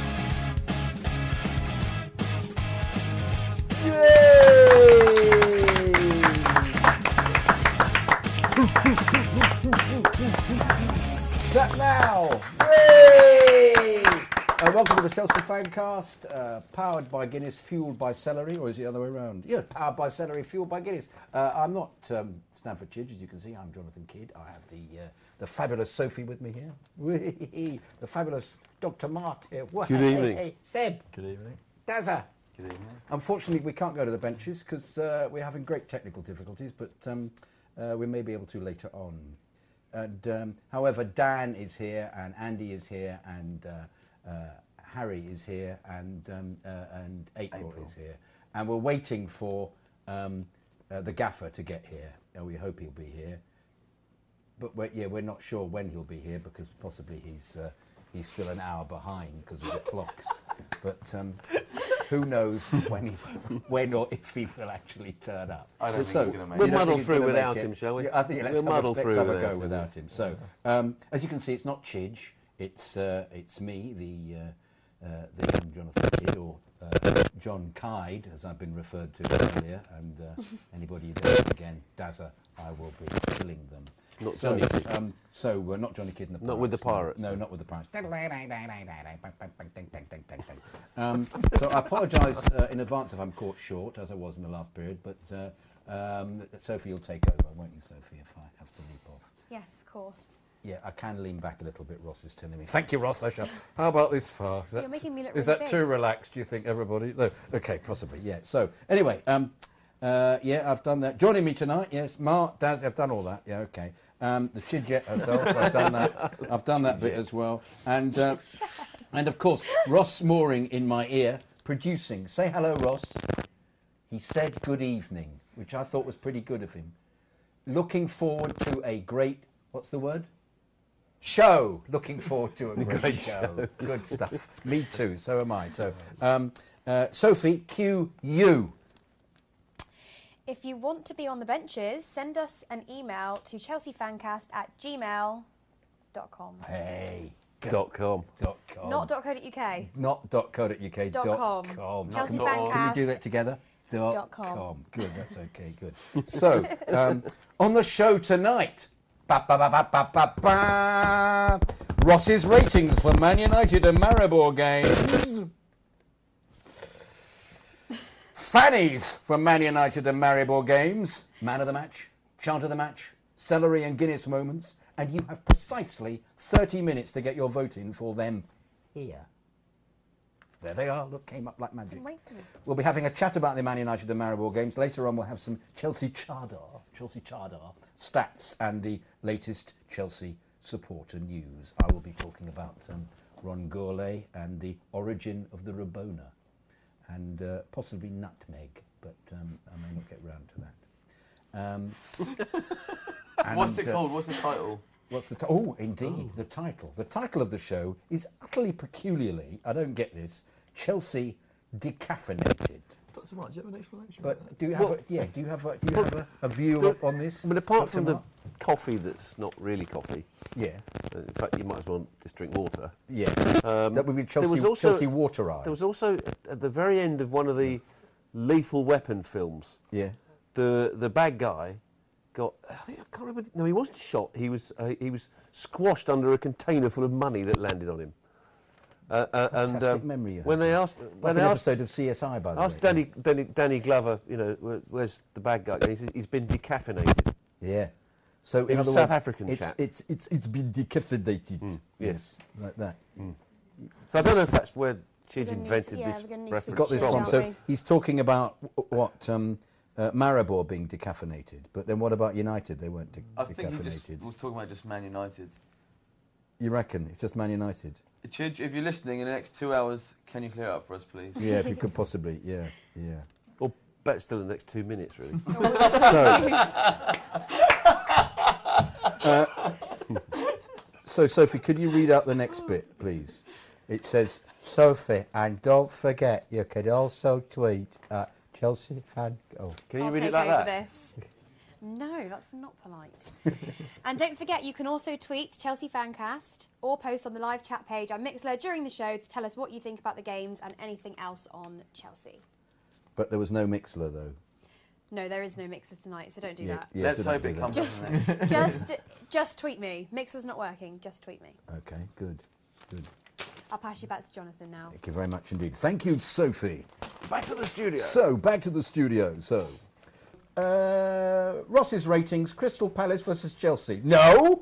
Uh, That now! Yay! Uh, welcome to the Chelsea Fancast, uh, powered by Guinness, fueled by celery, or is it the other way around? Yeah, powered by celery, fueled by Guinness. Uh, I'm not um, Stanford Chidge, as you can see. I'm Jonathan Kidd. I have the uh, the fabulous Sophie with me here. Whee-hee-hee. the fabulous Dr. Mark here. Good evening. Seb. Good evening. Dazza. Good evening. Unfortunately, we can't go to the benches because uh, we're having great technical difficulties, but um, uh, we may be able to later on. And um, however, Dan is here, and Andy is here, and uh, uh, Harry is here, and um, uh, and April, is here, and we're waiting for um, uh, the gaffer to get here. And we hope he'll be here, but we're, yeah, we're not sure when he'll be here because possibly he's uh, he's still an hour behind because of the clocks. But um, who knows when he, when or if he will actually turn up? I don't think he's gonna make you it. don't We'll think muddle he's through gonna without make it? him, shall we? Yeah, I think yeah, let's We'll have a- muddle let's through have a without go him, without him. So, um, as you can see, it's not Chidge. It's uh, it's me, the uh, uh, the young Jonathan Kidd or uh, John Kide, as I've been referred to earlier. And uh, anybody who does it again, Dazza, I will be killing them. Not so, Johnny Kidd. Um, so uh, not Johnny Kidd and the Not with the Pirates, Pirates, No, no. no, not with the Pirates. Um, so I apologise uh, in advance if I'm caught short, as I was in the last period. But uh, um, Sophie, you'll take over, won't you, Sophie? If I have to leap off. Yes, of course. Yeah, I can lean back a little bit. Ross is telling me. Thank you, Ross. I shall. How about this far? Is You're making me look Is really that big. too relaxed? Do you think everybody? No. Okay, possibly. Yeah. So anyway, um, uh, yeah, I've done that. Joining me tonight, yes, Mark, Daz. I've done all that. Yeah. Okay. Um, the Chidjet herself. I've done that. I've done that bit as well. And uh, and of course, Ross Mooring in my ear, producing. Say hello, Ross. He said good evening, which I thought was pretty good of him. Looking forward to a great. What's the word? show. Looking forward to a great, show. Good stuff. Me too. So am I. So, um, uh, Sophie, cue you. If you want to be on the benches, send us an email to chelseafancast at gmail.com. Hey. dot com. Dot com. Not .co.uk. Not dot co dot uk. Dot com. Chelsea Can- Can we do Fancast. that together? Dot, Dot com. Good. That's okay. Good. So, um, on the show tonight. Ba, ba, ba, ba, ba, ba, ba. Ross's ratings for Man United and Maribor games. Fannies from Man United and Maribor games. Man of the match, chant of the match, celery and Guinness moments, and you have precisely 30 minutes to get your vote in for them here. There they are. Look, came up like magic. Wait for me. We'll be having a chat about the Man United and Maribor games. Later on, we'll have some Chelsea Chardar, Chelsea Chardar stats and the latest Chelsea supporter news. I will be talking about um, Ron Gourlay, and the origin of the Rabona, and uh, possibly nutmeg, but um, I may not get round to that. Um, and, What's it uh, called? What's the title? What's the ti- oh, indeed, the title. The title of the show is utterly peculiarly. I don't get this. Chelsea decaffeinated. Dr. Mark, do you have an explanation? But do you have Well- a, yeah? Do you have a, do you have a, a view on this? But apart Dr. from the Mark? coffee that's not really coffee, yeah, uh, in fact, you might as well just drink water. Um, yeah, that would be Chelsea, Chelsea Water Eye. There was also at the very end of one of the Lethal Weapon films, yeah, the the bad guy got I think I can't remember. No, he wasn't shot. He was uh, he was squashed under a container full of money that landed on him. Uh, uh, and Fantastic memory you when have. they asked like when an they asked, episode of CSI by the way. asked Danny, Danny Danny Glover, you know, where, where's the bad guy? And he says he's been decaffeinated. Yeah. So He in was other South words, African it's, chap. it's it's it's been decaffeinated. yes. Mm. like that. So I don't know if that's where she'd gonna need to- invented yeah, this we're gonna need to reference switch got this Sure. from. So Sorry. he's talking about w- what um, uh, Maribor being decaffeinated, but then what about United? They weren't de- Uh, I think you just decaffeinated. was talking about just Man United. You reckon it's just Man United? Chidge, if you're listening in the next two hours, can you clear it up for us, please? Yeah, if you could possibly. Yeah, yeah. Or bet still in the next two minutes, really. So, Uh, so Sophie, could you read out the next bit, please? It says, Sophie, and don't forget, you could also tweet at Chelsea fan. Oh, Can you I'll read take it like over that? this. No, that's not polite. and don't forget, you can also tweet Chelsea Fancast or post on the live chat page on Mixler during the show to tell us what you think about the games and anything else on Chelsea. but there was no Mixler though. No, there is no Mixer tonight, so don't do that. yeah, Let's so don't hope do it that. comes up Just, in the next. just, just tweet me. Mixer's not working. Just tweet me. Okay, good, good. I'll pass you back to Jonathan now. Thank you very much indeed. Thank you, Sophie. Back to the studio. So back to the studio. So uh, Ross's ratings: Crystal Palace versus Chelsea. No,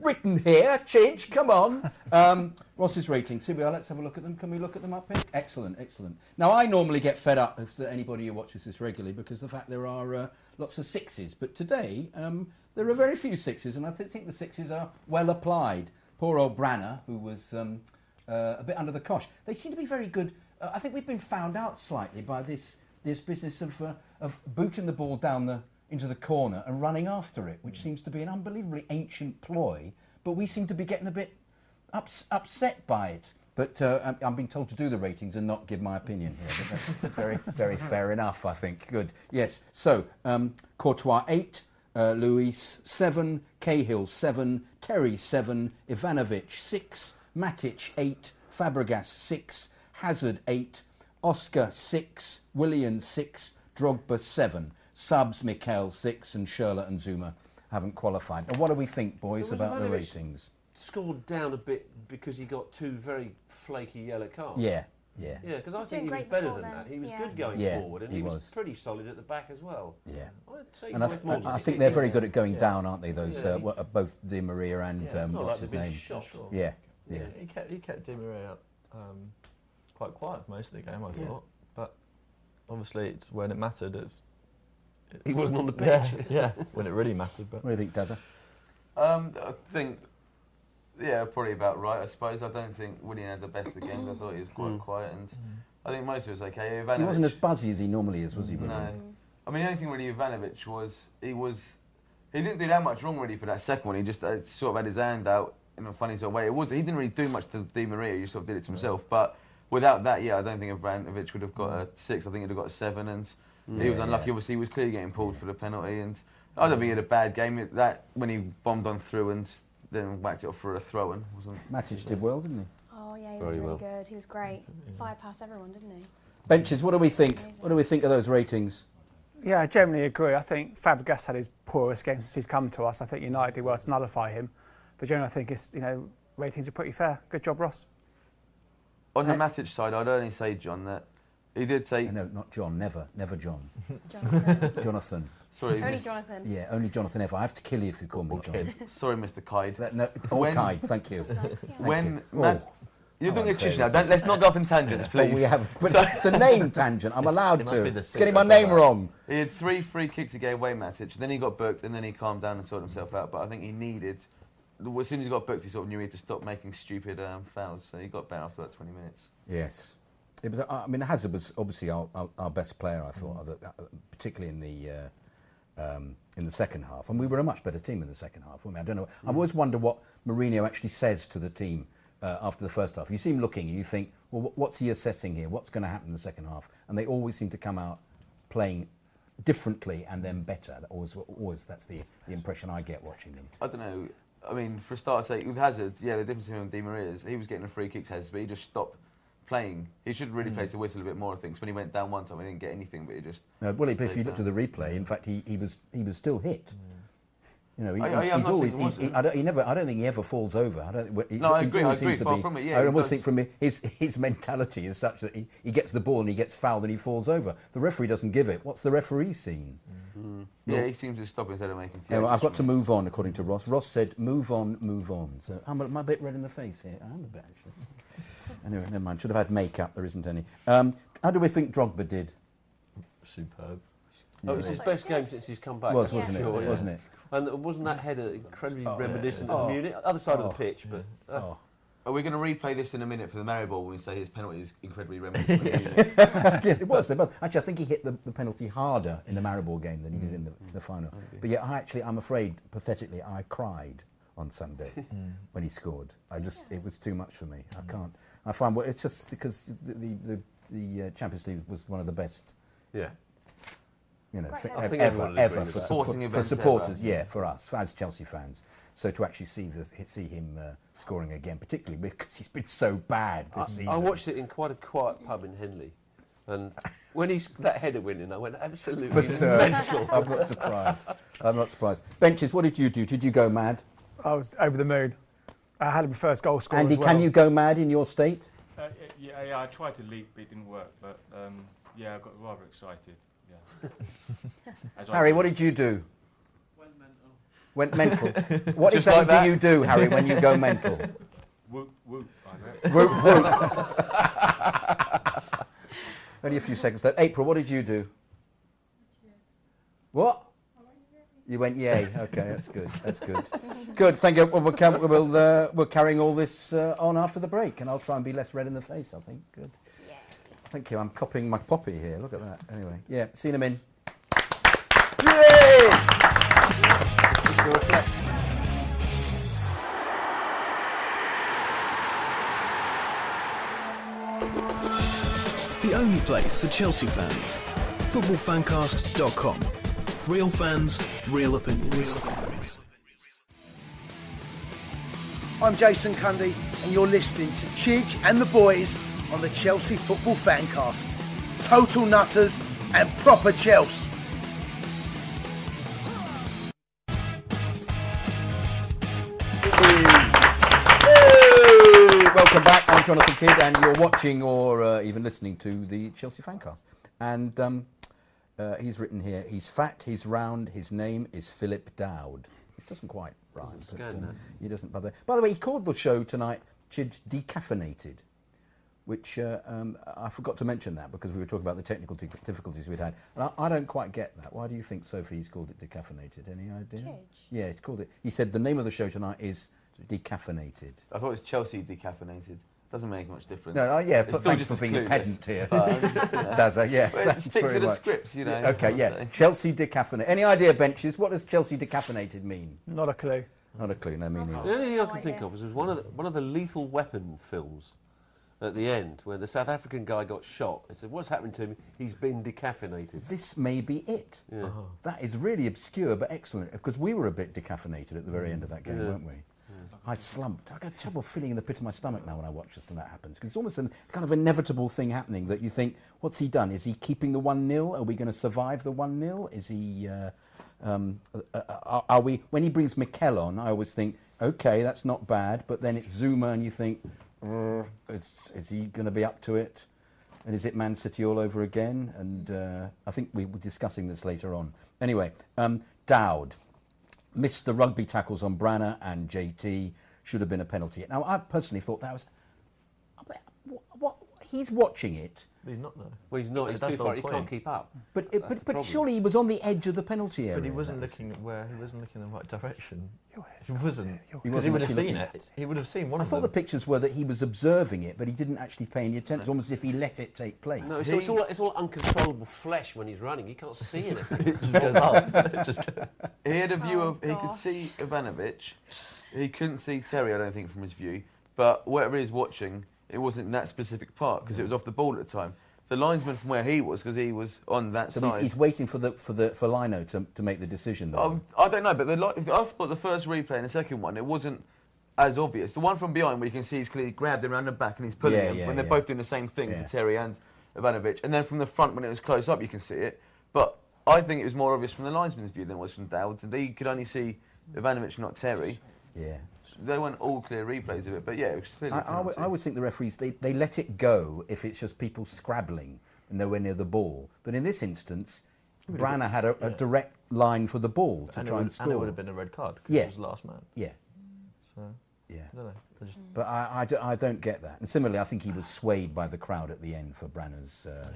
written here. Change. Come on. Um, Ross's ratings. Here we are. Let's have a look at them. Can we look at them up here? Excellent, excellent. Now I normally get fed up if there- anybody who watches this regularly because the fact there are uh, lots of sixes, but today um, there are very few sixes, and I th- think the sixes are well applied. Poor old Branner, who was. Um, uh, a bit under the cosh. They seem to be very good. Uh, I think we've been found out slightly by this this business of uh, of booting the ball down the into the corner and running after it, which seems to be an unbelievably ancient ploy. But we seem to be getting a bit ups, upset by it. But uh, I'm, I'm being told to do the ratings and not give my opinion here. But that's very, very fair enough, I think. Good. Yes. So um, Courtois eight, uh, Luis seven, Cahill seven, Terry seven, Ivanovic six, Matic eight, Fabregas six, Hazard eight, Oscar six, Willian six, Drogba seven, subs Mikel six, and Schürrle and Zuma haven't qualified. Now, what do we think, boys, There was about the Ivanovic. ratings? Scored down a bit because he got two very flaky yellow cards. Yeah. Yeah. Yeah, because I was think doing he was great better before than then. that. He was Yeah. good going Yeah, forward, and he he, was. was. pretty solid at the back as well. Yeah. I'd say And I, worth th- more than I he think did. they're very good at going down, aren't they? Those Yeah. uh, wha- uh, both Di Maria and Yeah, um, not what's like his they've been name? Shot. Yeah, Yeah, yeah, he kept he kept Di Maria out um, quite quiet for most of the game, I thought. But obviously, it's when it mattered. It's, He wasn't on the pitch. yeah, yeah, when it really mattered. But What do you think, Dada? um, I think, yeah, probably about right. I suppose I don't think William had the best of games. I thought he was quite quiet, and I think most of it was okay. Ivanovic, Hmm. He wasn't as buzzy as he normally is, was he? William? No. I mean, the only thing really Ivanovic was he was he didn't do that much wrong really for that second one. He just uh, sort of had his hand out in a funny sort of way. It was he didn't really do much to Di Maria. He sort of did it to himself. But without that, yeah, I don't think Ivanovic would have got a six. I think he'd have got a seven. And he was unlucky. Obviously, he was clearly getting pulled for the penalty. And I don't think he had a bad game. It- that when he bombed on through and then whacked it off for a throw in wasn't. Matic did well, didn't he? Oh yeah, he was Very really well. good. He was great. Mm-hmm. Fired past everyone, didn't he? Benches. What do we think? What do we think of those ratings? Yeah, I generally agree. I think Fabregas had his poorest game since he's come to us. I think United did well to nullify him. But generally, I think it's, you know, ratings are pretty fair. Good job, Ross. On the Uh, Matic side, I'd only say John that he did say. No, not John. Never, never John. Jonathan. Jonathan. Sorry, Only Mr- Jonathan. Yeah, only Jonathan ever. I have to kill you if you call me John. sorry, Mr. Kide. That, no, or When- Kai. Thank you. nice, yeah. Thank when you. Matt, Oh. you're doing a unfair chish now. is Don't, let's not go up in tangents, Oh, please. we have, but it's a name tangent. I'm allowed must to. be the It's getting my secret name about- wrong. He had three free kicks he gave away, Matic. Then he got booked, and then he calmed down and sorted himself out. But I think he needed as soon as he got booked, he sort of knew he had to stop making stupid um, fouls. So he got banned after that 20 minutes. Yes. It was, I mean, Hazard was obviously our, our, our best player, I thought, other- uh, particularly in the, uh, um, in the second half. And we were a much better team in the second half, weren't we? I don't know. I always wonder what Mourinho actually says to the team uh, after the first half. You see him looking and you think, well, wh- what's he assessing here? What's going to happen in the second half? And they always seem to come out playing differently and then better. That always, always that's the, the impression I get watching them. I don't know. I mean, for a start, say with Hazard, yeah, the difference between him and Di Maria is he was getting the free kicks, Hazard, but he just stopped playing. He should really Hmm. play to whistle a bit more, I think. So when he went down one time, he didn't get anything, but he just. Uh, well, if, if played you looked at down. the replay, in fact, he, he was he was still hit. You know, he, I- I- he's- I'm he's not always saying he he, he, I don't, he never I don't think he ever falls over. I don't. well, He, No, I he's agree, I always agree, seems to far be. from it, yeah, I he almost does. think from hi- his his mentality is such that he, he gets the ball and he gets fouled and he falls over. The referee doesn't give it. What's the referee seen? Mm-hmm. Yeah, he seems to stop instead of making. Yeah, well, I've got to move. move on, according to Ross. Ross said, "Move on, move on." So I'm a, am I a bit red in the face here. I am a bit actually. anyway, never mind. Should have had makeup. There isn't any. Um, how do we think Drogba did? Superb. Oh, it was his Yeah. best game since he's come back. Was, that's for wasn't it? sure, yeah. Wasn't it? Oh, And wasn't that header incredibly reminiscent of Munich? Other side of the pitch, but uh, Are we going to replay this in a minute for the Maribor when we say his penalty is incredibly reminiscent? of Munich? yeah, it was. They both. Actually, I think he hit the, the penalty harder in the Maribor game than he did in the, Mm. the final. But yeah, I actually, I'm afraid, pathetically, I cried on Sunday Hmm. when he scored. I just, it was too much for me. I can't. I find well, it's just because the the, the, the uh, Champions League was one of the best. yeah. You know, Quite thi- I think ever, everyone would ever for, agree with that. Sporting support- for events ever. supporters, yeah, for us as Chelsea fans. So to actually see the, see him uh, scoring again, particularly because he's been so bad this season. I watched it in quite a quiet pub in Henley, and when he's that header went in, I went absolutely mental. uh, I'm not surprised. I'm not surprised. Benches, what did you do? Did you go mad? I was over the moon. I had my first goal scorer. Andy, as well. can you go mad in your state? Uh, y- yeah, yeah, I tried to leap, but it didn't work. But um, yeah, I got rather excited. Yeah. As I Harry, do. what did you do? Went mental. What Just exactly like do you do, Harry, when you go mental? Whoop, whoop. I know. Whoop, whoop. Only a few seconds left. April, what did you do? What? You went yay. Okay, that's good. That's good. Good. Thank you. Well, we'll, come, we'll, uh, we're carrying all this uh, on after the break, and I'll try and be less red in the face. I think. Good. Thank you. I'm copying my poppy here. Look at that. Anyway, yeah. Seen him in. Yay! The only place for Chelsea fans. Footballfancast.com. Real fans, real opinions. I'm Jason Cundy, and you're listening to Chidge and the boys on the Chelsea Football Fancast. Total nutters and proper Chelsea. Hey, Welcome back. I'm Jonathan Kidd, and you're watching or uh, even listening to the Chelsea Fancast. And um, uh, he's written here: he's fat, he's round, his name is Philip Dowd. It doesn't quite rhyme. but, um, he doesn't bother. By the way, he called the show tonight "Chidge Decaffeinated." Which uh, um, I forgot to mention that because we were talking about the technical di- difficulties we'd had, and I, I don't quite get that. Why do you think Sophie's called it decaffeinated? Any idea? Chidge. Yeah, it's called it. He said the name of the show tonight is decaffeinated. I thought it was Chelsea decaffeinated. Doesn't make much difference. No, uh, yeah, It's but still thanks just for as being clueless. Oh, pedant here. But, yeah. Does it? Yeah, But it thanks sticks very to the much. scripts, you know, Yeah, that's okay, what I'm yeah. saying. Chelsea decaffeinated. Any idea, benches? What does Chelsea decaffeinated mean? Not a clue. Not a clue. No meaning. Oh. The only thing I No can idea. think of was, was one of the, one of the Lethal Weapon films at the end where the South African guy got shot. He said, "What's happened to him? He's been decaffeinated." This may be it. Uh-huh. That is really obscure but excellent because we were a bit decaffeinated at the very end of that game, weren't we? I slumped. I got trouble feeling in the pit of my stomach now when I watch this and that happens because it's almost a kind of inevitable thing happening that you think, what's he done? Is he keeping the 1 0? Are we going to survive the 1 0? Is he. Uh, um, uh, uh, are, are we. When he brings Mikel on, I always think, okay, that's not bad, but then it's Zuma and you think, "Mm, is, is he going to be up to it? And is it Man City all over again? And uh, I think we were discussing this later on. Anyway, um, Dowd missed the rugby tackles on Branner and JT. Should have been a penalty. Now, I personally thought that was. What, what, he's watching it He's not though. Well, he's not. But He's that's too the far. whole He point. can't keep up. But, That's the but, but problem. surely he was on the edge of the penalty area. But he wasn't That was- looking where he wasn't looking in the right direction. He wasn't. Because he wasn't would have looking seen at it. He would have seen one I of thought them. the pictures were that he was observing it, but he didn't actually pay any attention. It's almost as if he let it take place. No, it's, all- it's all it's all uncontrollable flesh when he's running. You can't see anything. It just goes up. Just- He had a view Oh, of. He could gosh. see Ivanovic. He couldn't see Terry, I don't think, from his view. But whatever he's watching, it wasn't in that specific part because it was off the ball at the time. The linesman from where he was, because he was on that So he's, side. he's waiting for the for the for Lino to, to make the decision. Though. Um, I don't know, but the, li- I thought the first replay and the second one, it wasn't as obvious. The one from behind where you can see he's clearly grabbed him around the back and he's pulling Yeah, him yeah, when they're yeah. both doing the same thing Yeah. to Terry and Ivanovic. And then from the front when it was close up, you can see it. But I think it was more obvious from the linesman's view than it was from Dowd's. And they could only see Ivanovic, not Terry. Yeah. They weren't all clear replays of it, but yeah, it was clearly. I, I would- I would think the referees they, they let it go if it's just people scrabbling and nowhere near the ball. But in this instance, Would it Branner be- had a, a yeah. direct line for the ball to and, it try would, and score. and it would have been a red card because Yeah. it was last man. Yeah. So yeah, I don't know. I just, But I, I, do, not get that. And similarly, I think he was swayed by the crowd at the end for Branner's. Uh,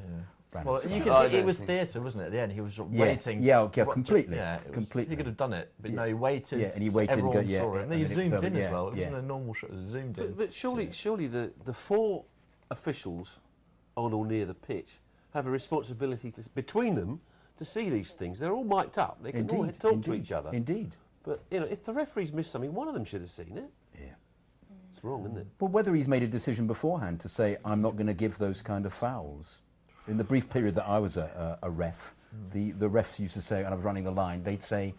Branner's well, foul. you could see it was theatre, wasn't it? At the end, he was sort of Yeah, waiting. yeah, okay, what- completely, Yeah, it was- completely. He could have done it, but Yeah. no, he waited. Yeah, and he so waited and Everyone go- yeah, saw yeah, it, and then and he then it zoomed in turned- as yeah, well. It yeah. wasn't a normal shot; it was zoomed in. But, but surely, surely the, the four officials on or near the pitch have a responsibility to, s- between them to see these things. They're all mic'd up. They can all Indeed, talk to indeed, each other. indeed. But you know, if the referees missed something, one of them should have seen it. Yeah. It's wrong, isn't it? Well, whether he's made a decision beforehand to say, I'm not going to give those kind of fouls. In the brief period that I was a, a, a ref, the, the refs used to say, and I was running the line, they'd say,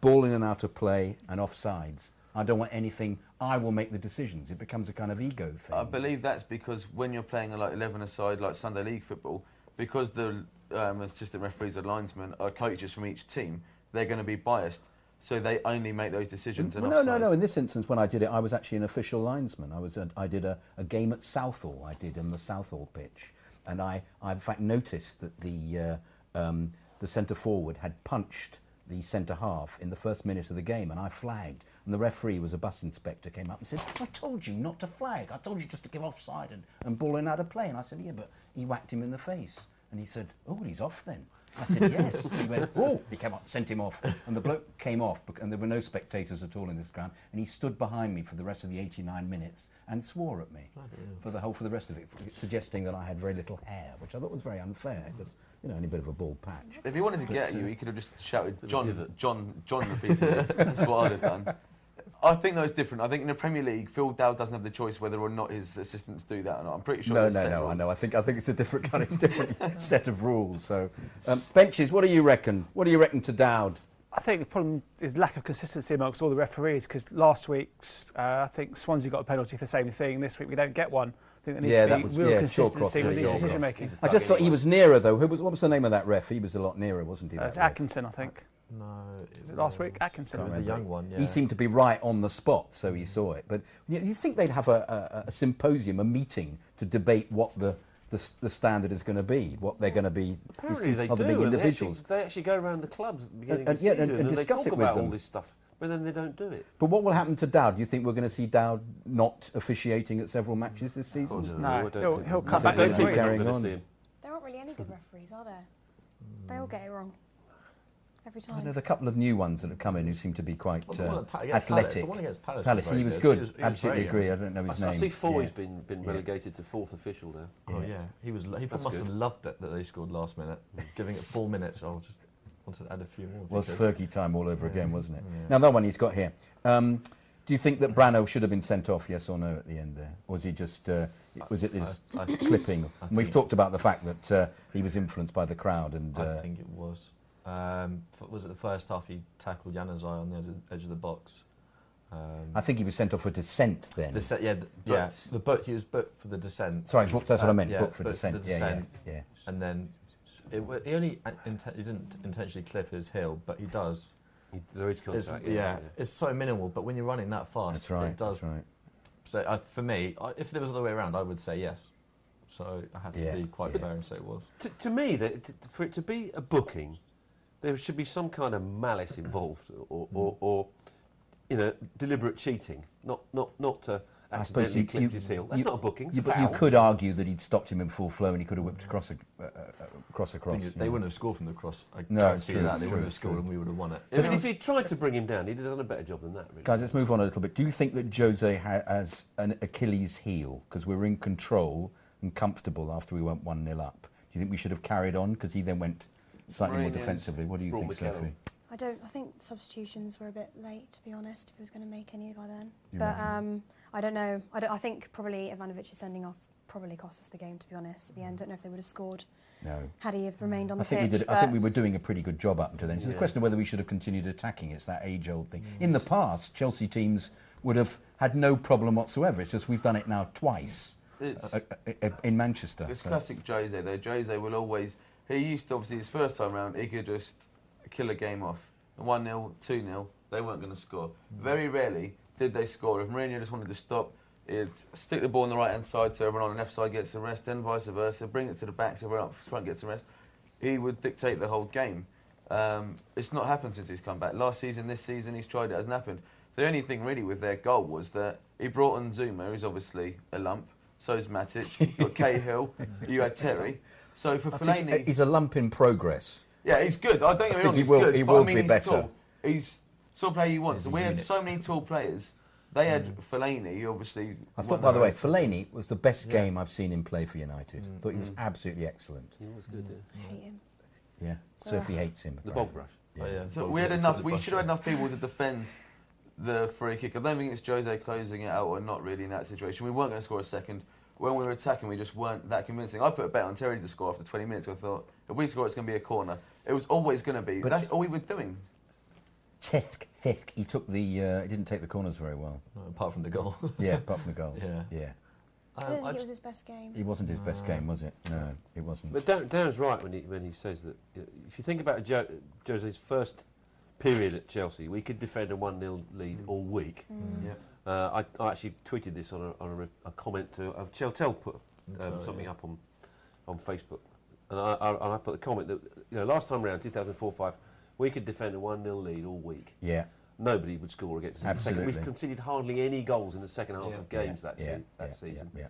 ball in and out of play and offsides. I don't want anything. I will make the decisions. It becomes a kind of ego thing. I believe that's because when you're playing a, like 11 aside, like Sunday league football, because the um, assistant referees and linesmen are coaches from each team, they're going to be biased. So they only make those decisions. and Well, no, no, offside. no. In this instance, when I did it, I was actually an official linesman. I was, a, I did a, a game at Southall. I did on the Southall pitch, and I, I in fact noticed that the uh, um, the centre forward had punched the centre half in the first minute of the game, and I flagged. And the referee was a bus inspector, came up and said, "I told you not to flag. I told you just to give offside and and ball in out of play." And I said, "Yeah, but he whacked him in the face." And he said, "Oh, well, he's off then." I said, yes. And he went, oh, he came up, sent him off. And the bloke came off, bec- and there were no spectators at all in this ground. And he stood behind me for the rest of the 89 minutes and swore at me for the whole, for the rest of it, suggesting that I had very little hair, which I thought was very unfair because, you know, only a bit of a bald patch. If he wanted to get at But, you, uh, he could have just shouted, John, John, John repeatedly. That's what I'd have done. I think that was different. I think in the Premier League, Phil Dowd doesn't have the choice whether or not his assistants do that or not. I'm pretty sure. No, there's no, set no. I rules. know. I think I think it's a different kind of different set of rules. So, um, benches. What do you reckon? What do you reckon to Dowd? I think the problem is lack of consistency amongst all the referees because last week s- uh, I think Swansea got a penalty for the same thing. This week we don't get one. I think there needs to be real consistency with these decision making. I just thought he was nearer though. Who was, what was the name of that ref? He was a lot nearer, wasn't he? Uh, it's that ref? Atkinson, I think. No, is it last week? Atkinson. um, Can't remember. He He seemed to be right on the spot, so he saw it. But you, you think they'd have a, a, a symposium, a meeting to debate what the the, s- the standard is going to be, what they're going to be, these Apparently they other do. big and they actually- individuals. They actually, go around the clubs at the beginning and- of the yeah, season and- and they discuss talk it with about all them. this stuff, but then they don't do it. But what will happen to Dowd? Do you think we're going to see Dowd not officiating at several matches this season? no, No, I don't he'll- think- he'll come I back don't next think week. carrying Not gonna on. see him. There aren't really any good referees, are there? They all get it wrong. Every time. Mm. I know there are a couple of new ones that have come in who seem to be quite Well, the one uh, at Pa- against Palace- athletic. the one against Palace was very he was good. good. He was- he was Absolutely very agree. good. I don't know his I name. see Foy's Yeah. been, been Yeah. relegated to fourth official now. Oh yeah, he was. He That's must have good. loved it that they scored last minute, giving it four minutes. I just wanted to add a few more. if was you could. Fergie time all over again, wasn't it? Yeah. Now that one he's got here. Um, do you think that Brano should have been sent off, yes or no, at the end there, or was he just uh, was it this I- I- clipping? I and we've think- talked about the fact that uh, he was influenced by the crowd, and I uh, think it was. Um, f- was it the first half he tackled Yanazai on the ed- edge of the box? Um, I think he was sent off for dissent then. The se- yeah, the, yeah, the book. He was booked for the descent. Uh, Sorry, booked, that's what I meant, yeah, booked for the dissent, yeah, yeah, yeah. And then it, wa- he only uh, inten- he didn't intentionally clip his heel, but he does. there is It's- contact, yeah, yeah, yeah. it's so minimal. But when you're running that fast, That's right, It does. that's right. So I, for me, I, if there was the other way around, I would say yes. So I have to Yeah, be quite yeah. fair and say it was. To, to me, the, to, for it to be a booking, there should be some kind of malice involved, or, or, or you know, deliberate cheating. Not, not, not to I suppose accidentally clipped his heel. That's not a booking. it's You, a but you foul. could argue that he'd stopped him in full flow and he could have whipped across a, uh, uh, across a cross. Thing is, you they know. wouldn't have scored from the cross. I No, it's guarantee true, you that it's they true, wouldn't have it's scored true. and we would have won it. If, if he tried to bring him down, he'd have done a better job than that, really. Guys, let's move on a little bit. Do you think that Jose ha- has an Achilles heel because we're in control and comfortable after we went 1 0 up? Do you think we should have carried on because he then went slightly more Mourinho's defensively? What do you brought think, McKenna. Sophie? I don't. I think substitutions were a bit late, to be honest. If he was going to make any by then, You but reckon? um, I don't know. I, don't, I think probably Ivanovic's sending off probably cost us the game. To be honest, at the end, don't know if they would have scored No. had he have remained on Mm. I the think, pitch. we did, I but think we were doing a pretty good job up until then. It's just Yeah. a question of whether we should have continued attacking. It's that age old thing. Mm. In the past, Chelsea teams would have had no problem whatsoever. It's just we've done it now twice It's- uh, uh, uh, in Manchester. It's so- classic Jose though. Jose will always. He used to obviously his first time round. He could just kill a game off. One 0 two 0 They weren't going to score. Mm. Very rarely did they score. If Mourinho just wanted to stop, it stick the ball on the right hand side so everyone on the left side gets the rest, then vice versa. Bring it to the back so everyone up front gets the rest. He would dictate the whole game. Um, it's not happened since he's come back. Last season, this season, he's tried it. Hasn't happened. The only thing really with their goal was that he brought on Zuma, who's obviously a lump. So is Matic. You've got Cahill. You had Terry. So for I think uh, Fellaini, he's a lump in progress. yeah, he's good. I don't I think get me wrong. he he's will- good, he but will I mean, be he's better. Tall. He's sort of player he wants. As a We had unit. Mm. so many tall players. They had Fellaini, who obviously. I won thought, by the way, race. Fellaini was the best game I've seen him play for United. thought he was Mm. absolutely excellent. He was good, yeah. hate him. Yeah. Sophie hates him. The right. Oh, bog brush. Yeah. So we had enough. We should have had enough people to defend the free kick. I don't think it's Jose closing it out or not really in that situation. We weren't going to score a second. When we were attacking, we just weren't that convincing. I put a bet on Terry to score after 20 minutes. I thought if we score, it's going to be a corner. It was always going to be. But- That's all we were doing. Tethk, Tethk, he took the, uh, he didn't take the corners very well. No, apart from the goal. Um, yeah, apart from the goal. Yeah. Yeah. I Um, don't think it was his best game. It wasn't his Mm. best game, was it? No, it wasn't. But Dan, Dan's right when he, when he says that. you know, if you think about jo- Jose's first period at Chelsea, we could defend a 1 0 lead all week. Mm. Yep. Uh, I, I actually tweeted this on a, on a, re- a comment to uh, Cheltel Mm. put Chel, Oh, um, yeah. something up on on Facebook, and I, I, and I put the comment that you know last time round 2004-5, we could defend a 1 0 lead all week. Yeah. Nobody would score against us. in the second- Absolutely. We've conceded hardly any goals in the second half Yeah. of games Yeah, that, yeah, se- that yeah, season. yeah, yeah.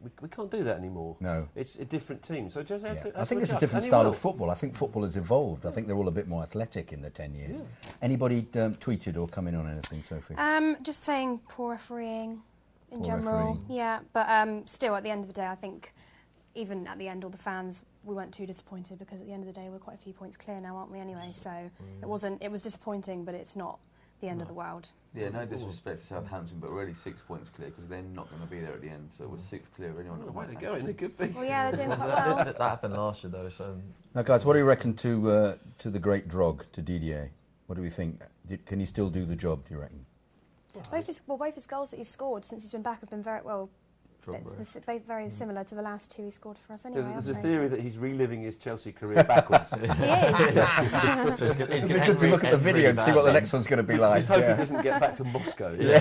We, we can't do that anymore. No. It's a different team. So Jose has Yeah. to- I has think to there's a adjust, different and he style will. of football. I think football has evolved. I think they're all a bit more athletic in the 10 years. Yeah. Anybody um, tweeted or come in on anything, Sophie? Um, just saying, poor refereeing in Poor general. refereeing. Yeah, but um, still, at the end of the day, I think even at the end, all the fans we weren't too disappointed because at the end of the day, we're quite a few points clear now, aren't we? Anyway, so Mm. it wasn't. It was disappointing, but it's not the end of the world. Yeah, no disrespect to Southampton, but really six points clear because they're not going to be there at the end. So we're six clear. Anyone that way to go, isn't it? Good Well, yeah, they're doing quite that, well. that happened last year though, so Now, guys, what do you reckon to uh, to the great drog, to Didier? What do we think? Did, can he still do the job? Do you reckon? Both his well, both his goals that he's scored since he's been back have been very well. Drogba. it's the s- both Mm. very similar to the last two he scored for us. Anyway, There's, there's a aren't they? theory that he's reliving his Chelsea career backwards. he is. So it's gonna- it's It'd be gonna good to end look at the really- video end and see really what the bad next then. one's gonna be like, Just hope yeah. he doesn't get back to Moscow.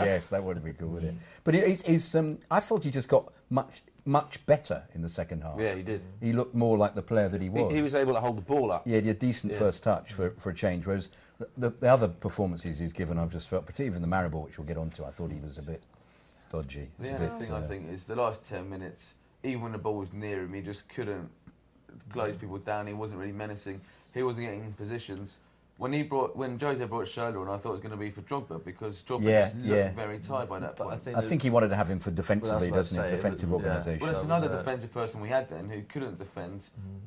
yes, that would be good, wouldn't it? But he- he's, he's, um, I thought he just got much much better in the second half. Yeah, he did. He looked more like the player that he He, was. he was able to hold the ball up. Yeah, he had a decent Yeah. first touch for, for a change. Whereas the, the, the other performances he's given, I've just felt, particularly even the Maribor, which we'll get onto, I thought he was a bit dodgy. It's a The only bit, thing uh, I think is the last 10 minutes, even when the ball was near him, he just couldn't close people down. He wasn't really menacing. He wasn't getting in positions. When he brought, when Jose brought Schürrle on, I thought it was going to be for Drogba because Drogba Yeah, just yeah. looked very tired by that point. I think he wanted to have him for defensively, Well, that's doesn't what he? I'd For say. defensive Yeah. organisation. Well, it's another defensive person we had then who couldn't defend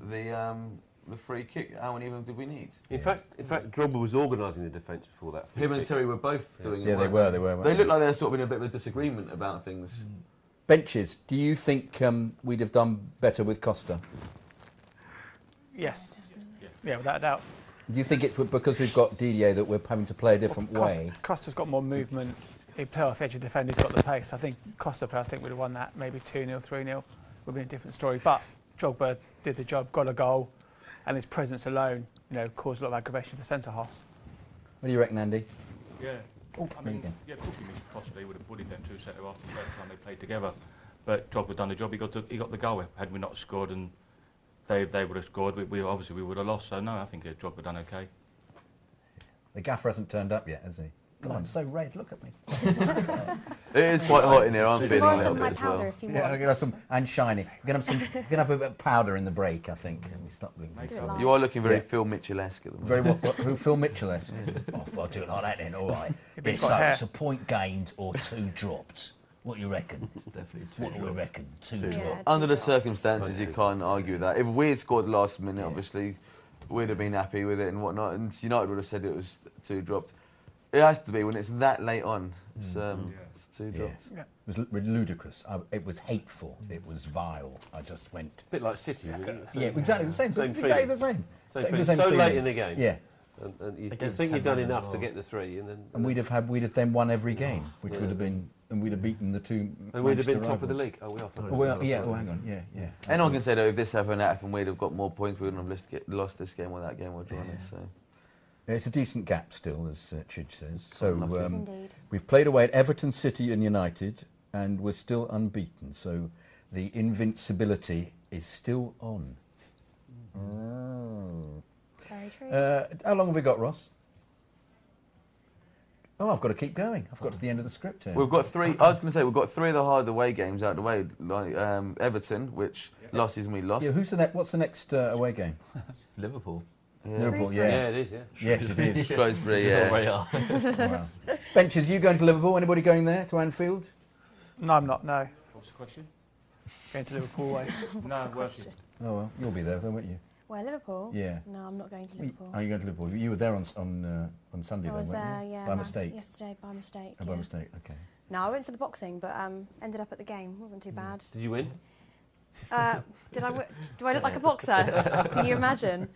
the um, the free kick. How many of them did we need? In fact, in fact, Drogba was organising the defence before that. free Him and kick. Terry were both doing it. Yeah, they weren't were, they were, weren't They they? looked like they were sort of in a bit of a disagreement about things. Benches. Do you think um, we'd have done better with Costa? Yes. Yeah, without a doubt. Do you think it's because we've got Didier that we're having to play a different Costa- way? Costa's got more movement. He play off the edge of defenders, got the pace. I think Costa play, I think we'd have won that maybe 2 0, 3 0. Would have been a different story. But Drogba did the job, got a goal, and his presence alone, you know, caused a lot of aggravation to the centre halves. What do you reckon, Andy? Yeah. Oh, I me mean, again. yeah, Cookie Miss possibly would have bullied them two centre half the first time they played together. But Drogba done the job. He got the, he got the goal. Had we not scored, and they they would have scored, we, we obviously we would have lost. So no, I think uh, Drogba done okay. The gaffer hasn't turned up yet, has he? God, I'm so red. Look at me. It is quite hot in here. I'm Keep feeling a Morris little on bit my as well. yeah, I'm gonna have some and shiny. I'm gonna have some. I'm gonna have a bit of powder in the break. I think. It's not looking Makes so it bad. You are looking very Yeah. Phil Mitchell-esque at the moment. Very what? what who Phil Mitchell-esque? oh, I'll do it like that then. All right. If Yeah, he's got so hair. it's a point gained or two dropped. What do you reckon? It's definitely two. What do we reckon? Two, dropped. Under the circumstances, you can't argue that. If we had scored last minute, obviously, we'd have been happy with it and whatnot. And United would have said it was two dropped. It has to be when it's that late on. It's, um, it's two Mm. Yeah. dropped. It was l- ludicrous. I, it was hateful. Mm. It was vile. I just went. bit like City. Yeah, Yeah, exactly the same. It's exactly the same. Same Exactly feeling. the same so late feeling. in the game. Yeah. And, and you, you Against think you've done Tottenham as enough to well. get the three, and then And we'd have had, we'd have then won every game, which Yeah. would have been, and we'd have beaten the two. And we'd have been Manchester top of the rivals. league. Oh, we are top of the Oh, we league. are- yeah. Oh, hang on. Yeah, yeah. Anyone can say though, if this happened, that happened, we'd have got more points. We wouldn't have list- get- lost this game or that game or drawn it. So. It's a decent gap still, as uh, Chidge says. So enough. Yes, um, indeed. we've played away at Everton City and United, and we're still unbeaten. So the invincibility is still on. Oh. Very true. Uh, how long have we got, Ross? Oh, I've got to keep going. I've got to the end of the script here. We've got three. I was going to say we've got three of the hard away games out of the way. Like um, Everton, which last season we lost. Yeah, who's the ne- what's the next uh, away game? Liverpool. Liverpool, yeah. Yes, it is. Shrewsbury, yeah. Wow. Benches, you going to Liverpool? Anybody going there to Anfield? No, I'm not. No. What's the question? Going to Liverpool eh? way. What's No, the question? working. Oh well, you'll be there, though, won't you? Where, Liverpool? Yeah. No, I'm not going to Well, you- Liverpool. Are you going to Liverpool? You were there on s- on uh, on Sunday, I then, was weren't there, you? yeah. by last- mistake. Yesterday, by mistake. Oh, by yeah. mistake. Okay. No, I went for the boxing, but um, ended up at the game. wasn't too bad. Mm. Did you win? Uh, did I? w- Do I look like a boxer? Can you imagine?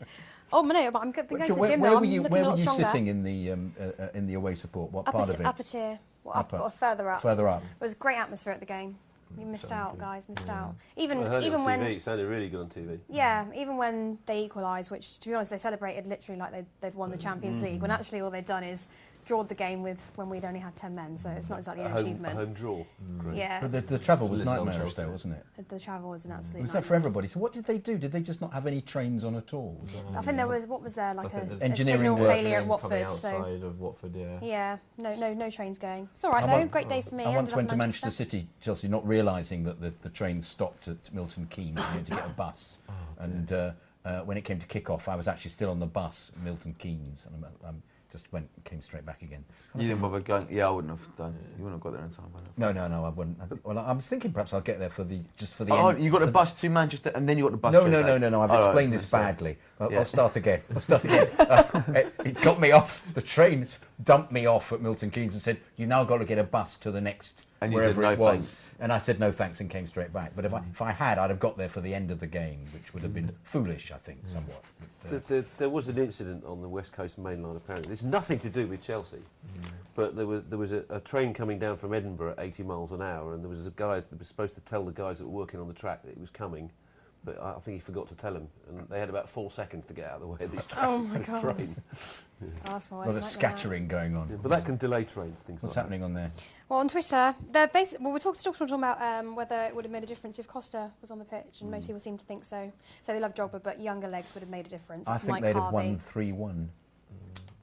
Oh no, but I'm go- been going to Actually, the where, gym where now. were I'm you? looking Where a were lot you stronger. sitting in the um, uh, uh, in the away support? What upper, part t- of it? upper tier, well, up, Upper. or further up. Further up. It was a great atmosphere at the game. Mm, You missed out, guys. Missed out. Even I heard it even on when TV. It sounded really good on TV. yeah, even when they equalised, which to be honest, they celebrated literally like they'd, they'd won the Champions Mm. League. When actually all they'd done is drawed the game with when we'd only had ten men. So it's not exactly a an home, achievement. A home draw. Great. Yeah. Mm. But the, the travel It's was a little nightmarish, untrusted. though, wasn't it? The travel was an absolute. It was that nightmare. for everybody? So what did they do? Did they just not have any trains on at all? Was that- I think there was what was there like a, think the- a Engineering signal workers failure at coming Watford. So outside of Watford, yeah. yeah, no, no, no trains going. It's all right I though. once- Great day for me. I ended once up went to in Manchester City, Chelsea, not realising that the, the train stopped at Milton Keynes and we had to get a bus. and uh, uh, when it came to kick-off, I was actually still on the bus at Milton Keynes and I am just went and came straight back again. You didn't bother going. Yeah, I wouldn't have done. You wouldn't have got there in time. By now. No, no, no, I wouldn't. I, well, I was thinking perhaps I'll get there for the just for the Oh, end. you got the for- bus to Manchester and then you got the bus. no, straight no, back. no, no, no. I've All right, explained that's this what I'm badly. I'll, Yeah. I'll start again. I'll start again. Uh, it, it got me off. The train dumped me off at Milton Keynes and said, "You now got to get a bus to the next And you said, wherever "No, it was." And I said, "No thanks," and came straight back. But if I, if I had, I'd have got there for the end of the game, which would have been Mm. foolish, I think, somewhat. Mm. But, uh, There, there, there was an incident on the West Coast Main Line, apparently. It's nothing to do with Chelsea, Mm. but there was, there was a, a train coming down from Edinburgh at 80 miles an hour, and there was a guy that was supposed to tell the guys that were working on the track that it was coming, but I, I think he forgot to tell them, and they had about four seconds to get out of the way of this tra- Oh, my this God. train. Yeah. Oh, that's my a worst lot of nightmare. scattering going on. Yeah, but that can delay trains, things What's like happening on there? Well, on Twitter, they're basically well, we're talk- still talking about um, whether it would have made a difference if Costa was on the pitch, and Mm. most people seem to think so. So they love Drogba, but younger legs would have made a difference. I It's think Mike they'd Harvey. have won three-one.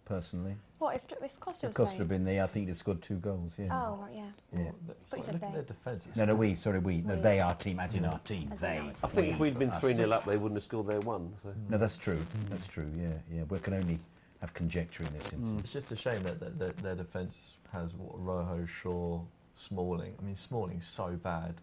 Personally, What if if Costa was if Costa playing? had been there, I think he'd have scored two goals. Yeah. Oh right, yeah. Yeah. But you said Look at they. their defence. it's No, no, we. Sorry, we. No, We. they are team. As in our team. As in they. our team. I think if we, we'd been us. 3 0 up, they wouldn't have scored their one. So. No, that's true. That's true. Yeah, yeah. We can only have conjecture in this instance. It's just a shame that, that, that their defence has what, Rojo, Shaw, Smalling. I mean, Smalling's so bad.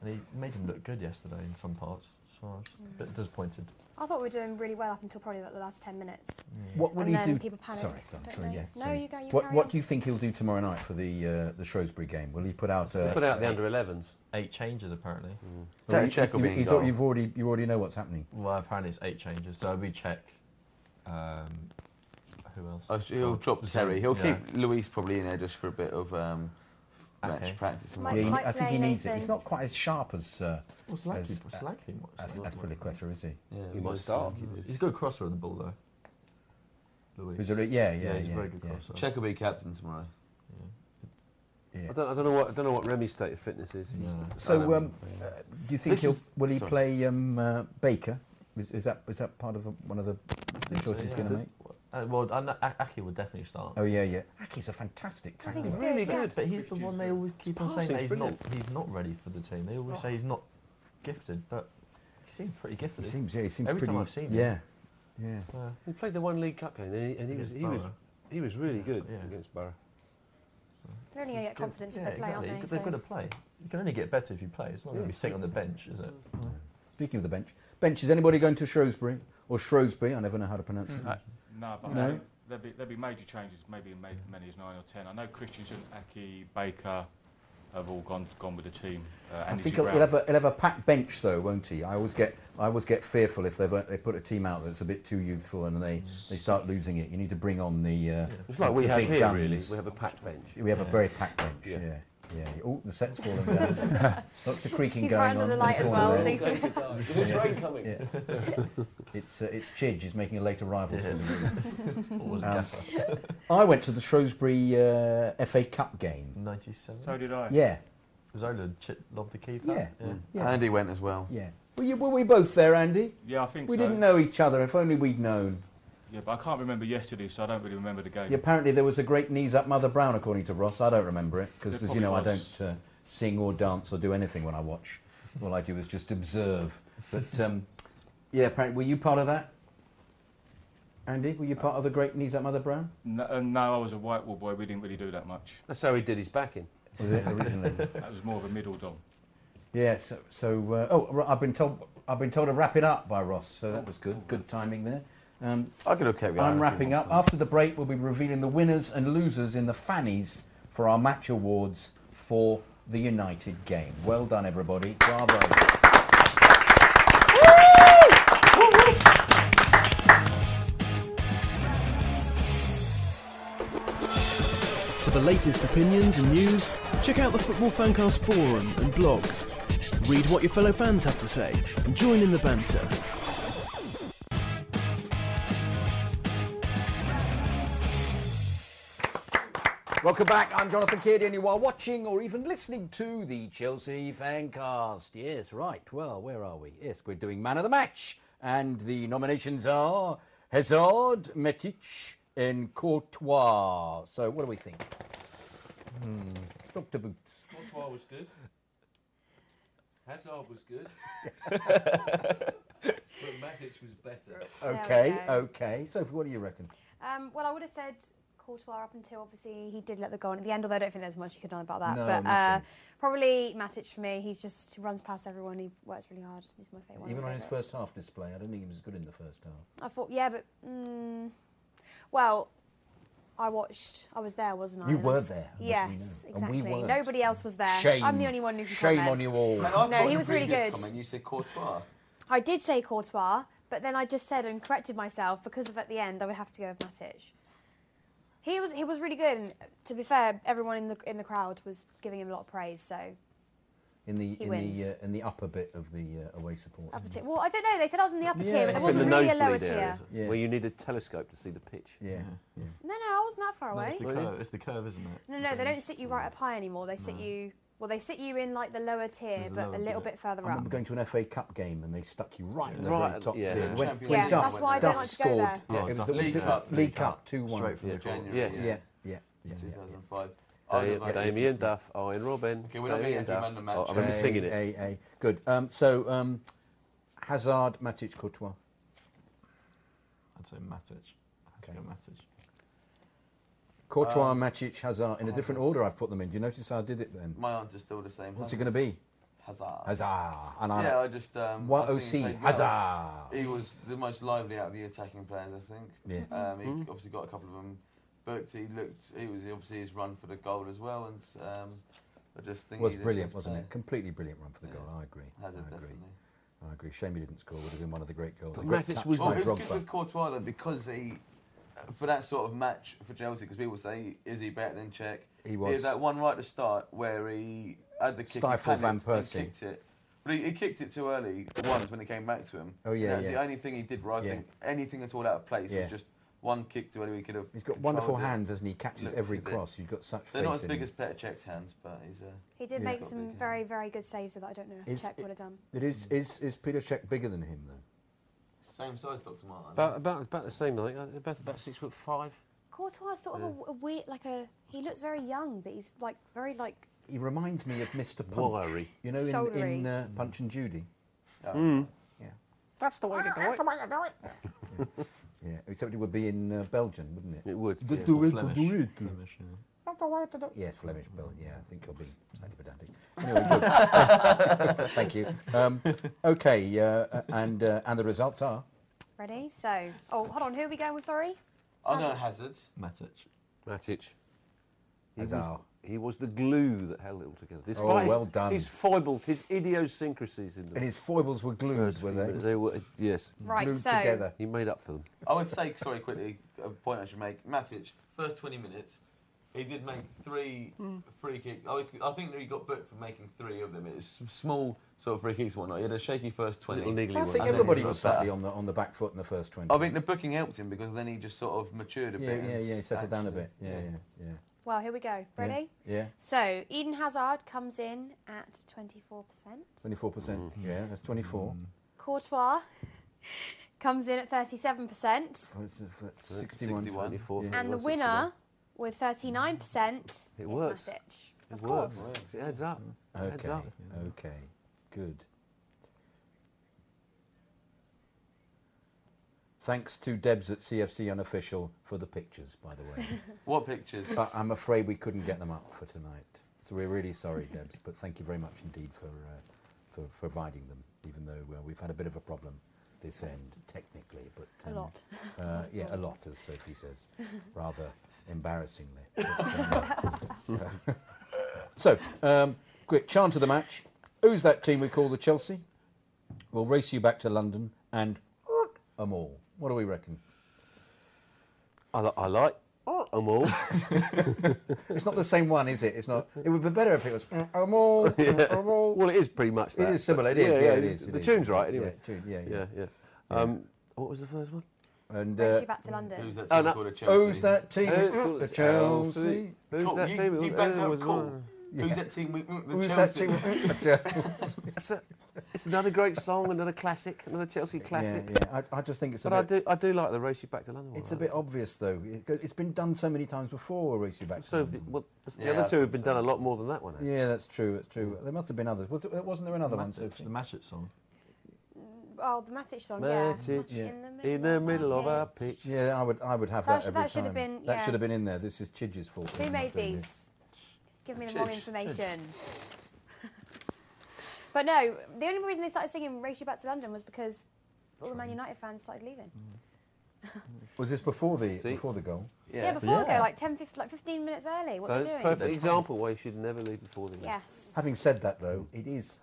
And he made him look good yesterday in some parts. So I was just a bit disappointed. I thought we were doing really well up until probably about the last ten minutes. What would and he then do? People panic. Sorry, go on, don't sorry, they? yeah. No, sorry. you go. You what carry What on. do you think he'll do tomorrow night for the uh, the Shrewsbury game? Will he put out? Uh, Put out the under 11s. Eight changes, apparently. Mm. Well, you- you- he's al- You've already you already know what's happening. Well, apparently it's eight changes. So we check. Um, who else? Oh, so he'll God, drop Zane, Terry. He'll yeah. keep Luis probably in there just for a bit of um, match Okay. practice. and Yeah, he- whatnot. I think he play needs it. He's Nathan. not quite as sharp as. Uh, Well, Solanke- as- well, Solanke might- Ath- Solanke Aspilicueta, is he? Yeah, He might start. He's a good crosser on the ball, though. Luis. Who's a re- yeah, yeah, he's a yeah, very good yeah. crosser. Check will be captain tomorrow. I, don't, I don't know what I don't know what Remy's state of fitness is. So, um, uh, do you think This he'll is- will he sorry. play um, uh, Baker? Is, is that is that part of a, one of the, the So, choices he's yeah, going to the- make? Uh, well, I know A- Aki would definitely start. Oh yeah, yeah. Aki's a fantastic I tackler. think he's really good, but he's the one they always keep on saying that he's Passing's not. brilliant. He's not ready for the team. They always say he's not gifted, but he seems pretty gifted. He seems, yeah, he seems Every pretty. time I've seen yeah, him, yeah. Yeah. Uh, He played the one League Cup game, and he, and he was Against he was Borough. he was really good against Borough. They're only going to get confidence if they play, exactly. aren't they? They're going to play. You can only get better if you play. It's not going Yeah. to be sitting on the bench, is it? Speaking of the bench, bench is anybody going to Shrewsbury or Shrewsbury? I never know how to pronounce it. No, but No? I think there'll be there'll be major changes, maybe as ma- many as nine or ten. I know Christensen, Aki, Baker have all gone gone with the team. Uh, I Andy think he'll Brown. he'll have, a, he'll have a packed bench though, won't he? I always get I always get fearful if they've, uh, they put a team out that's a bit too youthful and they, they start losing it. You need to bring on the. Uh, It's like we the have big here, guns. really. We have a packed bench. We have a Yeah. very packed bench. Yeah. Yeah, yeah. Oh, the set's falling down. Lots of creaking He's right under going on. the in light as corner well, so there. he's doing Going to die. Is the Yeah. train coming? Yeah. it's uh, it's Chidge. He's making a late arrival. Yeah. For Always them. um, a gaffer. I went to the Shrewsbury uh, FA Cup game. Ninety-seven. So did I. Yeah. Zola chit lobbed the keeper. Yeah. Mm. Yeah. Andy went as well. Yeah. Were, you, were we both there, Andy? Yeah, I think we so. didn't know each other. If only we'd known. Yeah, but I can't remember yesterday, so I don't really remember the game. Yeah, apparently there was a great knees up Mother Brown, according to Ross. I don't remember it because, There as you know, I probably don't uh, sing or dance or do anything when I watch. All I do is just observe. But um, yeah, apparently, were you part of that? Andy, were you part of the great knees up Mother Brown? No, uh, no, I was a white wall boy. We didn't really do that much. That's how he did his backing. Was it originally? that was more of a middle dom. Yeah. So, so uh, oh, r- I've been told I've been told to wrap it up by Ross. So that was Oh, good. Good timing there. Um, I could have kept going if I'm you wrapping up. After the break, we'll be revealing the winners and losers in the fannies for our match awards for the United game. Well done, everybody. Bravo. For the latest opinions and news, check out the Football Fancast forum and blogs. Read what your fellow fans have to say and join in the banter. Welcome back. I'm Jonathan Kidd, and you are watching or even listening to the Chelsea Fancast. Yes, right. Well, where are we? Yes, we're doing Man of the Match, and the nominations are Hazard, Matic, and Courtois. So, what do we think? Hmm. Dr. Boots. Courtois was good. Hazard was good. but Matic was better. Okay, go. okay. Sophie, what do you reckon? Um, well, I would have said Courtois up until obviously he did let the goal in at the end, although I don't think there's much he could have done about that. No, but uh, nothing. probably Matic for me. He's just he runs past everyone. He works really hard. He's my favourite. Even on his first half display, I don't think he was good in the first half. I thought, yeah, but mm, well, I watched. I was there, wasn't I? You And I were was- there, as we Yes, know, and we exactly. weren't. Nobody else was there. Shame. I'm the only one who can Shame comment. on you all. And I thought No, in he the was really previous good. Comment, you said Courtois. I did say Courtois, but then I just said and corrected myself because of at the end I would have to go with Matic. He was he was really good. And uh, to be fair, everyone in the in the crowd was giving him a lot of praise. So In the He in wins. the uh, in the upper bit of the uh, away support. upper tier. Well, I don't know. They said I was in the upper tier, but there It's wasn't in the really a nosebleed lower tier. areas, Where you need a telescope to see the pitch. Yeah. No, no, I wasn't that far No, away. it's the curve. Oh, It's the curve, isn't it? No, no, they don't sit you right up high anymore. They sit No. you. Well, they sit you in like the lower tier, There's a but lower a little tier. bit further I up. remember going to an FA Cup game and they stuck you right in the Right, very top yeah. tier. Yeah. When, Champions when League. Duff, That's why I don't Duff like to go scored, there. Yeah, Oh, it was Duff. the was League it Cup. League Cup two one. Straight from the corner. yeah, Yes. yeah, yeah, yeah. 2005. Damien, Ireland. Damien Duff, Owen Robin. Okay, we're not Damien getting every Duff. man the match. Oh, I remember A, singing it. A, A. Good. Um, so um, Hazard, Matic, Courtois. I'd say Matic. I'd go Matic. Courtois, Um, Matic, Hazard. In a different order, I've put them in. Do you notice how I did it then? Mm-hmm. My answer's still the same. What's it going to be? Hazard. Hazard. And I. yeah, I just. Um, What I think OC? he played well. Hazard. He was the most lively out of the attacking players, I think. Yeah. Um, he obviously got a couple of them booked. He looked. He was obviously his run for the goal as well, and um, I just think was he did brilliant, just wasn't play. it? Completely brilliant run for the Yeah. goal. I agree. Hazard I agree. definitely. I agree. Shame he didn't score. Would have been one of the great goals. But A great Matic touch was by Well, it's good Drogba. with Courtois though because he, for that sort of match for Chelsea, because people say is he better than Czech? He was. had that one right to start where he had the kick. he Stifled Van panicked Persie. and Kicked it. But he, he kicked it too early once when it came back to him. Oh, yeah, That's yeah. the only thing he did right. I Yeah. think anything at all out of place Yeah. was just one kick too early. He could have. He's got controlled wonderful it. hands, hasn't he? He catches Looked every at it. cross. You've got such They're not as faith in big him. as Petr Cech's hands, but he's. Uh, He did Yeah. make Got some big very, very good saves that I don't know if Is Czech it- would have done. It is, is, is Peter Cech bigger than him, though? Same size, Dr. Martin. About, about, about the same, I think. Uh, About, about six foot five. Courtois is sort of a, a weird, like a. He looks very young, but he's like very like. He reminds me of Mr. Punch. Wiry. You know, in, in Shouldery. uh, Punch and Judy. Oh. Mm. That's the way to do it. That's the way to do it. Yeah, except it would be in uh, Belgium, wouldn't it? It would. The yeah. do Or it, Flemish. do it. Flemish, yeah. That's the way to do it. Yeah, Flemish, Bel- yeah, I think he'll be slightly pedantic. Anyway, good. Thank you. Um, okay, uh, uh, and uh, and the results are? Ready? So. Oh, hold on. Who are we going with? Sorry? I'm going Hazard. Matic. Matic. He As was, our- he was the glue that held it all together. Despite Oh, his- well done. His foibles, his idiosyncrasies in them. And his foibles were glued, were they? They were, yes. Right, Glued so- together. He made up for them. I would say, sorry, quickly, a point I should make. Matic, first 20 minutes, he did make three free kicks. I, would- I think that he got booked for making three of them. It's s- small sort of free kicks and whatnot. He had a shaky first 20. Little niggly I think And then everybody he was got slightly better. on the on the back foot in the first twenty. I think the booking helped him because then he just sort of matured a yeah, bit. yeah, and yeah, he settled down a actually- bit. Yeah, yeah, yeah. Well, here we go. Ready? Yeah. So, Eden Hazard comes in at 24%. Twenty-four percent. Mm. Yeah, that's twenty-four. Courtois comes in at 37%. Oh, it's- it's- it's Sixty-one. 61. 24, And the 31, winner with 39% It is works. Matic. 61. It Of works. course. It adds up. It adds Okay. up. Okay. Good. Thanks to Debs at CFC Unofficial for the pictures, by the way. What pictures? but uh, I'm afraid we couldn't get them up for tonight. So we're really sorry, Debs, but thank you very much indeed for, uh, for providing them, even though uh, we've had a bit of a problem this end, technically. But, A lot. Uh, yeah, a lot, as Sophie says, rather embarrassingly. But, um, uh, so, um, quick chant of the match. Who's that team we call the Chelsea? We'll race you back to London and 'em all. What do we reckon? I, li- I like them all. It's not the same one, is it? It's not. It would be better if it was. I'm all. I'm all. well, it is pretty much that. It is similar. It but- is. Yeah, it is. The it is. tune's right, anyway. Yeah, tune, yeah, yeah. Yeah, yeah. Um, what was the first one? And Race uh, you back to London. Who's that team Oh, no. called a Chelsea? who's that team? Who's called the it Chelsea. Oh, Who's Cool, that you, team? You Uh, backed up was cool. one- Who's that team? We, the Who's that Chelsea. team? the Chelsea. It's, a- it's another great song, another classic, another Chelsea yeah, classic. yeah. I, I just think it's a But I bit. do, I do like the race you back to London. one, It's a I bit obvious though. It, it's been done so many times before. Race you back. to So the, London. well, the Yeah, other I two have think been so. done a lot more than that one. actually. yeah, that's true. That's true. There must have been others. Was there, wasn't there another one? Matic, Sophie? the Matic song. Oh, the Matic song, Matic. yeah. Yeah. In the middle, In the middle of our our pitch. Yeah, I would. I would have That that. should- every that should have time. been- That yeah. should have been in there. This is Chidge's fault. Who I'm not made doing this. these? Give me the wrong Chidge. information. but no, the only reason they started singing Race You Back to London was because all the Man United fans started leaving. Was this before the See? before the goal? Yeah, Yeah. before Yeah. go, like 10, 15, like 15 minutes early. What So are it's they a doing? perfect example why you should never leave before the game. Yes. Having said that, though, it is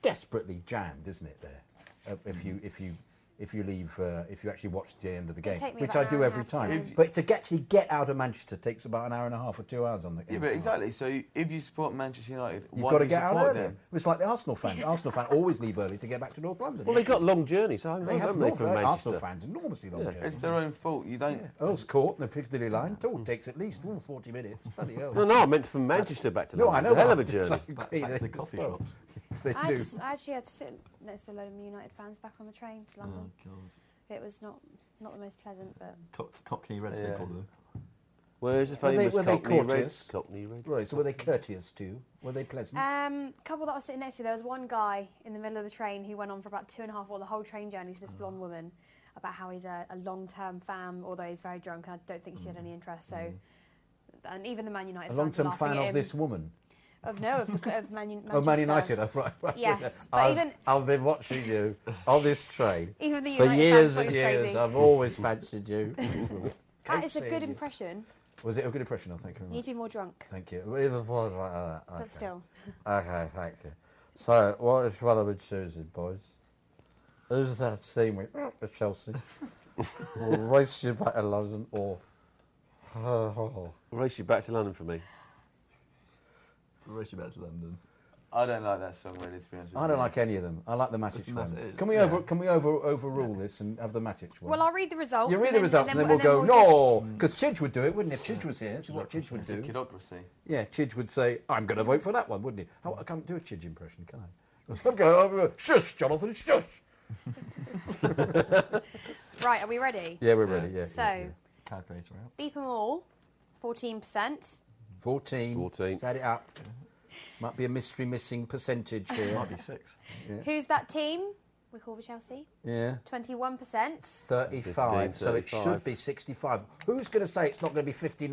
desperately jammed, isn't it? There, uh, if you if you if you leave uh, if you actually watch the end of the game, take me which about I an do hour and a every half to time. leave. But to actually get out of Manchester takes about an hour and a half or two hours on the. Yeah, on but the car. exactly. So you- if you support Manchester United, You've why got do to you get out support early. them? It's like the Arsenal fan. The Arsenal fan always leave early to get back to North London. Well, they got long journeys, so haven't They have haven't North from London. Manchester. Arsenal fans enormously long journeys. It's their own fault. You don't. Earl's Court and the Piccadilly line. It all takes at least ooh, 40 minutes. Bloody hell. Mm. No, no, I meant from Manchester back to No, I London. know. It's a hell of that. a journey. It's Back, okay, back to the they- coffee well, shops. yes, they I, do. just, I actually had to sit next to a load of United fans back on the train Oh, to London. It was not not the most pleasant, but Co- Cockney Reds, they Yeah. call them. Where's the Were they- famous were they Cockney Reds? courteous? Cockney Reds. Right, so were they courteous too? Were they pleasant? um, couple that I was sitting next to, there was one guy in the middle of the train who went on for about two and a half or the whole train journey to this blonde Oh. woman about how he's a, a long-term fan, although he's very drunk. and I don't think she had any interest. So, and even the Man United Mm. fans a were long-term laughing fan at of him. this woman. Of no, of, the, of Man, Un- Oh, Man Manchester. United. Oh, right, right. Yes, but I've, even- I've been watching you on this train Even the for United fans years thought and it was years. crazy. I've always fancied you. That is a good Absolutely. impression. Was it a good impression? I think. You need to be more drunk, Thank you. Well, it was like that, but okay. still. Okay, thank you. So, what is one of been choosing, boys? Who's that team with with Chelsea? we'll race you back to London or. Race you back to London for me. Race you back to London. I don't like that song really. To be honest. With I don't you. like any of them. I like the Matic Doesn't matter, one. it- Can we yeah. over can we over overrule this and have the Matic one? Well, I'll read the results. you and read the then- results and then, we'll go no, because Chidge would do it, wouldn't he? If Chidge was here, this is what Chidge would It's do. a kidocracy. Yeah, Chidge would say, "I'm going to vote for that one," wouldn't he? How, I can't do a Chidge impression, can I? I'm going to shush, Jonathan, shush. Right, are we ready? Yeah, we're ready, yeah. So, Calculator out. beep 'em all, 14%. 14. 14. Set it up. Might be a mystery missing percentage here. Might be six. Yeah. Who's that team? We call for Chelsea. Yeah. 21%. 35, 15, so it 35. should be 65. Who's going to say it's not going to be 59%?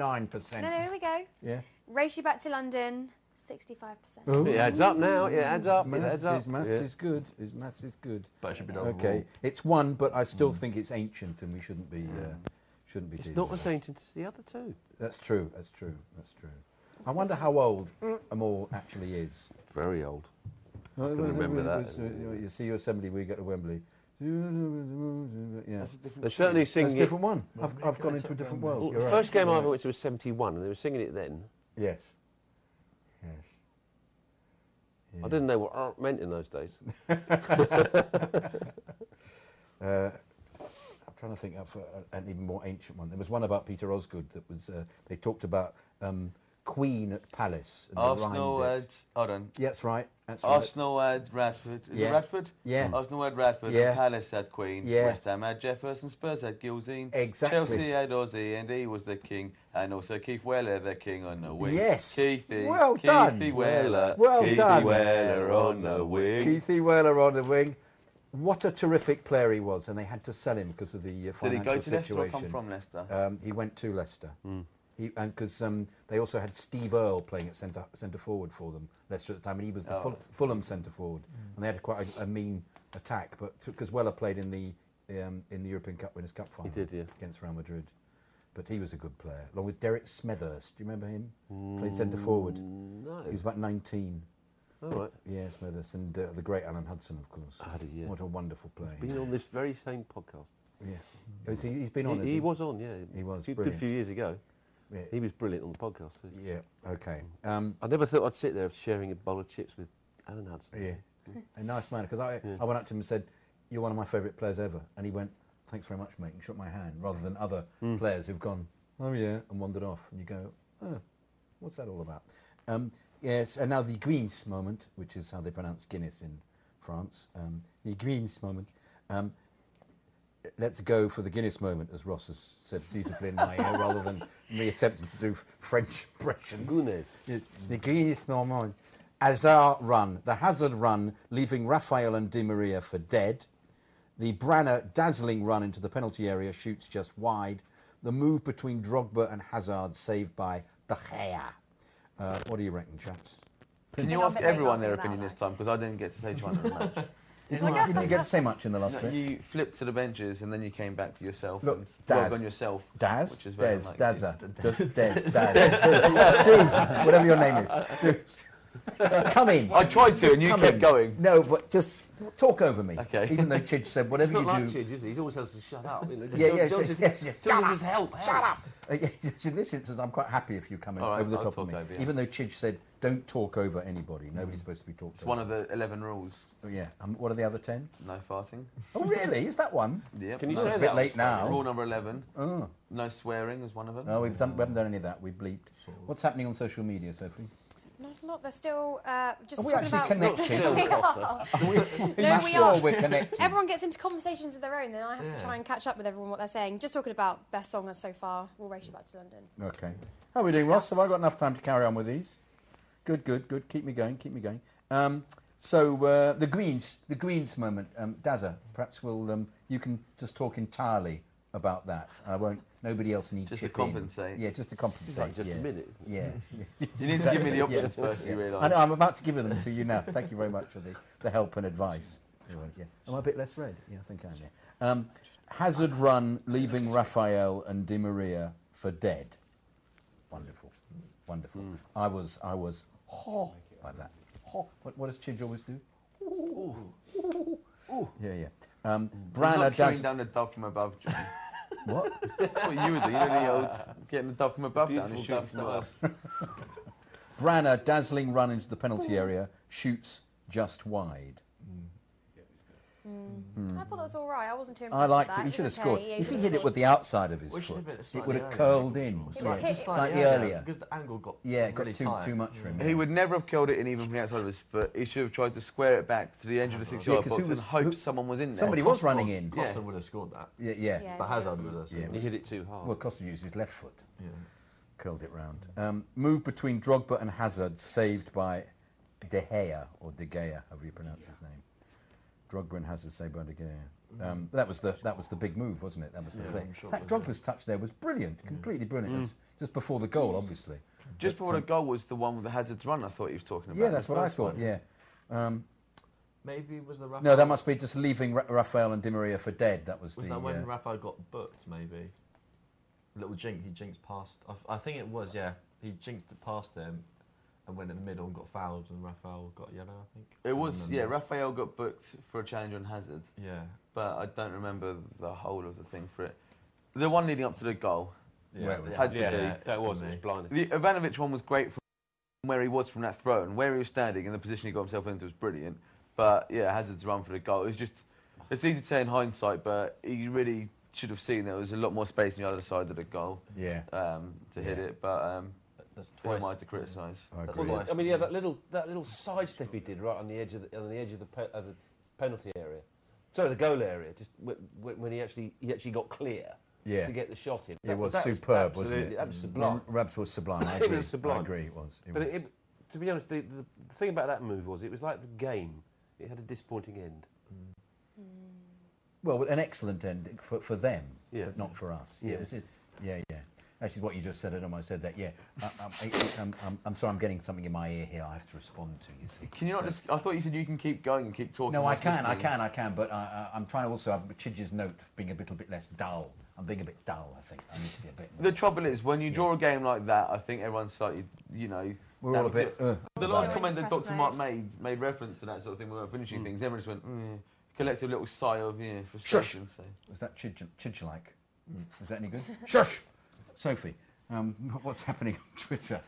No, no, here we go. Yeah. Race you back to London, 65%. It adds up now. It adds up. Maths it adds up. Is, maths Yeah. is good. Is maths is good. But it should be done Okay, overall. it's one, but I still think it's ancient, and we shouldn't be uh, shouldn't be. It's dealing not with as that. ancient as the other two. That's true. That's true. That's true. I wonder how old Amor actually is. Very old. I can remember that. uh, you see Yosemite, we go to Wembley. Yeah. That's a different They certainly tune. sing That's a it- different one. I've, I've gone into a different world. Well, Oh, You're the right. first game I You're ever right. went to was 71, and they were singing it then. Yes. Yes. I didn't know what art meant in those days. Uh, I'm trying to think of uh, an even more ancient one. There was one about Peter Osgood that was. Uh, they talked about um, Queen at Palace. And they Arsenal rhymed had. it. Hold on. Yeah, that's right. That's right. Arsenal had Radford. Is Yeah. it Radford? Yeah. Arsenal had Radford. Yeah. And Palace had Queen. Yeah. West Ham had Jefferson. Spurs had Gilzine. Exactly. Chelsea had Ozzy, and he was the king. And also Keith Weller, the king on the wing. Yes. Keithy. Well Keithy done. Weller. Well Keithy done. Weller on the wing. Keithy Whaler on the wing. What a terrific player he was, and they had to sell him because of the uh, Did he financial go to Leicester situation. or come from Leicester? Um, he went to Leicester. Hmm. He, and because um, they also had Steve Earle playing at centre centre forward for them, Leicester at the time, and he was the Oh. Ful- Fulham centre forward, and they had quite a, a mean attack. But because Weller played in the um, in the European Cup Winners' Cup final, did, yeah. against Real Madrid. But he was a good player, along with Derek Smethurst. Do you remember him? Played Mm, centre forward. no. He was about 19. All right. Yeah, Smithers and uh, the great Alan Hudson, of course. What a wonderful player. Been on this very same podcast. Yeah. Is he, has been on, He, has he he? was on, yeah. He was A few- good brilliant. few years ago. Yeah. He was brilliant on the podcast. Too. Yeah. Okay. Um, I never thought I'd sit there sharing a bowl of chips with Alan Hudson. Yeah. A nice man, because I, Yeah. I went up to him and said, You're one of my favourite players ever. And he went, Thanks very much, mate, and shook my hand, rather than other Mm. players who've gone, Oh, yeah, and wandered off. And you go, Oh, what's that all about? Um, yes, and now the Greens moment, which is how they pronounce Guinness in France, um, the Greens moment. Um, let's go for the Guinness moment, as Ross has said beautifully in my ear, rather than me attempting to do French impressions. Guinness. Yes, the Guinness moment. Hazard run, the Hazard run, leaving Raphael and Di Maria for dead. The Branner dazzling run into the penalty area shoots just wide. The move between Drogba and Hazard saved by De Gea. Uh, what do you reckon, chaps? Can you ask everyone their opinion this time? Because I didn't get to say much of the match. Didn't you- didn't you get to say much in the last No, bit? You flipped to the benches and then you came back to yourself. Look, and Daz. worked on yourself. Daz, which is very Dez, unlike you. Dazza, just Dez, Daz, Deuce, whatever your name is, Deuce. Come in. I tried to Just and you come kept in. going. No, but just talk over me. Okay. Even though Chidge said whatever It's not you do. like Chidge, is he? He's always has to shut up. you know. Yeah, yeah, John- yes, John- yes, yes. John Shut says, up. help, Shut help." up. Uh, yes, in this instance, I'm quite happy if you come in All right, over the I'll top of talk me. over, yeah. Even though Chidge said, don't talk over anybody. Nobody's supposed to be talked It's over. one of the 11 rules. Yeah. Um, what are the other ten? No farting. Oh, really? Is that one? Yep. Can you no say farting. that? It's a bit late now. Rule number 11. Oh. No swearing is one of them. No, we've done, we haven't done any of that. We bleeped. What's happening on social media, Sophie? Not a lot, they're still uh, just Are we talking actually about... connected? We are. No, Make we sure are. we're connected. Everyone gets into conversations of their own, then I have Yeah. to try and catch up with everyone what they're saying. Just talking about best song so far. We'll race you back to London. Okay. How are we doing, Ross? Have I got enough time to carry on with these? Good, good, good. Keep me going, keep me going. Um, so uh, the Greens, the Greens moment, um, Dazza. Perhaps we'll um, you can just talk entirely about that. I won't. Nobody else need Just to chip in. compensate. Yeah, just to compensate. like just a yeah. minute, isn't Yeah. it? You need to give me the options first, you realise. I know. I'm about to give them to you now. Thank you very much for the, the help and advice. Yeah. Am I a bit less red? Yeah, I think I am. Yeah. Um, Hazard run, leaving Raphael and Di Maria for dead. Wonderful, wonderful. I was, I was ho by that. Ho. What, what does Chidge always do? Yeah, yeah. Um, You're Branner not does. down the dove from above, John. What? That's what you were doing. You know the old getting the dove from above down and Beautiful shooting dove stars. Branner dazzling run into the penalty area, shoots just wide. Mm. Hmm. Hmm. I thought that was all right. I wasn't too impressed I liked with it. He that. should have was okay. scored. Yeah, if he was hit it good. with the outside of his We should foot, have hit it it slightly would have earlier. curled in It slightly, was hit slightly slightly earlier. earlier. Because the angle got yeah, it got really too tight. too much for him. He would never have killed it in even from the outside of his foot. He should have tried to square it back to the edge of the Yeah, six-yard 'cause box who was- and hoped who- someone was in there. somebody was running in. Yeah. Costa would have scored that. Yeah, yeah. But Hazard was us. He hit it too hard. Well, Costa used his left foot. Curled it round. Um, move between Drogba and Hazard, saved by De Gea, or De Gea, however you pronounce his name. Drogba and Hazard saved by De Gea. Um, that was the that was the big move, wasn't it? That was the Yeah, flick. I'm sure that it Drogba's touch there was brilliant, completely brilliant. Mm. It was Just before the goal, obviously. Just But, before um, the goal was the one with the Hazard's run. I thought he was talking about. Yeah, the that's what I first thought. one. Yeah. Um, Maybe was the Rafa. no, that must be just leaving Ra- Rafael and Di Maria for dead. That was, Was the. that when uh, Rafa got booked? Maybe little jink. He jinxed past. I, I think it was. Yeah, he jinxed it past him, and went in the middle and got fouled, and Rafael got yellow. I think I It was remember. yeah. Raphael got booked for a challenge on Hazard. Yeah. but I don't remember the whole of the thing for it. The one leading up to the goal. Yeah, Where it was- had to yeah, be. yeah, that was- it was blinding. The Ivanovic one was great from where he was from that throw and where he was standing and the position he got himself into was brilliant. But yeah, Hazard's run for the goal. It was just it's easy to say in hindsight, but he really should have seen there was a lot more space on the other side of the goal. Yeah. Um, to hit Yeah. it, but um, That's who am I twice- to criticise? That's why- I mean, yeah, that little that little sidestep he did right on the edge of the, on the edge of the, pe- of the penalty area, sorry, the goal area, just w- w- when he actually he actually got clear Yeah. to get the shot in. It That- was that superb, wasn't absolutely- it? That was sublime. Mm, Rabs was sublime. I it agree. was sublime. I agree. It was. It but was. It, to be honest, the, the the thing about that move was it was like the game. It had a disappointing end. Well, an excellent end for, for them, Yeah. but not for us. Yeah. Yeah, was it- yeah, yeah. Actually, what you just said, I don't know why I said that. Yeah, I, I'm, I, I'm, I'm, I'm sorry, I'm getting something in my ear here. I have to respond to you. See. Can you not So- just? I thought you said you can keep going and keep talking. No, I whilst can, I listening. can, I can. But I, I, I'm trying to also have Chidge's note being a little bit less dull. I'm being a bit dull. I think I need to be a bit. The trouble is, when you draw a game like that, I think everyone's slightly, you know. We're that all a was bit, uh, it. the about last it. comment that Depressed Dr. Mark made made reference to that sort of thing. We weren't finishing things. Everyone just went, mm, collective little sigh of yeah, frustration. So. Was that Chidge, Chidge like? Was that any good? Shush, Sophie. Um, what's happening on Twitter?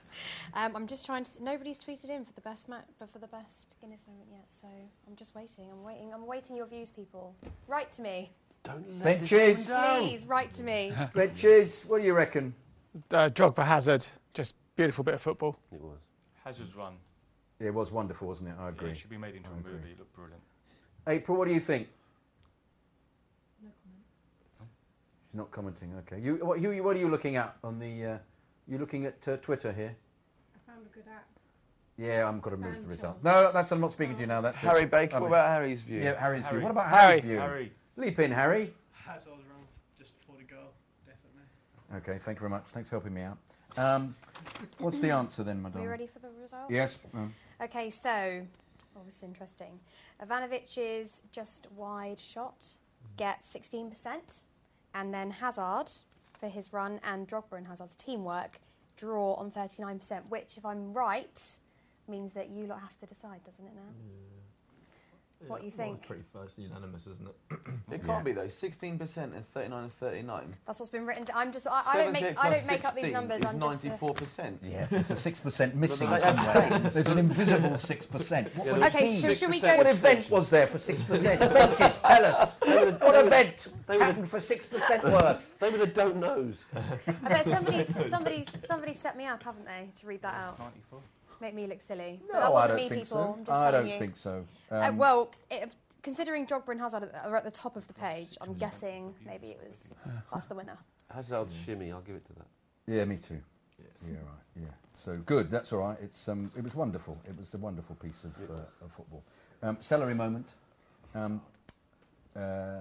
Um, I'm just trying to. s- Nobody's tweeted in for the best ma- but for the best Guinness moment yet. So I'm just waiting. I'm waiting. I'm waiting your views, people. Write to me. Don't let this Benches. one down. Please write to me. Benches, what do you reckon? Uh, Drogba Hazard, just beautiful bit of football. It was. Hazard's run. It was wonderful, wasn't it? I Yeah, agree. it should be made into a movie. It looked brilliant. April, what do you think? She's not commenting. Okay. You, what, you, what are you looking at on the? Uh, you looking at uh, Twitter here? I found a good app. Yeah, I'm going to move the results. No, that's. I'm not speaking to you now. That's it. Harry Baker, I what mean- about Harry's view? Yeah, Harry's Harry. view. What about Harry. Harry's view? Harry. Leap in, Harry. Hazard run just before the goal, definitely. Okay. Thank you very much. Thanks for helping me out. Um, what's the answer then, Are Madonna? you ready for the results? Yes. um, Okay, so, oh, this is interesting. Ivanovic's just wide shot gets 16%, and then Hazard for his run and Drogba and Hazard's teamwork draw on 39%, which, if I'm right, means that you lot have to decide, doesn't it now? What Yeah, you well, think? pretty first unanimous, isn't it? It can't be though. Sixteen percent and thirty-nine and thirty-nine. That's what's been written. d- I'm just. I, I don't make. I don't make up these numbers. I'm just. the- ninety-four percent. Yeah, there's a six percent missing But that's somewhere. abstains. There's an invisible six percent. Yeah, there was Okay, so should we go- What event was there for six percent? Benches, tell us. What event happened for six percent worth? They were the don't knows. I bet somebody's somebody's somebody's set me up, haven't they, to read that out? Make me look silly. But that No, I wasn't don't me, think people. so. I'm just I telling don't you. think so. Uh, Um, well, it, considering Drogba and Hazard are at the top of the page, I'm guessing maybe it was that's the winner. Hazard's shimmy, I'll give it to that. Yeah, me too. Yeah, right. Yeah. So good. That's all right. It's um, it was wonderful. It was a wonderful piece of, uh, of football. Um, celery moment. Um, uh,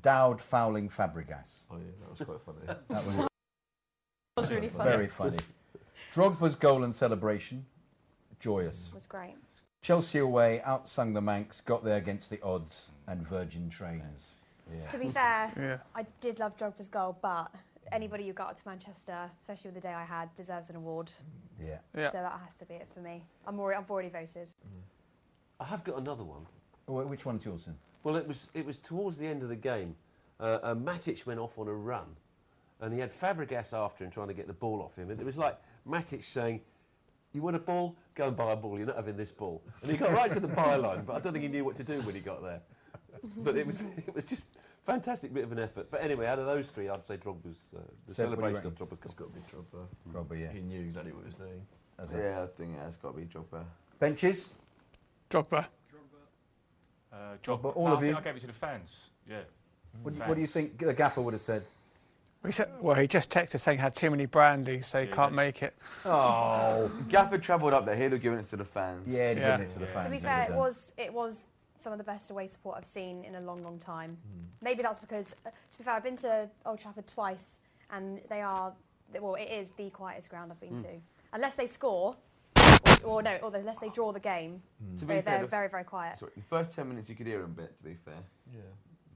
Dowd fouling Fabregas. Oh yeah, that was quite funny. that was, was really funny. Very funny. Drogba's goal and celebration, joyous. It was great. Chelsea away, outsung the Manx, got there against the odds and Virgin Trains. Yeah. To be fair, Yeah. I did love Drogba's goal, but anybody who got up to Manchester, especially with the day I had, deserves an award. Yeah. So that has to be it for me. I'm already, I've already voted. I have got another one. Wh- Which one's yours then? Well, it was it was towards the end of the game. Uh, uh, Matic went off on a run, and he had Fabregas after him trying to get the ball off him. And it was like Matic saying, "You want a ball? Go and buy a ball. You're not having this ball." And he got right to the byline, but I don't think he knew what to do when he got there. but it was it was just fantastic bit of an effort. But anyway, out of those three, I'd say Drogba's uh, the Seb, what do you celebration of reckon? Drogba's got to be Drogba. Drogba, yeah. He knew exactly what he was doing. yeah, I think it has got to be Drogba. Benches? Drogba. Uh, Drogba. But all No, of I you- think I gave it to the fans. Yeah. What, do you- Fans. what do you think the gaffer would have said? We said, well, he just texted saying he had too many brandy, so he can't make it. Oh, Gaffer travelled up there. He'd have given it to the fans. Yeah, he'd have Yeah. given it to the To be fair, it was it was some of the best away support I've seen in a long, long time. Hmm. Maybe that's because, uh, to be fair, I've been to Old Trafford twice, and they are well, it is the quietest ground I've been Hmm. Mm. to, unless they score, or, or no, or unless they draw the game. Hmm. To be they, fair, they're the- very, very quiet. Hmm. Sorry, the first ten minutes you could hear him a bit. To be fair. Yeah.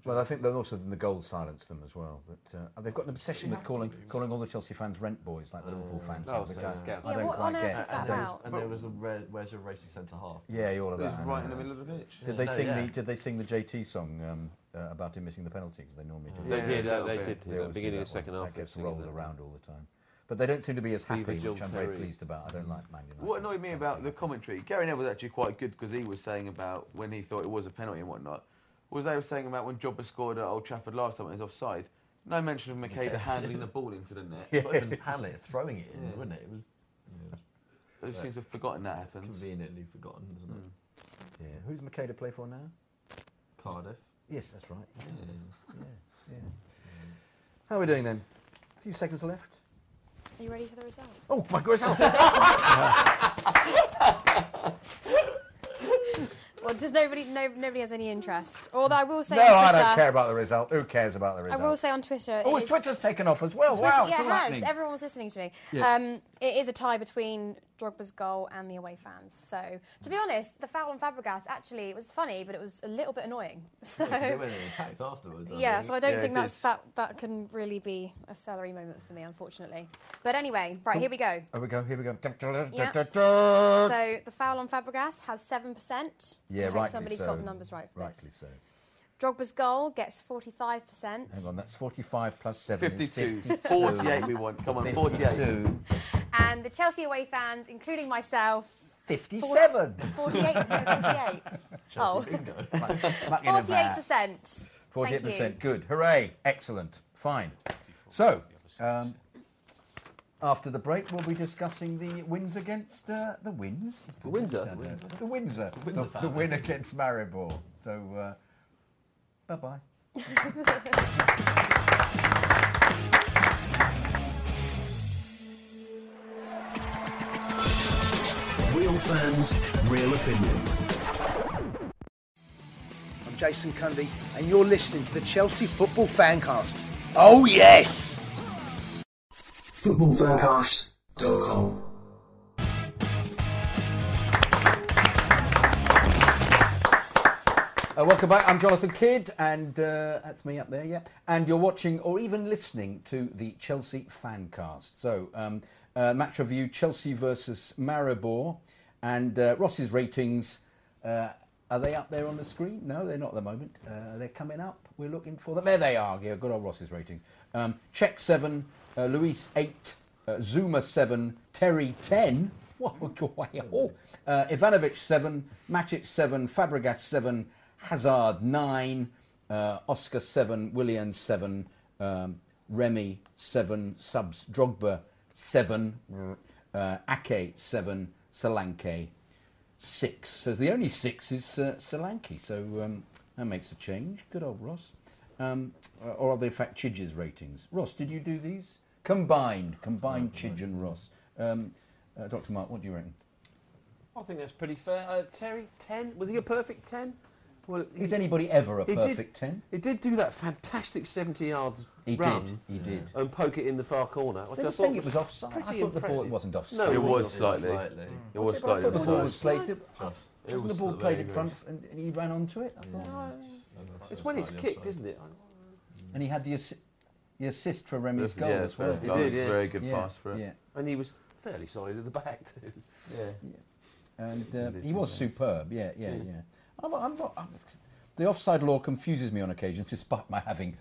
Well, I think that also the goal silenced them as well. But uh, they've got an obsession with calling calling all the Chelsea fans rent boys, like the Liverpool fans, oh, have, which so I, scouts. I Yeah, don't what on quite earth get. is that And there was- about? and But- there There was a rare, where's your racing centre half? Yeah, all of It was that. I know right in the that. middle of the pitch. Did Yeah. they No, sing yeah. the Did they sing the JT song um, uh, about him missing the penalty? Because they normally do. They that. did, uh, they Yeah. did, yeah, always do beginning that of the second one. half, That gets they've sung rolled that. around all the time. But they don't seem to be as Viva happy, Joel which I'm very Terry. pleased about. I don't like Man United. What annoyed me about the commentary, Gary Neville was actually quite good because he was saying about when he thought it was a penalty and whatnot. Was they were saying about when Jobber scored at Old Trafford last time and it was offside. No mention of Makeda Yes. handling the ball into the net. Not even handling it, throwing it in, Yeah. wouldn't it? It was. yeah, it It was- seems to have forgotten that Hmm. happened. Conveniently forgotten, isn't it? Yeah. Who's Makeda play for now? Cardiff. Yes, that's right. Yes. Yeah. Yeah. Yeah. How are we doing then? A few seconds left. Are you ready for the result? Oh my goodness! Well, does nobody no, nobody has any interest? Although I will say no, on I Twitter, don't care about the result. Who cares about the I result? will say on Twitter. Oh, it his is- Twitter's taken off as well. Twitter- wow, yeah, it's all it has. happening. Everyone was listening to me. Yeah. Um, it is a tie between Drogba's goal and the away fans. So, to be honest, the foul on Fabregas actually it was funny, but it was a little bit annoying. So, Yeah, 'cause they went and attacked afterwards. I yeah, think. so I don't Yeah, think 'cause- that's that. That can really be a salary moment for me, unfortunately. But anyway, right So- here we go. Here we go. Here we go. Yeah. Da-da-da. So the foul on Fabregas has seven percent. yeah, I hope rightly Somebody's so. got the numbers right for rightly this. so. Drogba's goal gets forty-five percent. Hang on, that's 45 plus 7 is 52. 52. 48 we want. Come on, 48. 52. And the Chelsea away fans, including myself, 57. 48, no, 48. oh, Muck in a vat. 48%. 48 Thank percent. you. Good. Hooray! Excellent. Fine. So, um, after the break, we'll be discussing the wins against uh, the wins. The Windsor. The Windsor. The, Windsor the family. win against Maribor. So, uh, bye bye. Real fans, real opinions. I'm Jason Cundy, and you're listening to the Chelsea Football Fancast. Oh, yes! Footballfancast.com Uh, welcome back. I'm Jonathan Kidd, and uh, that's me up there, yeah. And you're watching or even listening to the Chelsea Fancast. So, um, uh, match review Chelsea versus Maribor. And uh, Ross's ratings uh, are they up there on the screen? No, they're not at the moment. Uh, they're coming up. We're looking for them. There they are. Yeah, good old Ross's ratings. Um, Czech 7, uh, Luis 8, uh, Zuma 7, Terry 10. Whoa, wow. uh, Ivanovic 7, Matic 7, Fabregas 7, Hazard 9, uh, Oscar 7, Willian 7, um, Remy 7, Subs Drogba 7, uh, Ake 7, Solanke six. So the only six is uh, Solanke. So um, that makes a change. Good old Ross. Um, uh, or are they in fact Chidge's ratings? Ross, did you do these combined? Combined Mm-hmm. Chidge and Ross. Um, uh, Dr. Mark, what do you reckon? I think that's pretty fair. Uh, Terry, ten. Was he a perfect ten? Well, Is anybody ever a he did- perfect 10? He did do that fantastic seventy-yard He did, run. he did. And poke it in the far corner. which They I were thought saying it was offside. I pretty thought the ball- it impressive. wasn't offside. No, It was wasn't. slightly. It was I thought slightly the ball offside. was played. The, Just- Mm. it wasn't was the ball slightly played in offside. front and and he ran onto it. I thought. "Oh, It's when it's kicked, isn't it? And he had the, assi- the assist for Remy's Mm. Yeah, goal as well. first He goal did, was a yeah. very good Yeah, pass for it. Yeah. And he was fairly solid at the back too. Yeah. And uh, he was superb. Yeah, yeah, yeah. I'm, I'm not. I'm, the offside law confuses me on occasions, despite my having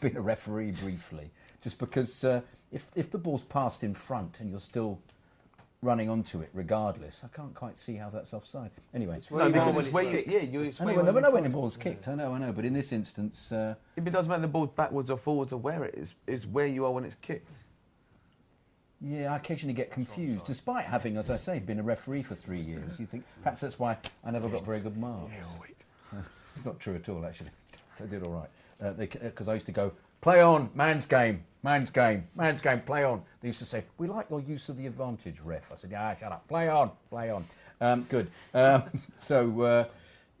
been a referee briefly. Just because uh, if if the ball's passed in front and you're still running onto it regardless. I can't quite see how that's offside. Anyway, It's way No, because when it's it's way kicked. kicked. Yeah, you- it's I know, way when, when I it's know when the kicked. ball's kicked. I know, I know. But in this instance, uh, If it doesn't matter the ball's backwards or forwards or where it is, it's where you are when it's kicked. yeah, I occasionally get confused, despite having, as I say, been a referee for three years. You think perhaps that's why I never got very good marks. it's not true at all, actually. I did all right Uh, because I used to go play on, man's game, man's game, man's game, play on. They used to say, "We like your use of the advantage, ref." I said, "Yeah, shut up, play on, play on." Um, good. Um, so. Uh,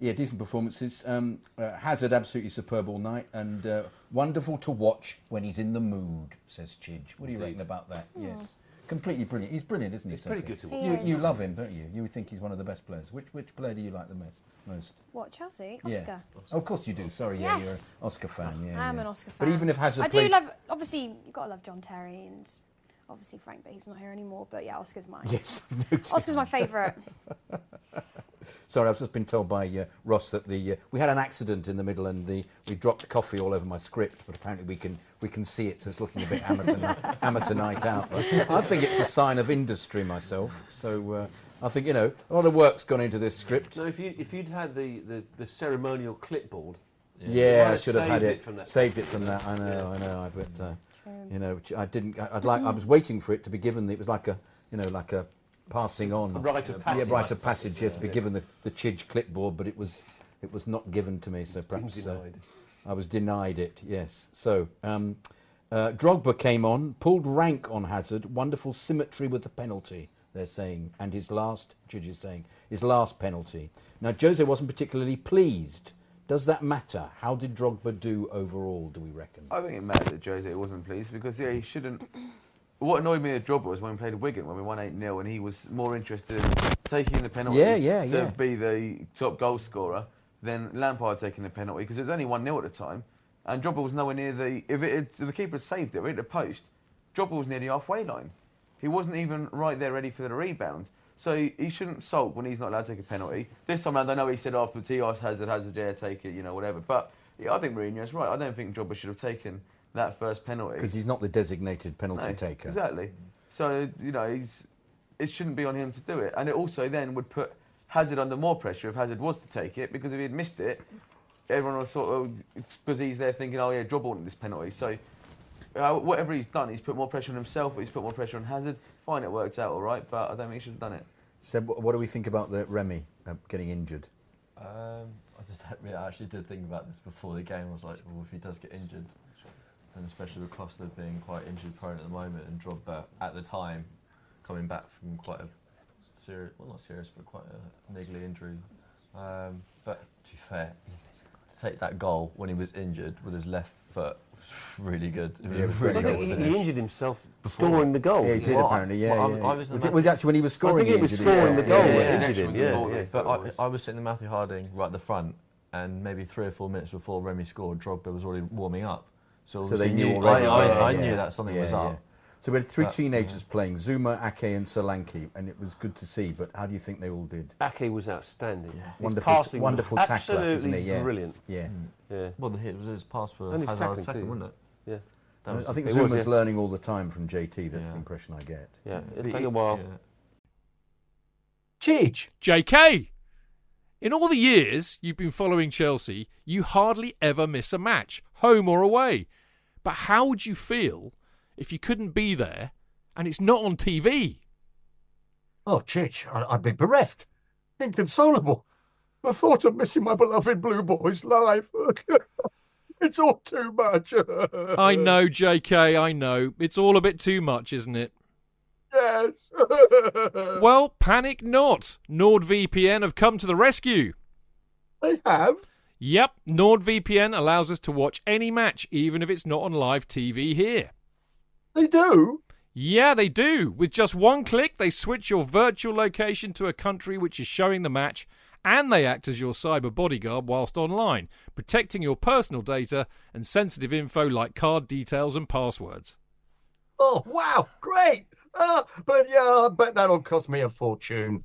yeah, decent performances. Um, uh, Hazard absolutely superb all night, and uh, wonderful to watch when he's in the mood. Says Chidge. What do you Indeed. reckon about that? Aw. Yes, completely brilliant. He's brilliant, isn't he? He's pretty Sophie? good to watch. He You, you Hmm. is. love him, don't you? You think he's one of the best players. Which which player do you like the most? Most. What, Chelsea? Yeah. Oscar? Oh, of course you do. Sorry, yeah, you're an Yes. Oscar fan. Yeah, I am yeah. an Oscar fan. But even if Hazard I do plays, love, obviously, you've got to love John Terry and obviously Frank, but he's not here anymore. But yeah, Oscar's mine. Yes, I've noticed. Oscar's my favourite. sorry, I've just been told by uh, Ross that the uh, we had an accident in the middle and the we dropped coffee all over my script, but apparently we can we can see it, so it's looking a bit amateur night, amateur night out. But I think it's a sign of industry myself. So uh, I think you know a lot of work's gone into this script. No, if you if you'd had the, the, the ceremonial clipboard, you might Yeah, I should have had saved it. from that. saved it from that. I know, I know. I but uh, you know, which I didn't. I, I'd like. I was waiting for it to be given. It was like a, you know, like a passing on. A rite of passage. Yeah, rite of passage. Yeah, to be Yeah. given the the chidge clipboard, but it was, it was not given to me. So perhaps uh, I was denied it. Yes. So. Um, uh, Drogba came on, pulled rank on Hazard. Wonderful symmetry with the penalty. They're saying, and his last judge is saying his last penalty. Now Jose wasn't particularly pleased. Does that matter? How did Drogba do overall? Do we reckon? I think it mattered that Jose wasn't pleased because yeah, he shouldn't. What annoyed me at Drogba was when we played Wigan when we won eight 0 and he was more interested in taking the penalty Yeah, yeah, to yeah. be the top goal scorer than Lampard taking the penalty because it was only one 0 at the time, and Drogba was nowhere near the if, it, had- if the keeper had saved it or hit the post, Drogba was near the halfway line. He wasn't even right there ready for the rebound. So he he shouldn't sulk when he's not allowed to take a penalty. This time round, I know he said afterwards, he asked Hazard, Hazard, yeah, take it, you know, whatever. But yeah, I think Mourinho's right. I don't think Drogba should have taken that first penalty. Because he's not the designated penalty No, taker. Exactly. So, you know, he's, it shouldn't be on him to do it. And it also then would put Hazard under more pressure if Hazard was to take it, because if he'd missed it, everyone was sort of, because he's there thinking, oh, yeah, Drogba wanted this penalty. So, uh, whatever he's done, he's put more pressure on himself, he's put more pressure on Hazard. Fine, it worked out all right, but I don't think he should have done it. Seb, what, what do we think about the Remy uh, getting injured? Um, I, just, don't really- I actually did think about this before the game. I was like, well, if he does get injured, then especially with Costa being quite injury prone at the moment and Drogba at the time coming back from quite a serious, well, not serious, but quite a niggly injury. Um, but to be fair, to take that goal when he was injured with his left foot was really good. It was Yeah, a really I good think finish. he- he injured himself scoring the goal. Yeah, he did Well, I- apparently. Yeah, well, I- yeah, I yeah. was the was man- it was actually when he was scoring. think it he was injured scoring himself. the goal Yeah, when yeah. he injured him, yeah. Yeah, but I, I was sitting in Matthew Harding right at the front, and maybe three or four minutes before Remy scored, Drogba was already warming up. So, So they obviously knew knew- already. I, I, yeah, I yeah. knew that something Yeah, was yeah. up. So we had three But- teenagers playing Zuma, Ake, and Solanke, and it was good to see. But how do you think they all did? Ake was outstanding. His Wonderful- passing was wonderful tackler, absolutely isn't he? Yeah. brilliant. Yeah. Hmm. Mm. yeah. Well, the hit was his pass for And his Hazard's tackling second, too. wasn't it? Yeah. That was- I think it was, Zuma's yeah. learning all the time from JT. That's Yeah. the impression I get. Yeah, But it'll take a it- while. Chidge. JK. In all the years you've been following Chelsea, you hardly ever miss a match, home or away. But how would you feel if you couldn't be there and it's not on TV? Oh, Chich, I- I'd be bereft, inconsolable. The thought of missing my beloved Blue Boys live. it's all too much. I know, JK, I know. It's all a bit too much, isn't it? Yes. Well, panic not. NordVPN have come to the rescue. They have? Yep, NordVPN allows us to watch any match, even if it's not on live TV here. They do? Yeah, they do. With just one click, they switch your virtual location to a country which is showing the match, and they act as your cyber bodyguard whilst online, protecting your personal data and sensitive info like card details and passwords. Oh, wow, great. Ah, but yeah, I bet that'll cost me a fortune.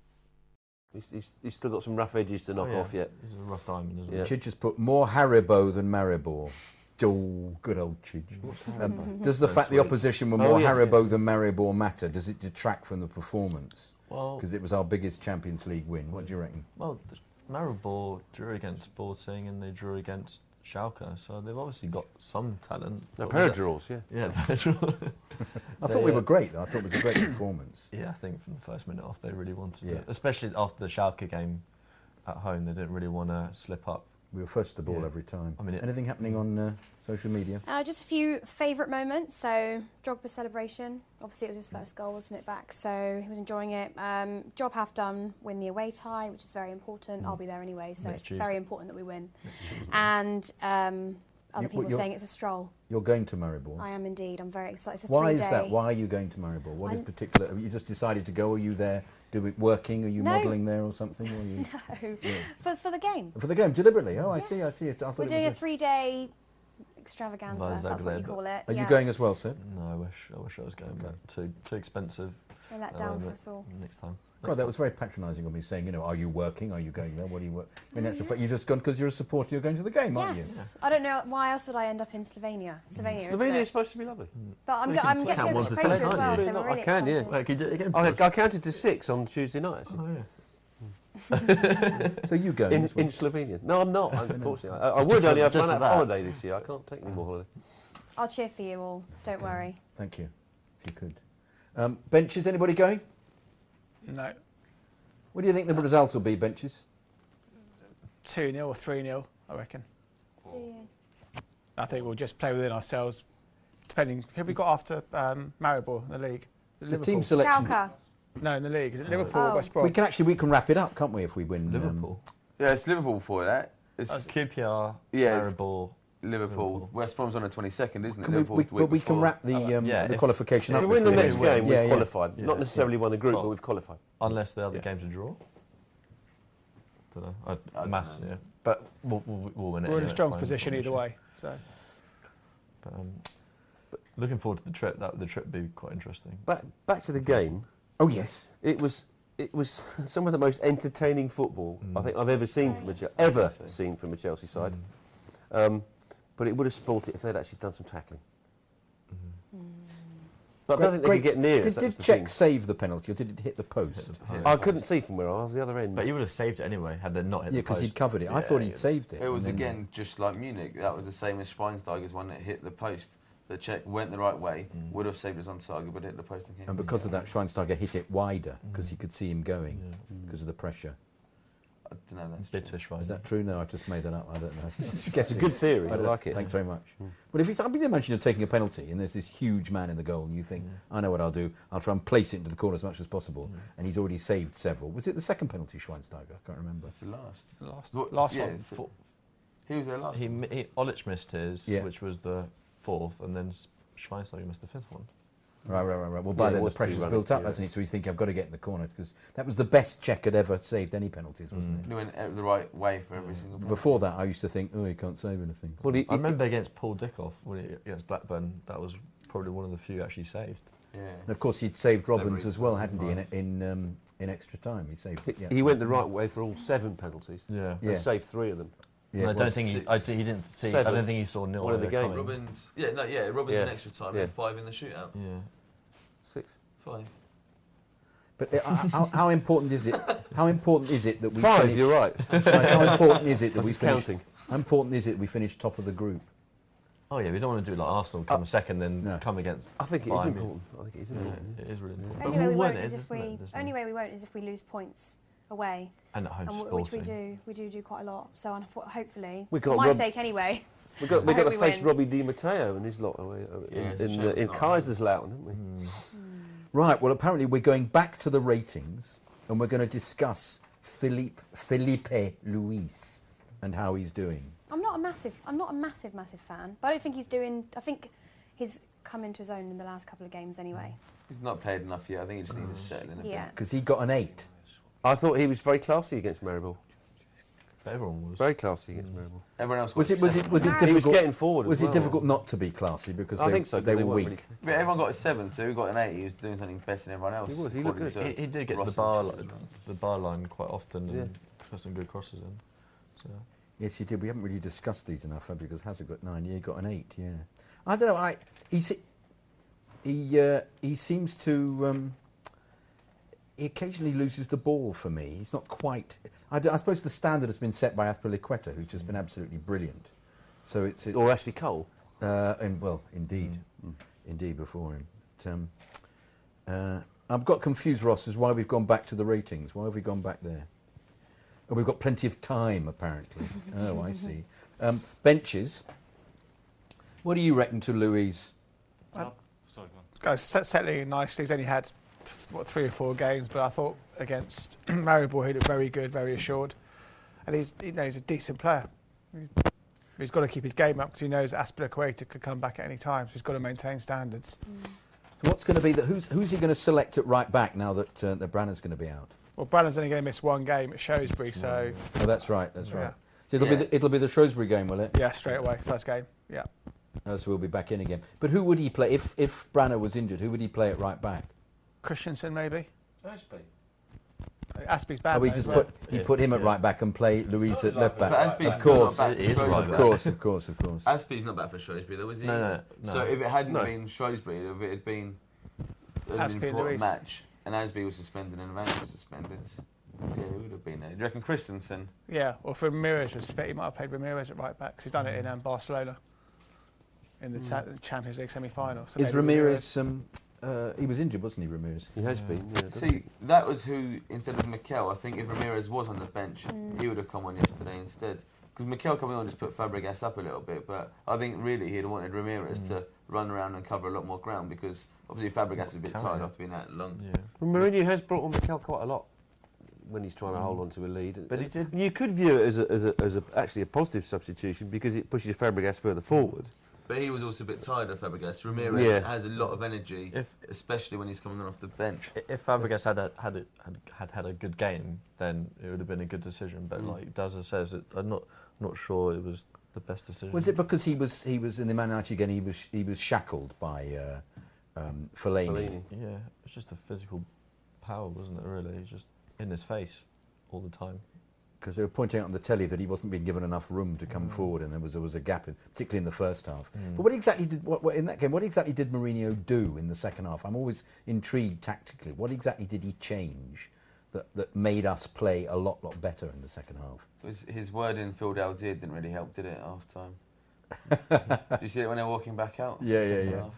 He's, he's, he's still got some rough edges to knock Oh, yeah. off yet. He's a rough diamond, isn't he? Yeah. Chidge has put more Haribo than Maribor. Oh, good old Chidge. Um, does the So fact the sweet. opposition were Oh, more yes, Haribo than Maribor matter? Does it detract from the performance? Well- Because it was our biggest Champions League win. What do you reckon? Well, the Maribor drew against Sporting and they drew against Schalke, so they've obviously got some talent. They're What was it? paradraws, yeah. Yeah, paradraws. I thought we were great, though. I thought it was a great performance. uh, Yeah, I think from the first minute off, they really wanted Yeah. it. Especially after the Schalke game at home, they didn't really want to slip up. We were first to the ball every time. I mean, it, Anything happening on uh, social media? Uh, just a few favourite moments. So Drogba celebration. Obviously, it was his Mm. first goal, wasn't it? Back, so he was enjoying it. Um, job half done. Win the away tie, which is very important. I'll be there anyway, so Mm. Next it's Tuesday. very important that we win. And um, other You- people you're- saying it's a stroll. You're going to Maribor. I am indeed. I'm very excited. It's a Why is three-day- that? Why are you going to Maribor? What is I'm- particular? Have you just decided to go? Are you there? Do it working? Are you No. modelling there or something? Or are you No, Yeah. for for the game. for the game deliberately? Oh, I see. I see. I thought We're it doing a was. three-day extravaganza. Well, is that That's what you there, but- call it. Are you yeah. going as well, sir? no, I wish I wish I was going, but too too expensive. They let at the down for moment. us all. Next time. God, that was very patronising of me saying, you know, are you working? Are you going there? What do you work? In actual fact, you've just gone because you're a supporter. You're going to the game, aren't you? Mm-hmm. Yes. I don't know why else would I end up in Slovenia. Slovenia. isn't Slovenia it? is supposed to be lovely. But I'm, You go- Hmm. can I'm take getting that over one the to pressure ten, as well, can't you? so we're really I can, excited. yeah. I, I counted to six on Tuesday night. Oh, Actually. so you go in, as well? in Slovenia? No, I'm not. Unfortunately, I, I Just would for- only. I've just run for out of that. holiday this year. I can't take any more holiday. I'll cheer for you all. Don't worry. Thank you. If you could. Um, benches, anybody going? No. What do you think the result will be, benches? 2 0 or 3 0, I reckon. I think we'll just play within ourselves, depending. Who have we got after um, Maribor in the league? The Liverpool. team selection- Schalke. No, in the league. Is it Liverpool Oh. or West Brom? We can actually we can wrap it up, can't we, if we win? um, Liverpool. Yeah, it's Liverpool for that. It's That's QPR, yeah, it's Liverpool, Liverpool. West Brom's on the 22nd, isn't it? Can we- Liverpool we- the week but we can before. wrap the, um, Yeah, the if- qualification if up. we win with the three. next game, we've qualified. Yeah. Not necessarily won the group, but we've qualified. Unless the other game's a draw. Don't know. I, mass, yeah. Uh, But we'll, we'll, we'll win it. We're anyway, in a it's strong fine, position it's either not an way. So issue. But, um, but looking forward to the trip. That the trip would be quite interesting. Back back to the game. Oh yes, it was it was some of the most entertaining football I think I've ever seen from a Chel- ever seen from a Chelsea side. Mm. Um, but it would have spoilt it if they'd actually done some tackling. But I don't think they could get near. us, Did, that's did the Czech thing. save the penalty or did it hit the post? I couldn't see from where I was the other end. But you would have saved it anyway had they not hit Yeah, the post. 'cause he'd covered it. I thought he'd saved It was again just like Munich. That was the same as Schweinsteiger's one that hit the post. The check went the right way, would have saved us on Saga, but hit the post and came. Mm. And because of that, Schweinsteiger hit it wider because he could see him going because of the pressure. Mm. I don't know that's Bitter Schweinsteiger. Is that true? No, I just made that up. I don't know. It's a good theory. I don't know. like it. Thanks very much. But if it's, I mean, imagine you're taking a penalty and there's this huge man in the goal, and you think, I know what I'll do. I'll try and place it into the corner as much as possible. And he's already saved several. Was it the second penalty, Schweinsteiger? I can't remember. It's the last. Last, What- last yeah, one. it's- He was there last. He, mi- he Olic missed his, Yeah. which was the fourth, and then S- Schweinsteiger missed the fifth one. Right, right, right, right. Well, Yeah, by it then the was two pressure's running, built up, yeah. hasn't it? So he's thinking, I've got to get in the corner because that was the best check had ever saved any penalties, wasn't He went out the right way for every single. it? penalty. Before that, I used to think, oh, he can't save anything. I remember against Paul Dickoff when he, against Blackburn, that was probably one of the few actually saved. Yeah. And of course, he'd saved Robbins Liberty. as well, hadn't he? In in, um, in extra time, he saved. it, yeah. He went the right way for all seven penalties. Yeah. And Yeah. saved three of them. Yeah, I it don't was think he, six. I, d- he didn't see. I Seven. don't think he saw nil One of the either game. coming. Robbins, yeah, no, yeah, Robbins Yeah. in extra time, Yeah. and five in the shootout. Yeah. Six. Five. But uh, how, how important is it? How important is it that we Five, Finish, you're right. How important is it I that was we just finish? counting. How important is it we finish top of the group? Oh yeah, we don't want to do like Arsenal Uh, come second, then come against. I think it is Bayern. important. I think it is important. Yeah, it is really important. Only way we we'll win won't is it, isn't if we. it? There's no- Only way we won't is if we lose points. away. And at home w- which we sporting. do, we do do quite a lot. So I thought, hopefully, We for got my Rob- sake anyway. We got we I got hope to face win. Robbie Di Matteo and his lot away uh, in, Yeah, it's a in, shame uh, it's in not Kaiserslautern, haven't we? Mm. Right, well, apparently we're going back to the ratings and we're going to discuss Philippe, Felipe Luis and how he's doing. I'm not a massive, I'm not a massive, massive fan, but I don't think he's doing. I think he's come into his own in the last couple of games anyway. He's not played enough yet. I think he just needs to Mm. settle in a Yeah. bit. Because he got an eight. I thought he was very classy against Maribor. Everyone was. Very classy against Maribor. Everyone else Was it, was it, was it difficult? He was getting forward. as Was well. it difficult not to be classy because I they, think so, 'cause they they were weak? weren't really- But everyone got a seven too. He got an eight. He was doing something better than everyone else. He was, he looked according He, to he did get to the Ross's bar, results. li- the bar line quite often and put some good crosses in. So. Yes, you did. We haven't really discussed these enough, have we? Because Hazard got nine, he got an eight. Yeah, I don't know. I he se- he uh, he seems to um, he occasionally loses the ball for me. He's not quite. I, d- I suppose the standard has been set by Aspilicueta, who's just been absolutely brilliant. So it's, it's or Ashley Cole. Uh, and well, indeed, indeed before him. But, um, uh, I've got confused, Ross, as why we've gone back to the ratings. Why have we gone back there? Oh, we've got plenty of time, apparently. oh, I see. Um, benches. What do you reckon to Louise? Oh, sorry, go on. Guys, set- settling in nicely. He's only had th- what three or four games, but I thought against Maribor he looked very good, very assured, and he's you know he's a decent player. He- He's got to keep his game up because he knows Aspilicueta could come back at any time, so he's got to maintain standards. So what's going to be the, who's, who's he going to select at right back now that uh, the Branner's going to be out? Well, Brannan's only going to miss one game at Shrewsbury, so Oh, that's right. That's Yeah. right. So it'll be Yeah. the, it'll be the Shrewsbury game, will it? yeah, straight away, first game. Yeah, Oh, so we'll be back in again. But who would he play if if Branner was injured? Who would he play at right back? Christensen maybe. Ashby. Aspie's bad. Oh, we though, just as well. put you put him at right back and play Luis at left back. But Aspie's of course, not back for Shrewsbury. of course, of course, of course. Aspie's not back for Shrewsbury though, was he? No, no, no. So if it hadn't No. been Shrewsbury, if it had been an Aspie and important Luis. match, and Asby was suspended and Vance was suspended, yeah, it would have been there. Do you reckon Christensen? Yeah, or if Ramirez was fit, he might have played Ramirez at right back 'cause he's done it in um, Barcelona in the cha- Champions League semi-final. So Hmm. Is maybe Ramirez? Um, uh, he was injured, wasn't he, Ramirez? He has been. Yeah, See, that was who instead of Mikel. I think if Ramirez was on the bench, he would have come on yesterday instead. Because Mikel coming on just put Fabregas up a little bit, but I think really he'd wanted Ramirez Mm. to run around and cover a lot more ground because obviously Fabregas is a bit Can tired he? after being out long. Well, Mourinho has brought on Mikel quite a lot when he's trying to hold on to a lead. But he And You could view it as, a, as, a, as a, actually a positive substitution because it pushes Fabregas further forward. But he was also a bit tired of Fabregas. Ramirez Yeah. has a lot of energy, If- especially when he's coming on off the bench. If Fabregas had a, had, a, had had had a good game, then it would have been a good decision. But Mm. like Dazza says, it, I'm not not sure it was the best decision. Was it because he was he was in the Man United game? He was he was shackled by uh, um, Fellaini. Yeah, it's just a physical power, wasn't it? Really, He's just in his face all the time. because they were pointing out on the telly that he wasn't being given enough room to come forward, and there was there was a gap, in, particularly in the first half. Mm. But what exactly did what, what in that game? What exactly did Mourinho do in the second half? I'm always intrigued tactically. What exactly did he change that that made us play a lot lot better in the second half? His, his word in Phil Dalzier didn't really help, did it, at half time? Did you see it when they were walking back out? Yeah, yeah, Second yeah. half.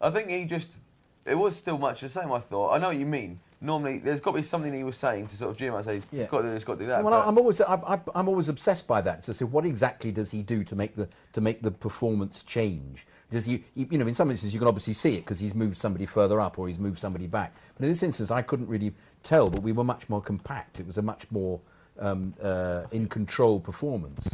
I think he just. It was still much the same, I thought. I know what you mean. Normally, there's got to be something he was saying to sort of Jim. I say, Yeah. got to do this, got to do that. well, I- but- I'm always I, I, I'm always obsessed by that to say what exactly does he do to make the to make the performance change? Does he you you know in some instances you can obviously see it because he's moved somebody further up or he's moved somebody back. But in this instance, I couldn't really tell. But we were much more compact. It was a much more um, uh, in control performance.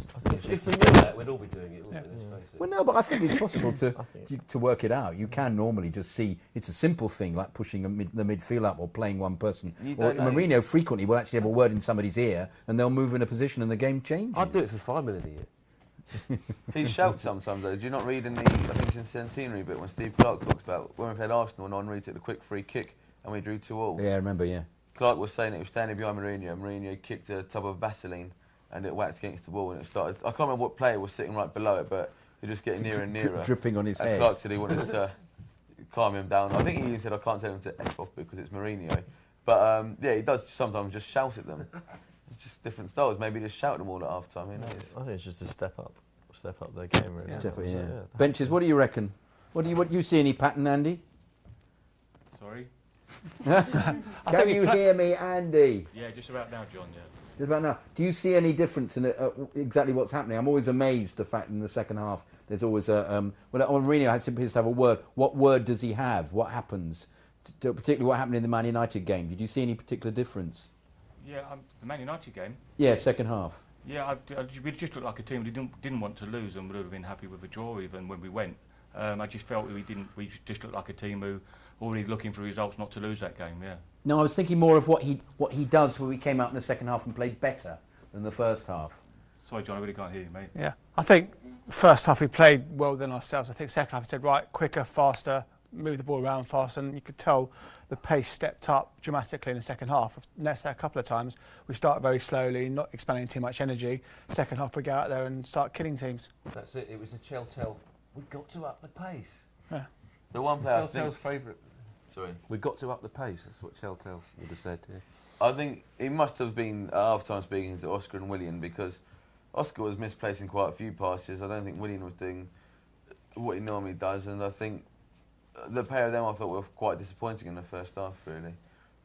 If we knew that, we'd all be doing it, wouldn't we? Let's face it. Well, no, but I think it's possible to, to to work it out. You can normally just see it's a simple thing like pushing a mid, the midfield up or playing one person. You Or don't know. Mourinho frequently will actually have a word in somebody's ear and they'll move in a position and the game changes. I'd do it for five million a year. He shouts sometimes, though. Do you not read in the, I think it's in Centenary bit, when Steve Clark talks about when we played Arsenal and Henri took the quick free kick and we drew two all? Yeah, I remember. Yeah. Clark was saying it was standing behind Mourinho. Mourinho kicked a tub of Vaseline and it whacked against the wall and it started. I can't remember what player was sitting right below it, but it just getting Dri- nearer and dri- nearer. dripping on his and head. Clark said he wanted to calm him down. I think he even said, I can't tell him to F off because it's Mourinho. But um, yeah, he does sometimes just shout at them. It's just different styles. Maybe just shout at them all at half time. Who knows? I think it's just a step up, step up their game. Really. Step up, So, yeah. Benches, what do you reckon? What do you what you see any pattern, Andy? Sorry. Can think he you pla- hear me, Andy? Yeah, just about now, John. Yeah. Just about now. Do you see any difference in the, uh, exactly what's happening? I'm always amazed the fact in the second half there's always a. Um, well, on Mourinho has to has to have a word. What word does he have? What happens? T- Particularly what happened in the Man United game. Did you see any particular difference? Yeah, um, the Man United game. Yeah, second half. Yeah, I, I, we just looked like a team. We didn't didn't want to lose, and would have been happy with a draw even when we went. Um, I just felt we didn't. We ju- just looked like a team who already looking for results, not to lose that game. Yeah. No, I was thinking more of what he what he does when we came out in the second half and played better than the first half. Sorry, John, I really can't hear you, mate. Yeah, I think first half we played well than ourselves. I think second half we said right, quicker, faster, move the ball around faster, and you could tell the pace stepped up dramatically in the second half. I've noticed that a couple of times. We start very slowly, not expending too much energy. Second half we go out there and start killing teams. That's it. It was a telltale. We've got to up the pace. Yeah. The one player I Telltale's think- favourite. Sorry. We've got to up the pace. That's what Telltale would have said. Yeah. I think he must have been at half time speaking to Oscar and William because Oscar was misplacing quite a few passes. I don't think William was doing what he normally does, and I think the pair of them I thought were quite disappointing in the first half, really.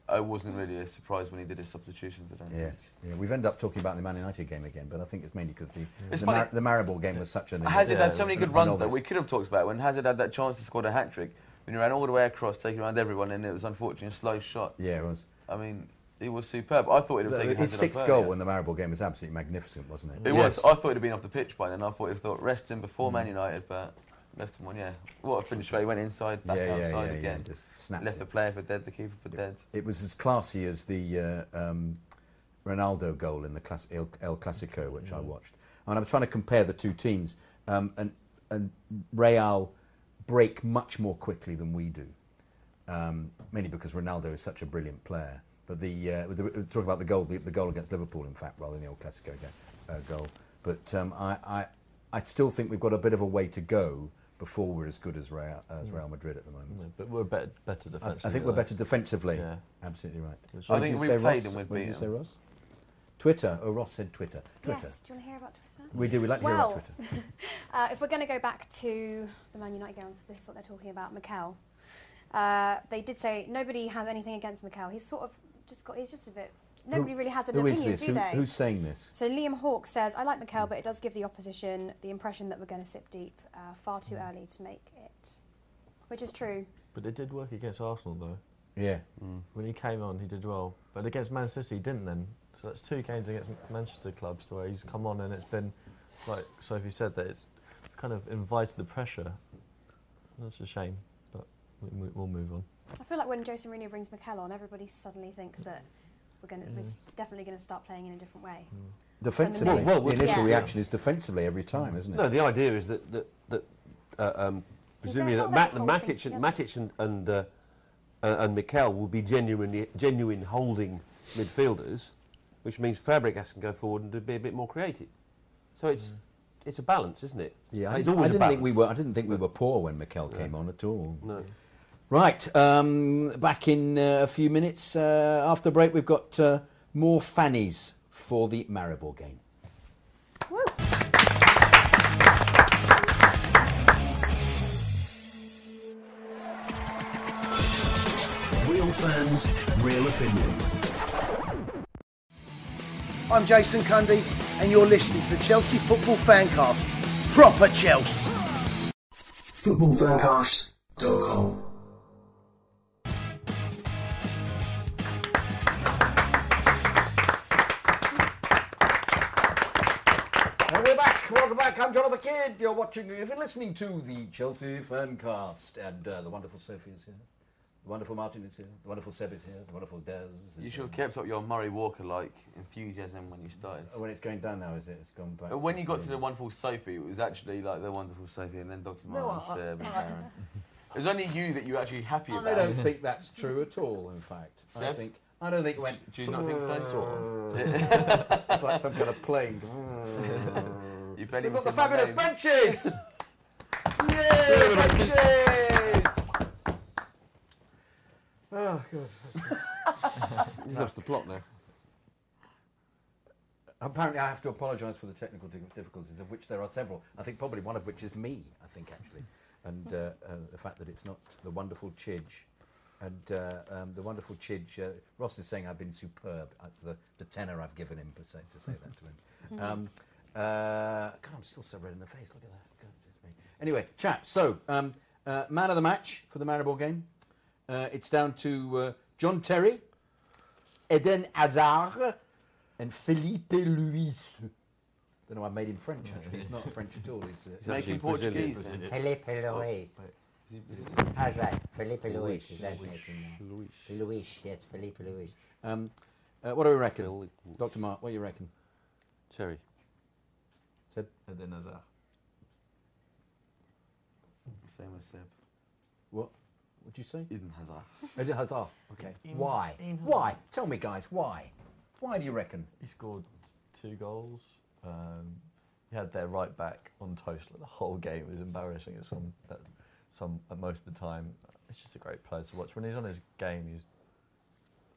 I wasn't really a surprise when he did his substitutions. I don't think. Yes, yeah, we've ended up talking about the Man United game again, but I think it's mainly because the It's the, funny. Mar- the Maribor game was such an. Hazard had so many good an runs though. novice. We could have talked about it when Hazard had that chance to score a hat trick when he ran all the way across, taking around everyone, and it was unfortunately a slow shot. Yeah, it was. I mean, he was superb. I thought it was His taking Hazard sixth off goal earlier. in the Maribor game was absolutely magnificent, wasn't it? It was. I thought it'd been off the pitch by then. I thought it'd thought rest him before Hmm. Man United, but left him on. Yeah, what a finish! Right, he went inside, back Yeah, yeah, outside yeah, yeah, again. just snapped left it. the player for dead, the keeper for dead. It was as classy as the uh, um, Ronaldo goal in the Clas- El, El Clasico, which Mm. I watched. And I was trying to compare the two teams, um, and, and Real break much more quickly than we do, um, mainly because Ronaldo is such a brilliant player. But the, uh, with the we're talking about the goal, the, the goal against Liverpool, in fact, rather than the El Clasico ga- uh, goal. But um, I, I, I still think we've got a bit of a way to go before we're as good as Real, as Mm. Real Madrid at the moment. No, but we're better, better I, th- I defensively. think we're though. better defensively. Yeah. Absolutely right. Which What is- did you say, Ross? What did you say, Ross? Twitter. Oh, Ross said Twitter. Twitter. Yes, do you want to hear about Twitter? We do, we like to hear well, about Twitter. uh, if we're going to go back to the Man United game, this is what they're talking about, Mikel. Uh, they did say nobody has anything against Mikel. He's sort of just got, he's just a bit, nobody really has an Who is opinion, this? do Who- they? who's saying this? Hmm. So Liam Hawke says, I like Mikel, but it does give the opposition the impression that we're going to sip deep uh, far too Hmm. early to make it, which is true. But it did work against Arsenal though. Yeah. When he came on, he did well. But against Man City, he didn't then. So that's two games against Manchester clubs to where he's come on and it's been, like Sophie said, that it's kind of invited the pressure. That's a shame, but we, we- we'll move on. I feel like when Jose Mourinho brings Mikel on, everybody suddenly thinks that we're going to, we're Mm. s- definitely going to start playing in a different way. Defensively. Well, well, the initial yeah. reaction is defensively every time, isn't it? No, the idea is that that, that uh, um, presumably that's that how Mat- they the hold things Matic and Matic and and, uh, uh, and Mikel will be genuinely genuine holding midfielders, which means Fabregas can go forward and be a bit more creative. So it's it's a balance, isn't it? Mm. Yeah, I, it's didn't- I always a didn't think we balance. were. I didn't think we were poor when Mikel came on at all. No. Right, um, back in uh, a few minutes uh, after break, we've got uh, more fannies for the Maribor game. Real fans, real opinions. I'm Jason Cundy, and you're listening to the Chelsea Football Fancast. Proper Chelsea. Footballfancast.com. And Uh, we're back. Welcome back. I'm Jonathan Kidd. You're watching, you've been listening to the Chelsea Fancast. And uh, the wonderful Sophie is here. The wonderful Martin is here. The wonderful Seb is here. The wonderful Des. is You here. should have kept up your Murray Walker like enthusiasm when you started. Oh, When it's going down now, is it? It's gone back. But when you got to the wonderful Sophie, it was actually like the wonderful Sophie, and then Dr. No, Martin, I- Seb, and I- Karen. It was only you that you were actually happy about. I don't think that's true at all, in fact. I Seb? think. I don't think it went. Do you not think so? Sort of. Yeah. it's like some kind of plane. You We've barely even got the said my fabulous name. benches! Yay, benches! Oh, God. He's lost the plot now. Apparently, I have to apologise for the technical di- difficulties, of which there are several. I think probably one of which is me. I think actually, and uh, uh, the fact that it's not the wonderful Chidge And uh, um, the wonderful Chidge, uh, Ross is saying I've been superb. That's the, the tenor I've given him per se, to say that to him. Um, uh, God, I'm still so red in the face. Look at that. God, it's me. Anyway, chaps, so um, uh, man of the match for the Maribor game. Uh, it's down to uh, John Terry, Eden Hazard, and Felipe Luis. Don't know. why I made him French. Actually, he's not French at all. He's, uh, He's actually Making Portuguese, Brazilian. then. Felipe Oh, Luis. wait. Is he Brazilian? How's that? Felipe Luis. Luis. Is that Luis. Luis. Luis. Yes, Felipe Luis. Um, uh, what do we reckon, Doctor Mark? What do you reckon? Terry. Seb. Eden Hazard. Same as Seb. What? What'd you say? Eden Hazard. Eden Hazard. Okay. Eden- why? Eden Hazard. Why? Tell me, guys. Why? Why do you reckon? He scored two goals. Um, he had their right back on toast like the whole game. It was embarrassing at some, at some at most of the time. It's just a great player to watch. When he's on his game, he's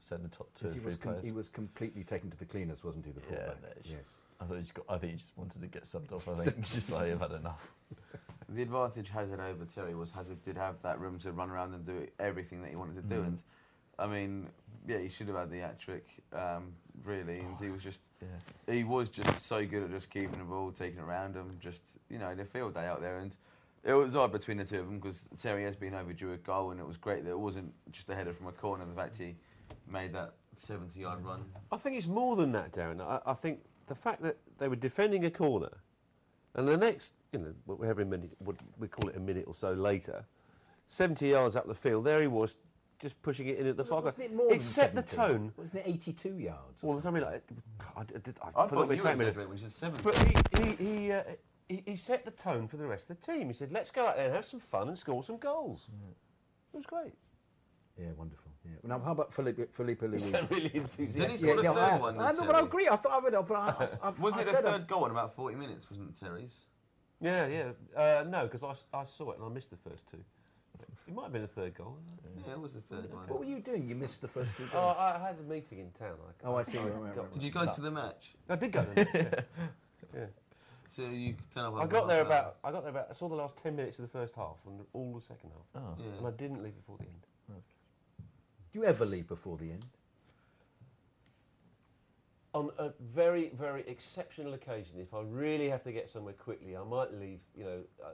said the top two or Because he three was com- players. he was completely taken to the cleaners, wasn't he? The yeah, fullback. no, it's- yes. I thought he just got, I think he just wanted to get subbed off. I think just like I've had enough. The advantage Hazard over Terry was Hazard did have that room to run around and do everything that he wanted to do. Mm-hmm. Mhm. And I mean, yeah, he should have had the hat trick, um, really. And he was just, he was just so good at just keeping the ball, taking it around him, just you know, the field day out there. And it was odd between the two of them because Terry has been overdue a goal, and it was great that it wasn't just a header from a corner. The fact he made that 70-yard run. I think it's more than that, Darren. I, I think the fact that they were defending a corner, and the next, you know, whatever minute, what we call it a minute or so later, 70 yards up the field, there he was, just pushing it in at the far Wasn't post. it more than set the 70? tone. Wasn't it 82 yards? Well, something like God, I, did, I, thought forgot my you time were in it. exaggerating, which is seven. But he, he, he, uh, he, he set the tone for the rest of the team. He said, "Let's go out there and have some fun and score some goals." It was great. Yeah, wonderful. Yeah. Now, how about Felipe, Felipe Luis? sound really enthusiastic. Then he scored a no, third I, one, I, didn't but I he? agree. I thought I would. But I, I, I, Wasn't I it the said I- third goal in about 40 minutes, wasn't it, Terry's? Yeah, yeah. Uh, no, because I, s- I saw it and I missed the first two. It might have been a third goal. wasn't Yeah, it was the third one. What were you doing? You missed the first two Oh, goals. I had a meeting in town. I Oh, I see. Right, right, right, got right. Did you go to the match? I did go to the match. Yeah. yeah. So you turn up. I got there about. I got there about. I saw the last ten minutes of the first half and all the second half. Oh. Yeah. And I didn't leave before the end. Do you ever leave before the end? On a very, very exceptional occasion, if I really have to get somewhere quickly, I might leave. You know, uh,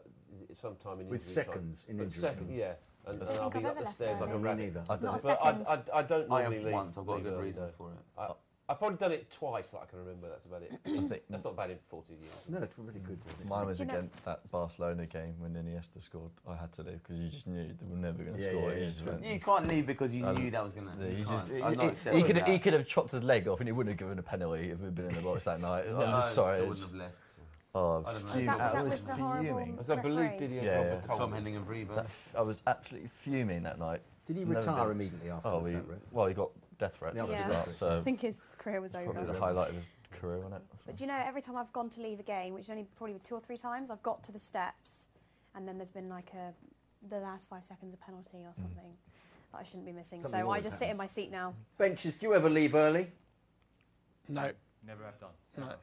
sometime in With injury time. seconds in But injury second, time. yeah. And, I and don't I'll think be I've up ever the left stairs early. like a Me rabbit. neither. I don't- Not a but I- second. I, I don't I have normally leave. once. I've got a leave good early, reason no. for it. I, I've probably done it twice that I can remember. That's about it. I think that's not bad in 14 years. No, it's really good. isn't it? Mine was Do you know- against that Barcelona game when Iniesta scored. I had to leave because you just knew they were never going to Yeah, score. yeah, You yeah. just went- You can't leave because you I- knew that was gonna- Yeah, you you just- can't. he- I'm not he, accepting could that. he could have chopped his leg off and he wouldn't have given a penalty if we'd been in the box that night. No, I'm I just sorry. still it's- wouldn't have left. Oh, I'd have fuming. left. Was that- was I that with the horrible fuming. Was that Blue referee? Didier Drogba Tom fuming. Henning and Vrebo. That f- I was absolutely fuming that night. Did he Never retire been- immediately after Oh, this, he- that ref? well, he got death threats Yeah, at the death start, threats, so yeah. I think his career was over. probably the highlight of his career, wasn't it? But do you know, every time I've gone to leave a game, which is only probably two or three times, I've got to the steps, and then there's been like a the last five seconds a penalty Mm. or something that I shouldn't be missing. Something so I always just sit in happens. my seat now. Benches. Do you ever leave early? No. Never have done.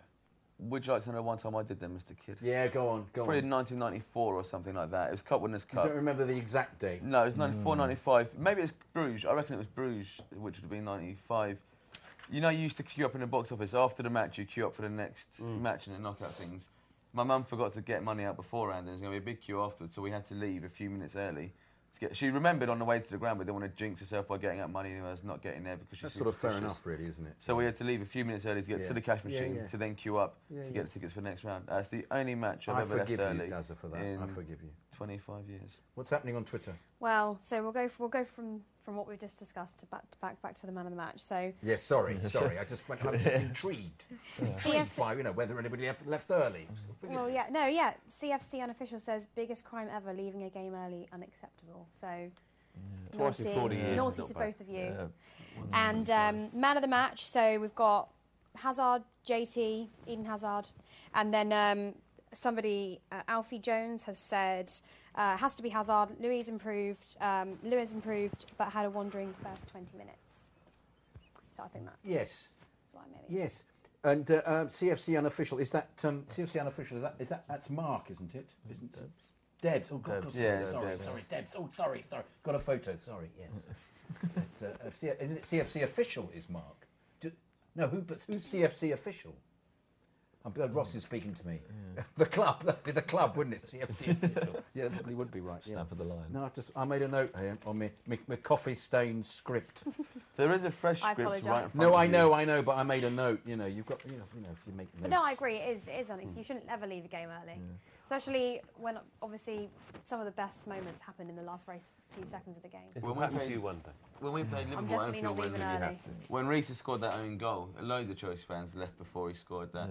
Would you like to know one time I did then, Mr. Kid? Yeah, go on, go Probably on. 1994 or something like that. It was Cup Winners' You Cup. don't remember the exact date? No, it was 94, Mm. 95. Maybe it's Bruges. I reckon it was Bruges, which would have been 95. You know, you used to queue up in the box office. After the match, you queue up for the next match and the knockout things. My mum forgot to get money out beforehand, and there's going to be a big queue afterwards, so we had to leave a few minutes early. To get, she remembered on the way to the ground, but didn't want to jinx herself by getting out money and us not getting there because she's That's sort of fair enough, superstitious. really, isn't it? So we had to leave a few minutes early to get Yeah. to the cash Yeah, machine yeah. to then queue up Yeah, to yeah. get the tickets for the next round. That's the only match I've I ever forgive you, left early. Dazza, for that. I in forgive you. 25 years. What's happening on Twitter? Well, so we'll go we'll go from from what we've just discussed to back back back to the man of the match. So Yeah, sorry, sorry. I just went. I was just intrigued. Intrigued by you know whether anybody left, left early. Well, yeah, no, yeah. CFC unofficial says biggest crime ever, leaving a game early, unacceptable. So, Twice in naughty, 40 years is naughty not to bad. both of you. Yeah. And um, man of the match. So we've got Hazard, JT, Eden Hazard, and then um, somebody, uh, Alfie Jones, has said uh, has to be Hazard. Louis improved. Um, Louis improved, but had a wandering first twenty minutes. So I think that Yes, that's why maybe. yes. And uh, um, CFC unofficial is that um, CFC unofficial? Is that is that that's Mark, isn't it? Isn't Debs? Oh God, Debs, God, yeah, sorry, Debs. sorry, Debs. Oh, sorry, sorry. Got a photo. Sorry, yes. But, uh, if C- isn't it CFC official is Mark? Do, no, who, but who's CFC official? I'm, uh, Ross is speaking to me. the club, that'd be the club, wouldn't it? CFC official. Yeah, that probably would be right. yeah. Snap of the line. No, I've just I made a note here on my, my, my coffee stained script. There is a fresh I script right in apologise. front No, of I you. know, I know, but I made a note. You know, you've got you know, you know if you make notes. But no, I agree. It is, it is Hmm. unacceptable. You shouldn't ever leave the game early. Especially when, obviously, some of the best moments happened in the last very s- few seconds of the game. It'll happen to you one day. When we played I'm Liverpool at definitely not Anfield, when, leaving You early. have when Reece scored that own goal, loads of Chelsea fans left before he scored that,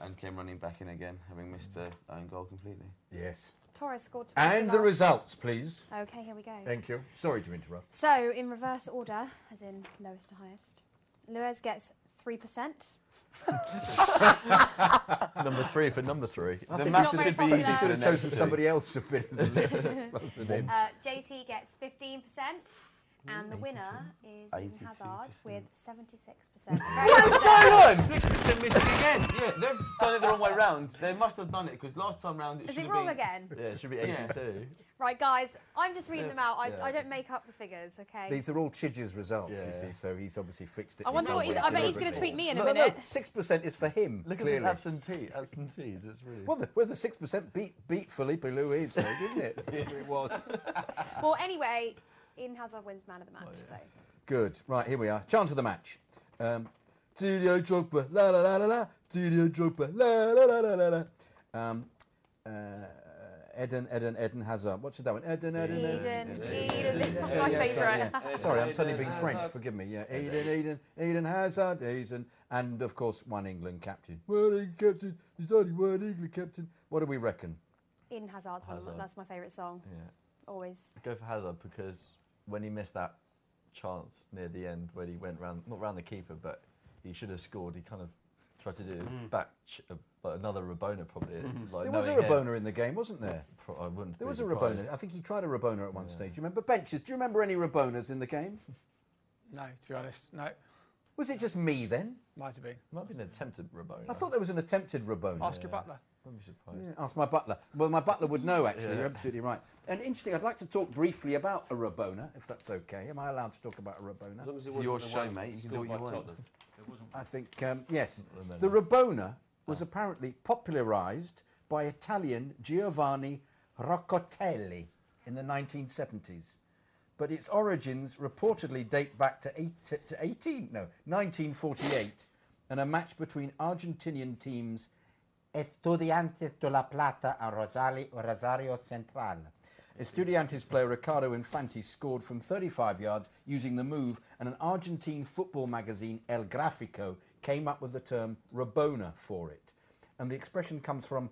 and came running back in again, having missed the own goal completely. Yes. Torres scored twice And the last- results, please. Okay, here we go. Thank you. Sorry to interrupt. So, in reverse order, as in lowest to highest, Luez gets 3%. number three for number three. I The think it's maths not should very be popular. easy for Should the have next chosen two. somebody else a bit of the list rather than- Uh, JT gets 15%. And the winner is Eden 82%. Hazard with 76%. Six percent missing again. Yeah, they've done it the wrong way round. They must have done it because last time round it Is should it have wrong been- again? Yeah, it should be Yeah. 82. Right, guys, I'm just reading Yeah. them out. I, Yeah. I don't make up the figures, okay? These are all Chidge's results, you Yeah. see, so he's obviously fixed it. I wonder what he's- I bet he's gonna tweet me in a minute. Six percent is for him. Look clearly. at this absentee. Absentees. It's really. Well, the, well, the six percent beat beat Felipe Luis, though, didn't it? it was well, anyway, Eden Hazard wins man of the match, Oh, so. good. Right here we are. Chance of the match. Um, Didier Drogba, la la la la la. Didier Drogba, la la la la la la. Um, uh, Eden, Eden, Eden Hazard. What's that one? Eden, Eden, Eden. Eden, Yeah, Eden. That's yeah, my yeah, right, favourite. yeah. Sorry, I'm suddenly being Eden French. Hazard. Forgive me. Yeah, Eden. Eden, Eden, Eden Hazard, Eden, and of course one England captain. One England captain. There's only one England captain. What do we reckon? Eden Hazard's one of my, Hazard. that's my favourite song. Yeah. Always. Go for Hazard because when he missed that chance near the end, when he went round, not round the keeper, but he should have scored. He kind of tried to do Mm. a back, ch- uh, but another Rabona probably. Like There was a knowing him- Rabona in the game, wasn't there? Pro- I wouldn't. There be was a surprised. Rabona. I think he tried a Rabona at one stage. Do you remember benches? Do you remember any Rabonas in the game? No, to be honest, no. Was it just me then? Might have been. Might be an attempted Rabona. I thought there was an attempted Rabona. Ask your butler. Wouldn't be surprised. Yeah, ask my butler. Well, my butler would know, actually. Yeah. You're absolutely right. And interesting, I'd like to talk briefly about a Rabona, if that's okay. Am I allowed to talk about a Rabona? As long as it wasn't Your the show, one mate. You can do scored what you by want. Tottenham. I think, um, yes. The Rabona was apparently popularised by Italian Giovanni Roccotelli in the 1970s. But its origins reportedly date back to, eight, to, to 18, no, 1948 and a match between Argentinian teams Estudiantes de La Plata and Rosali, Rosario Central. Estudiantes player Ricardo Infante scored from 35 yards using the move, and an Argentine football magazine, El Gráfico, came up with the term Rabona for it. And the expression comes from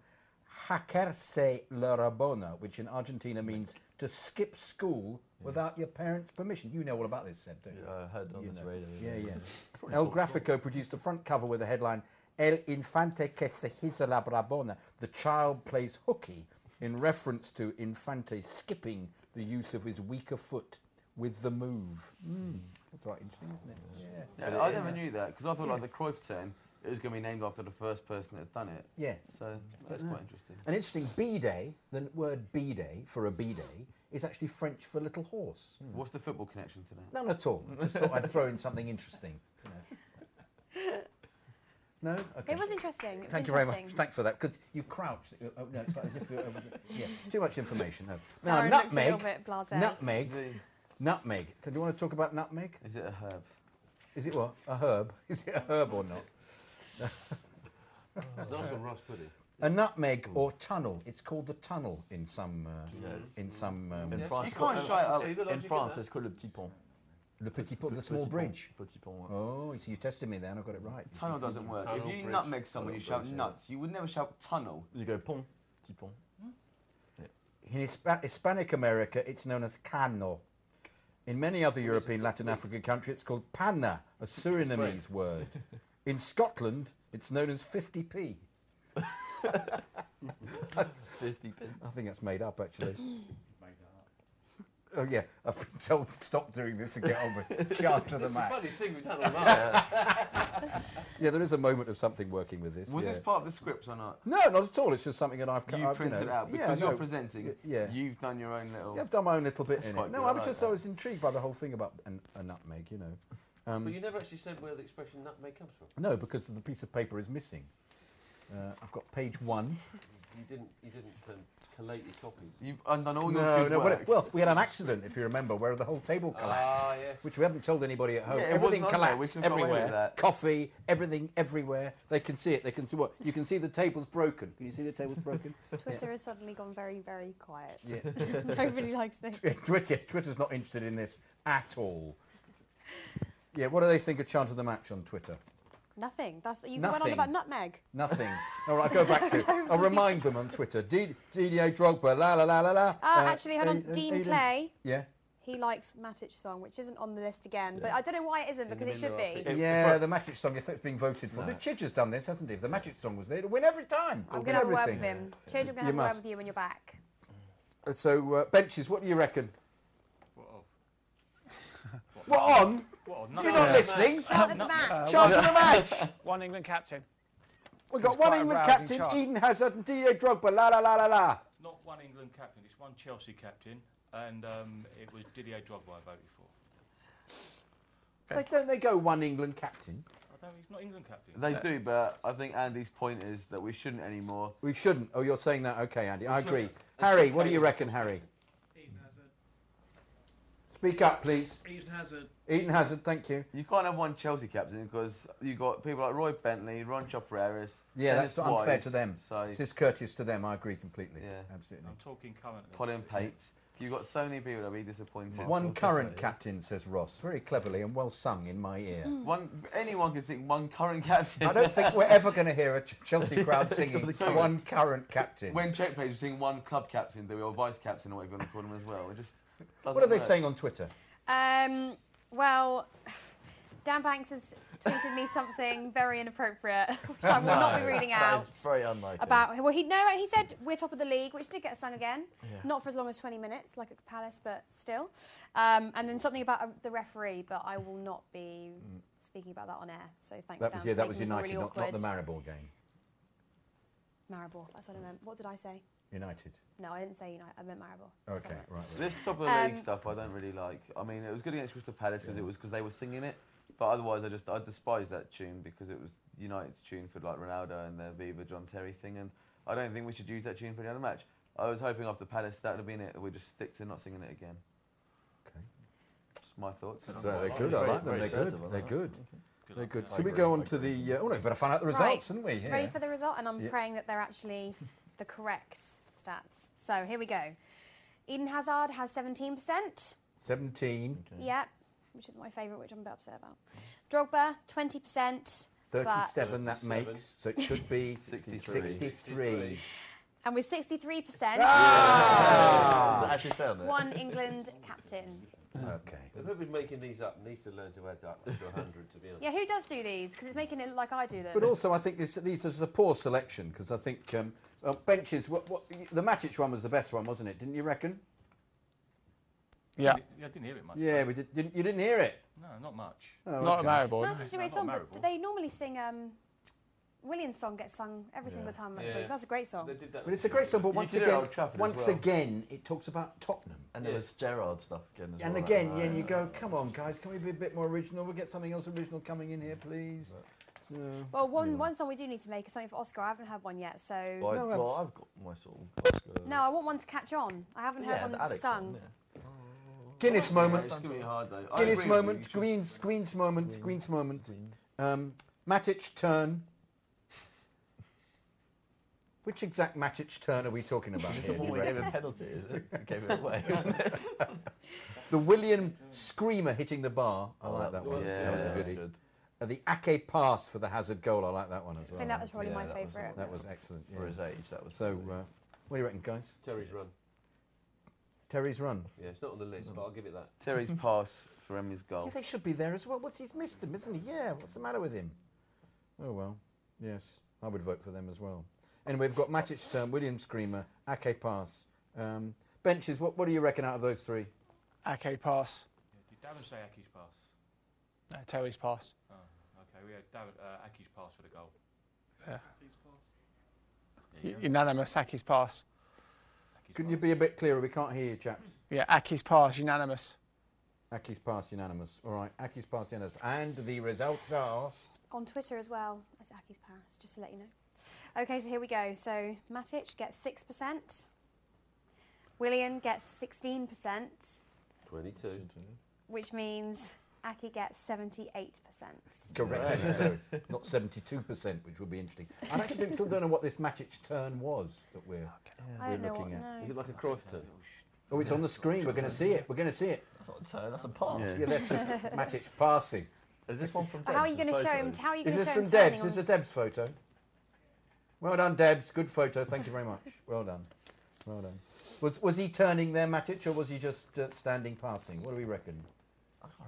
hackerse la Rabona, which in Argentina means to skip school without your parents' permission. You know all about this, Seb, don't you? I heard on You the know. radio. Yeah, yeah. El Gráfico produced a front cover with the headline El Infante que se hizo la Brabona, the child plays hooky, in reference to Infante skipping the use of his weaker foot with the move. Hmm. That's right, interesting, isn't it? Hmm. Yeah, I never knew that because I thought like the Cruyff turn, it was going to be named after the first person that had done it. Yeah. So that's no. quite interesting. An interesting B day, the word B day for a B day is actually French for little horse. What's the football connection to that? None at all. Just thought I'd throw in something interesting. No? Okay. It was interesting. It was Thank you very interesting. much. Thanks for that. Because you crouched. Uh, Oh, no, it's like as if you're. Over, yeah, too much information. No. Now, Darren looks a nutmeg. little bit blasé. Nutmeg. Nutmeg. Can- Do you want to talk about nutmeg? Is it a herb? Is it what? A herb? Is it a herb or not? It's nice on Ross pudding. A nutmeg or tunnel. It's called the tunnel in some. Uh, In some. Um, In France, You can't it's shout called- out. in France, it's called le petit pont. Le petit pont, the Petit small pont, bridge. Petit pont. yeah. Oh, you see, you tested me there and I got it right. You see, Tunnel thank doesn't you. work. Tunnel if you bridge. nutmeg someone, you Tunnel shout bridge, yeah. nuts. You would never shout tunnel. You go pont, petit pont. Hmm? In Hispa- Hispanic America, it's known as cano. In many other European, Latin African countries, it's called panna, a Surinamese word. In Scotland, it's known as 50p. 50 pence. I think that's made up, actually. Oh yeah, I've been told to stop doing this and get on with charge to the It's the max. funniest thing we've done all night. yeah, there is a moment of something working with this. Was yeah. this part of the scripts or not? No, not at all. It's just something that I've You I've, printed you know, it out because yeah, you're no, presenting. Yeah, You've done your own little. yeah, I've done my own little bit That's in quite it. No, good, I I was like just that. I was intrigued by the whole thing about an, a nutmeg. You know. Um, but you never actually said where the expression nutmeg comes from. No, because the piece of paper is missing. Uh, I've got page one. You didn't. You didn't um, collate your copies. You've undone all your no, good no. work. Well, well, we had an accident, if you remember, where the whole table collapsed, Ah, yes. which we haven't told anybody at home. Yeah, it everything wasn't on there. We collapsed should've got away with everywhere. that. Coffee, everything, everywhere. They can see it. They can see what you can see. The table's broken. Can you see the table's broken? Twitter has suddenly gone very, very quiet. Yeah. Nobody likes me. Yeah. Twitter, yes, Twitter's not interested in this at all. Yeah, what do they think of Chant of the Match on Twitter? Nothing. That's you went on Nothing. about nutmeg. Nothing. All right, go back to. I'll remind them on Twitter. D- DDA Drogba, la la la la la. Uh, Ah, actually, hold on. Aiden- Dean Aiden- Clay. Yeah. He likes Matic's song, which isn't on the list again, but I don't know why it isn't because it should be. yeah, the Matic song. If it's being voted for, No. the Chidger's done this, hasn't he? If The Matic song was there to win every time. I'm Win going to have a word everything. with him. Chidge, I'm going to have a You word must. with you when you're back. Uh, So uh, benches, what do you reckon? What, What on? What on? You're not listening. Chant of the match. Chant Uh, of the match. One England captain. We've It's got one quite a England rousing captain, chart. Eden Hazard, and Didier Drogba. La la la la la. Not one England captain, it's one Chelsea captain, and um, it was Didier Drogba I voted for. They, don't they go one England captain? I don't, Oh, he's not England captain. They do, but I think Andy's point is that we shouldn't anymore. We shouldn't. Oh, you're saying that. Okay, Andy, I agree. Harry, what do you reckon, Harry? Eden Hazard. Speak up, please. Eden Hazard. Eden Hazard, thank you. You can't have one Chelsea captain because you got people like Roy Bentley, Ron Chopperas. Yeah, Dennis that's unfair Wise, to them. So It's discourteous to them. I agree completely. Yeah. absolutely. I'm talking currently. Colin Pates. You've got so many people that'll be disappointed. One current captain, says Ross, very cleverly and well sung in my ear. Hmm. One, anyone can sing one current captain. I don't think we're ever going to hear a Ch- Chelsea crowd singing Sorry. one current captain. When Czech plays, we sing one club captain, do we, or vice captain, or whatever you want to call them as well. It just What are they saying on Twitter? Um, well, Dan Banks has tweeted me something very inappropriate, which I will not be reading out. very unlikely. About well, he no, he said we're top of the league, which did get sung again, Yeah. not for as long as 20 minutes, like at Palace, but still. Um, and then something about uh, the referee, but I will not be speaking about that on air. So thanks. Mm. That was Dan, yeah, for that was making me feel United, really not, not the awkward. Maribor game. Maribor. That's what I meant. What did I say? United. No, I didn't say United. I meant Maribor. Okay, right. This top of the Um, league stuff, I don't really like. I mean, it was good against Crystal Palace because it was because they were singing it, but otherwise, I just I despise that tune because it was United's tune for like Ronaldo and the Viva John Terry thing, and I don't think we should use that tune for any other match. I was hoping after Palace that would have been it. that We just stick to not singing it again. Okay, just my thoughts. So they're good. I like them. They're good. They're good. They're good. Should we go on to the? Uh, oh no, we better find out the results, right. haven't we? Yeah. Ready for the result? And I'm Yeah. praying that they're actually the correct stats. So here we go. Eden Hazard has 17%. Seventeen. Yep, which is my favourite, which I'm a bit upset about. Drogba, 20%. but- 37 that makes, so it should be 63. 63. And with 63%, Ah! Yeah. Does it actually sound it's it? one England captain. Okay. Whoever's been making these up needs to learn to add up to 100, to be honest. Yeah, who does do these? Because it's making it like I do them. But also, I think this, these is a poor selection because I think um, uh, benches. What, what, the Matic one was the best one, wasn't it? Didn't you reckon? Yeah. Yeah, I didn't hear it much. Yeah, we did, didn't, you didn't hear it. No, not much. Oh, Not okay. a Maribor. That's just a weird No, song, not but they normally sing um, Williams' song gets sung every single time. at the Yeah. bridge. That's a great song. But it's a great song. But You once did it at again, Old Trafford as once well. again, it talks about Tottenham. And there was Gerard stuff again as And well. Oh, again, yeah, and you go, come on, guys, can we be a bit more original? We'll get something else original coming in here, please. So, Well, one one song we do need to make is something for Oscar. I haven't had one yet, so Well, I- um, no, well, I've got my sort of. Oscar. I want one to catch on. I haven't heard Yeah, one the that's Alex sung. Guinness moment. It's gonna be hard though. I Guinness agree with you, moment. Greens, Greens moment. Greens moment. Um, Matic turn. Which exact Matic turn are we talking about It's here? the one do you we gave reckon? a penalty, is it? We gave it away. wasn't it? The William screamer hitting the bar. I Oh, like that that one. was- that was a yeah, that was goodie. Uh, the Ake pass for the Hazard goal. I like that one as well. think that was probably my that was- favourite. That was excellent. For yeah. his age, that was So, uh, what do you reckon, guys? Terry's run. Terry's run. Yeah, it's not on the list, but I'll give it that. Terry's pass for Emmy's Yeah, goal. they should be there as well. What's he's missed them, isn't he? Yeah. What's the matter with him? Oh well. Yes, I would vote for them as well. Anyway, we've got uh, Matic turn, William screamer, Ake pass, um, benches. What what do you reckon out of those three? Ake pass, Did Darren say Aki's pass? uh, Terry's pass. Oh, okay, we had Darren, uh, Aki's pass for the goal. Yeah. Please pass. U- Unanimous Aki's pass. Can you be a bit clearer? We can't hear you, chaps. Yeah, Aki's pass, unanimous. Aki's pass unanimous. All right, Aki's pass unanimous. And the results are. On Twitter as well as Aki's pass, just to let you know. Okay, so here we go. So Matic gets six percent. Willian gets sixteen percent, 22. which means Aki gets seventy-eight percent. Correct. Right. So, not 72%, which would be interesting. I actually don't- still don't know what this Matic turn was that we're, I we're don't know looking what- at. no. Is it like a Cruyff turn? Oh, it's on the screen. We're going to see it. We're going to see it. That's not a turn, that's a pass. Yeah, that's just Matic passing. Is this one from But how are you going to show him? How are you Is going to this show from him turning Debs? on Is this a Debs photo? Well done, Debs. Good photo. Thank you very much. Well done. Well done. Was was he turning there, Matic, or was he just uh, standing passing? What do we reckon?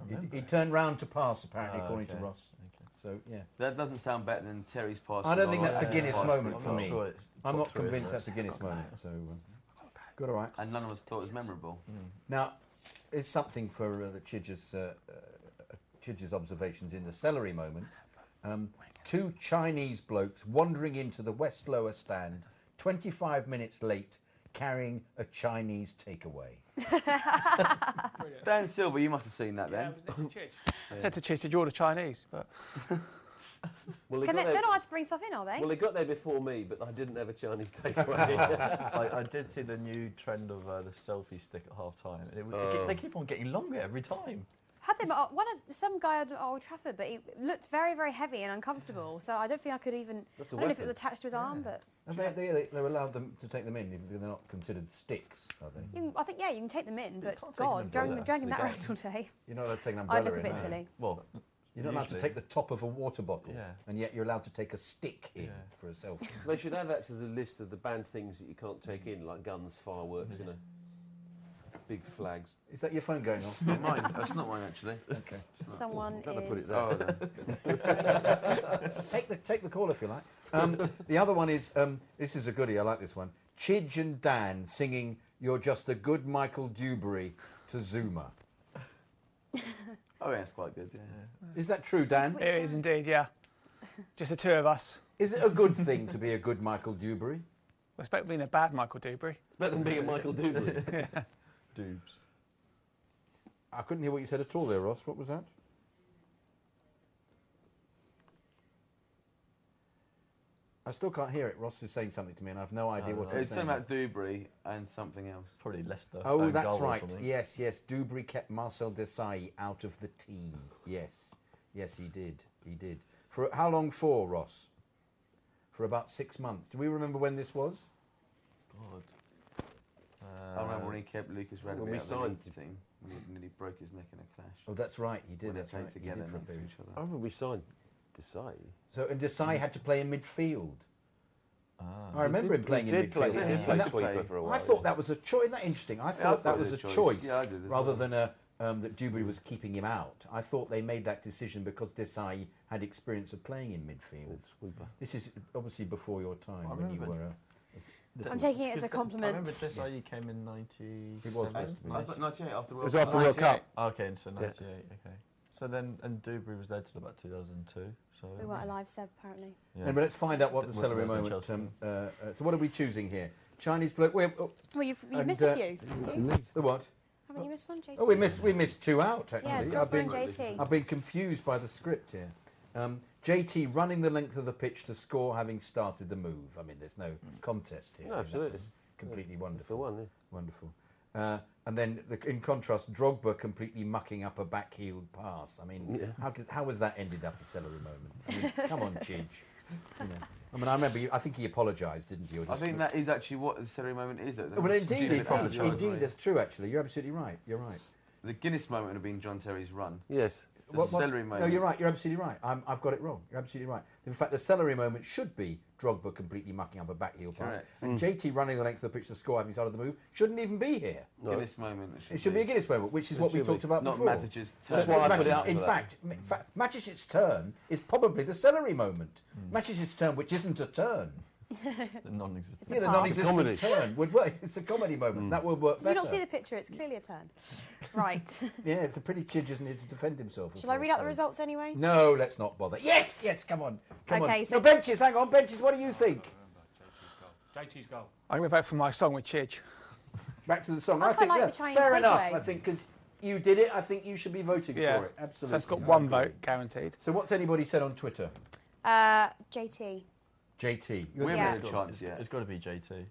He, remember. he turned round to pass, apparently, Ah, Oh, according to okay. Ross. So yeah. That doesn't sound better than Terry's pass. I don't think Or that's a Aki's Guinness pass. moment I'm for not me. sure it's I'm top not three, convinced is it? that's a Guinness moment. So uh, Hmm. good, all right. And none of us thought it was memorable. Now, it's something for uh, the Chidge's, uh, uh, Chidge's observations in the celery moment. Um, two Chinese blokes wandering into the West Lower Stand, 25 minutes late, carrying a Chinese takeaway. Dan Silver, you must have seen that then. I said to Chis, did you order Chinese? But Well, Can they, they're not allowed to bring stuff in, are they? Well, they got there before me, but I didn't have a Chinese takeaway. I, I did see the new trend of uh, the selfie stick at half time, and it, was- Oh. they keep on getting longer every time. Had them at one of some guy at Old Trafford, but he looked very, very heavy and uncomfortable. So I don't think I could even. I That's don't a know if it was weapon. attached to his arm, but And they, they, they, they're allowed them to take them in, even though they're not considered sticks, are they? you can, I think yeah, you can take them in. But can't take an God, dragging, umbrella dragging to that the around game. all day. You're not allowed to take an I'd umbrella look a in, bit are you? silly. Well, you're not allowed to usually- take the top of a water bottle, Yeah. and yet you're allowed to take a stick in for a selfie. they should add that to the list of the banned things that you can't take in, like guns, fireworks, you know, big flags. Is that your phone going off? It's not mine. It's not mine actually. Okay. Oh, Someone Don't I put it is. there? take the take the call if you like. Um, the other one is um, this is a goodie. I like this one. Chidge and Dan singing "You're Just a Good Michael Dewberry" to Zuma. Oh, yeah, it's quite good, yeah. Is that true, Dan? It is indeed, yeah. Just the two of us. Is it a good thing to be a good Michael Dewberry? Well, it's better than being a bad Michael Dubry. It's better than being a Michael Dubry. yeah. Dubes. I couldn't hear what you said at all there, Ross. What was that? I still can't hear it. Ross is saying something to me, and I've no idea what he's It's saying. something about Dubry and something else. Probably Leicester. Oh, that's right. Yes, yes. Dubry kept Marcel Desailly out of the team. Yes, yes, he did. He did. For how long for, Ross? For about six months. Do we remember when this was? God. I remember when he kept Lucas When Radebe we out signed of the Leeds team. When he nearly broke his neck in a clash. Oh, that's right. He did. When they that's played right. He together did for a next to period. each I remember we signed Desai. So and Mm. Desai had to play in midfield. Ah. I remember He him playing did in midfield. play- he did play And that- sweeper for a I while, thought yeah. that was a choice. Isn't that interesting? I Yeah, I thought thought that it was a was a choice, choice. Yeah, I did as rather well. than a um, that Dubry was keeping him out. I thought they made that decision because Desai had experience of playing in midfield. This is obviously before your time I when you were. remember- Uh, I'm taking it as a I remember compliment. this IE came in 90. He was supposed to be. I thought 98 after the It World was Cup. after World Cup. 98. Okay, so Yeah. 98, okay. So then, and Dubry was there till about 2002. So We weren't alive, Seb. Apparently. Yeah. Anyway, let's find out what the Working celery as a moment. Chelsea Um, uh, uh, so, what are we choosing here? Chinese bloke. Wait, oh, Well, you've, you've and, missed a uh, few. The what? Haven't you missed one, JT? Oh, we missed we missed two out actually. Yeah, I've been Drogba and JT. I've been confused by the script here. Um, JT running the length of the pitch to score, having started the move. I mean, there's no contest here. No, That absolutely. was completely wonderful. Wonderful. Uh, and then, the, in contrast, Drogba completely mucking up a backheeled pass. I mean, Yeah. how could, how has that ended up a celery moment? I mean, come on, Chidge. You know. I mean, I remember. You, I think he apologised, didn't you? Or I just- think that is actually what the ceremony moment is. though, isn't Well, it? indeed, Stupid indeed, apology, indeed, right? that's true. Actually, you're absolutely right. You're right. The Guinness moment would have been John Terry's run. Yes. The What- what's- celery moment. No, you're right. You're absolutely right. I'm, I've got it wrong. You're absolutely right. In fact, the celery moment should be Drogba completely mucking up a back heel pass, Correct. and Mm. JT running the length of the pitch to score having started the move shouldn't even be here. Guinness moment. It should be a Guinness moment, which is It what we should be. talked about Not before. Matic's So turn. That's why I put it Matic's- up for in that. fact, in fact, Matic's turn is probably the celery moment. Matic's turn, which isn't a turn. Hmm. the non-existent. It's a Yeah, the path. non-existent Comedy. turn would work. It's a comedy Hmm. moment. That would work So you better. don't see the picture, it's clearly a turn. Right. yeah, it's a pretty chidge, isn't it, to defend himself. as Shall I well, read out so- the results anyway? No, let's not bother. Yes, yes, come on. Come Okay, on. so- No, benches, hang on, benches, what do you think? JT's goal. I'm going to vote for my song with Chidge. Back to the song. I I quite think like yeah, the Chinese fair takeaway. enough. I think because you did it, I think you should be voting Yeah. for it. Absolutely. So it's got I one agree. vote guaranteed. So what's anybody said on Twitter? Uh, JT. JT. We're Yeah. not a chance yet. It's got to be JT.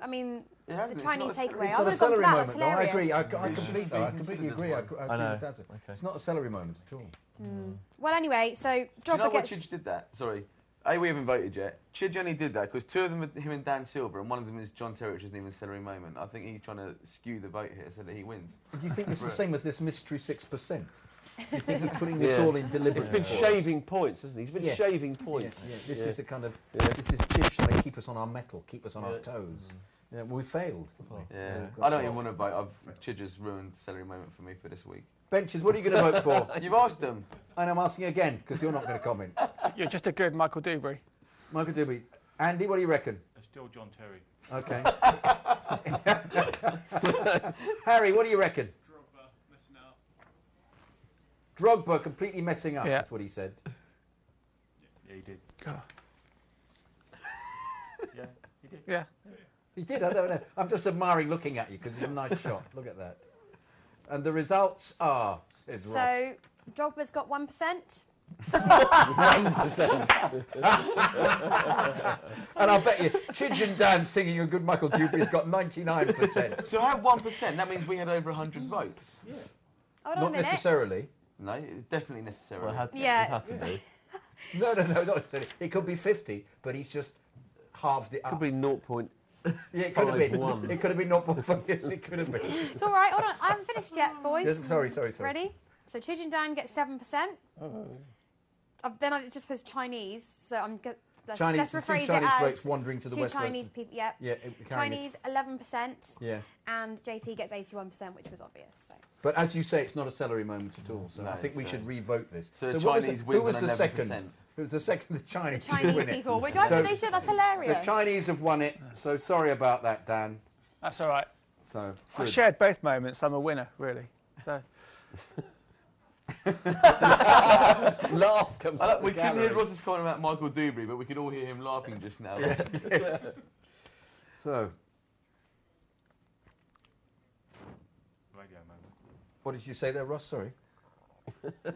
I mean, It has- the it's Chinese not- takeaway. it's I not would have a gone for celery that. That's no, I hilarious. agree. I, I It should completely, I be considered completely as agree. I, I agree one. I with know. that. It's not a celery moment at all. Mm. Well, anyway, so Do you Dropper know what gets. Chidge did that? Sorry. A, we haven't voted yet. Chidge only did that because two of them are him and Dan Silver, and one of them is John Terry, which isn't even celery moment. I think he's trying to skew the vote here so that he wins. Do you think it's the Right. same with this mystery six percent? You think he's putting this all in deliberately? It's been for us? shaving points, hasn't he? He's been Yeah. shaving Yeah, points. yeah. This Yeah. is a kind of Yeah. this is pitch trying to keep us on our metal, keep us on our Yeah. Mm. toes. You know, we failed. Yeah. We've got- I don't even want to vote. I've, Chidge has ruined celery moment for me for this week. Benches, what are you going to vote for? You've asked them. And I'm asking again because you're not going to comment. You're just a good Michael Dubry. Michael Dubry, Andy, what do you reckon? It's still John Terry. Okay. Harry, what do you reckon? Drogba completely messing up. Yeah. That's what he said. Yeah, he did. yeah, he did. Yeah. He did. I don't know. I'm just admiring looking at you because it's a nice shot. Look at that. And the results are. Says Rob. So Drogba's got 1%. One percent. and I'll bet you, Chidge and Dan singing a good Michael Dubry's got 99%. to have 1%, that means we had over Mm. 100 votes. Yeah. Hold on a minute. No, it- definitely necessarily. had to- Yeah. it had to be. No, no, no, not necessarily. It could be 50, but he's just halved it up. Could be 0.1. Yeah, it could have been. One. It could have been not bought for years. It could have been. It's all right. Hold on. I haven't finished yet, boys. Yes, sorry, sorry, sorry. Ready? So Chidge and Dan get 7%. Uh, then I- it just says Chinese, so I'm. Go- let's, Chinese- let's the two rephrase Chinese it blokes as wandering to the two west coast. Chinese people. Yep. Yeah, it- carrying it. Chinese, eleven percent. Yeah. And JT gets eighty-one percent, which was obvious. So. But as you say, it's not a celery moment at all. So No, I think we so- should re-vote this. So the what was Chinese it- wins Who was on the 11%. second? Who was the second? The Chinese. should Chinese win it. people, which I So think they should. That's hilarious. The Chinese have won it. So sorry about that, Dan. That's all right. So I good. shared both moments. I'm a winner, really. So. Laugh comes I up the like- We couldn't gallery. hear Ross's comment about Michael Dubry, but we could all hear him laughing just now. yes. So Radio moment. what did you say there, Ross? Sorry.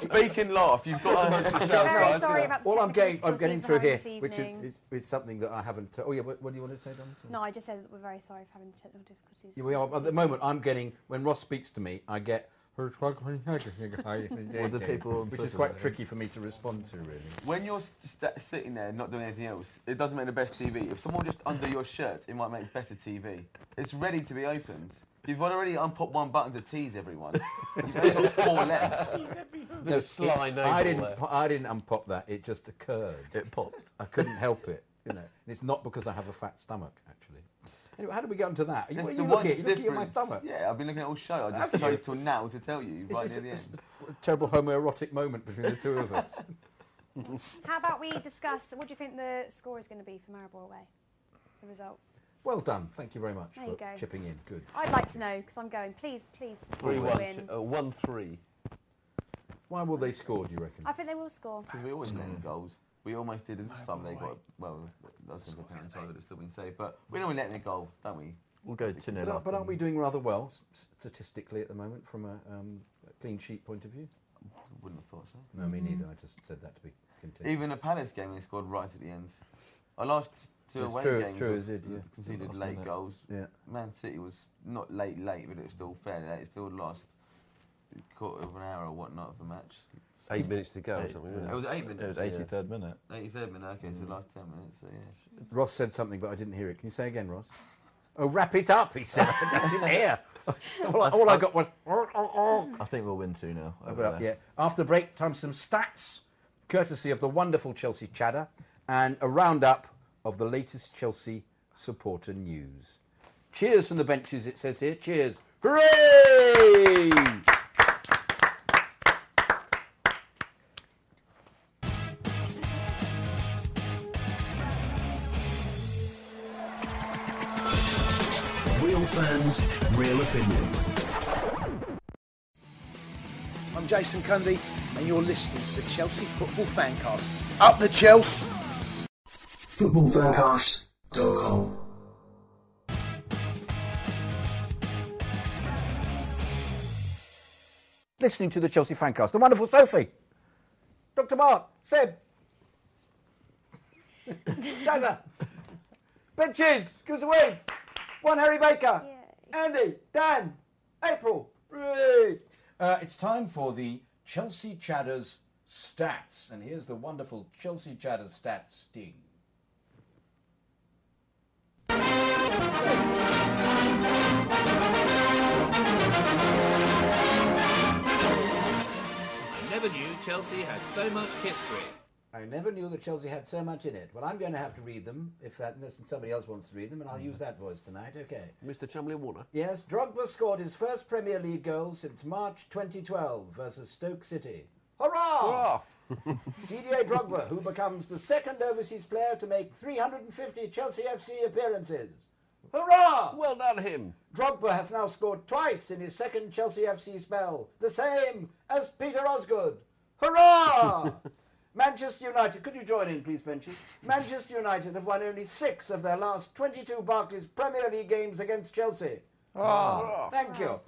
Speak and laugh. You've got to No, notice no, that. I- sorry about the All I'm getting, technical I'm getting difficulties through we're having this here, which is, evening. is, is something that I haven't. oh yeah, what, what do you want to say, Dom? Sorry. No, I just said that we're very sorry for having the technical difficulties. Hmm. Yeah, we are. At the moment, I'm getting when Ross speaks to me, I get. the people on which is Twitter quite say. tricky for me to respond to, really. When you're st- sta- sitting there not doing anything else, it doesn't make the best TV. If someone just under your shirt, it might make better TV. It's ready to be opened. You've already unpopped one button to tease everyone. You've only got four left. it- I didn't. po- I didn't unpop that. It just occurred. It popped. I couldn't help it. You know, and it's not because I have a fat stomach, actually. Anyway, how did we get onto that? You- That's what are the you one looking at? You're looking at my difference. stomach. Yeah, I've been looking at all show. I Have just you? chose till now to tell you It's- right it's- near the it's end. a terrible homoerotic moment between the two of us. How about we discuss what do you think the score is going to be for Maribor away? The result. Well done. Thank you very much There for you go. chipping in. Good. I'd like to know because I'm going. Please, please, Three we one, win. uh, one three. Why will they score? Do you reckon? I think they will score. Because we always net goals. We almost did it this time. They got well. That was going to be a penalty, so it's still been saved. But we normally let in a goal, don't we? We'll go to But, but aren't we doing rather well s- statistically at the moment from a, um, a clean sheet point of view? Wouldn't have thought so. No, me neither. I just said that to be continued. Even a Palace game, they scored right at the end. Our last two It's away true, it's games true, we it did, yeah. conceded Last late minute. goals. Yeah. Man City was not late, late, but it was still fair. They still lost a quarter of an hour or whatnot of the match. Eight minutes to go or something. wasn't It was eight was minutes. 83rd minute. 83rd minute. Okay, Mm. so last ten minutes. So yeah. Ross said something, but I didn't hear it. Can you say again, Ross? Oh, wrap it up, he said. I didn't hear. All I, all I got was. Oh. I think we'll win 2 now. Wrap it up, yeah. After the break, time for some stats, courtesy of the wonderful Chelsea Chatter, and a roundup of the latest Chelsea supporter news. Cheers from the benches, it says here. Cheers. Hooray! Real fans, real opinions. I'm Jason Cundy, and you're listening to the Chelsea Football Fancast. Up the Chelsea! Footballfancast.com. Listening to the Chelsea Fancast, the wonderful Sophie, Dr. Mark, Seb, Dazza, Benches, give us a wave. One Harry Baker, Andy, Dan, April. Hooray. Uh, it's time for the Chelsea Chatters stats, and here's the wonderful Chelsea Chatters stats ding. I never knew Chelsea had so much history. I never knew that Chelsea had so much in it. Well, I'm going to have to read them if that unless somebody else wants to read them, and I'll use that voice tonight. Okay. Mr. Chumley Warner. Yes, Drogba scored his first Premier League goal since March 2012 versus Stoke City. Hurrah! Didier Drogba, who becomes the second overseas player to make 350 Chelsea FC appearances. Hurrah! Well done, him. Drogba has now scored twice in his second Chelsea FC spell, the same as Peter Osgood. Hurrah! Manchester United, could you join in, please, Benji? Manchester United have won only six of their last 22 Barclays Premier League games against Chelsea. Ah. Thank you.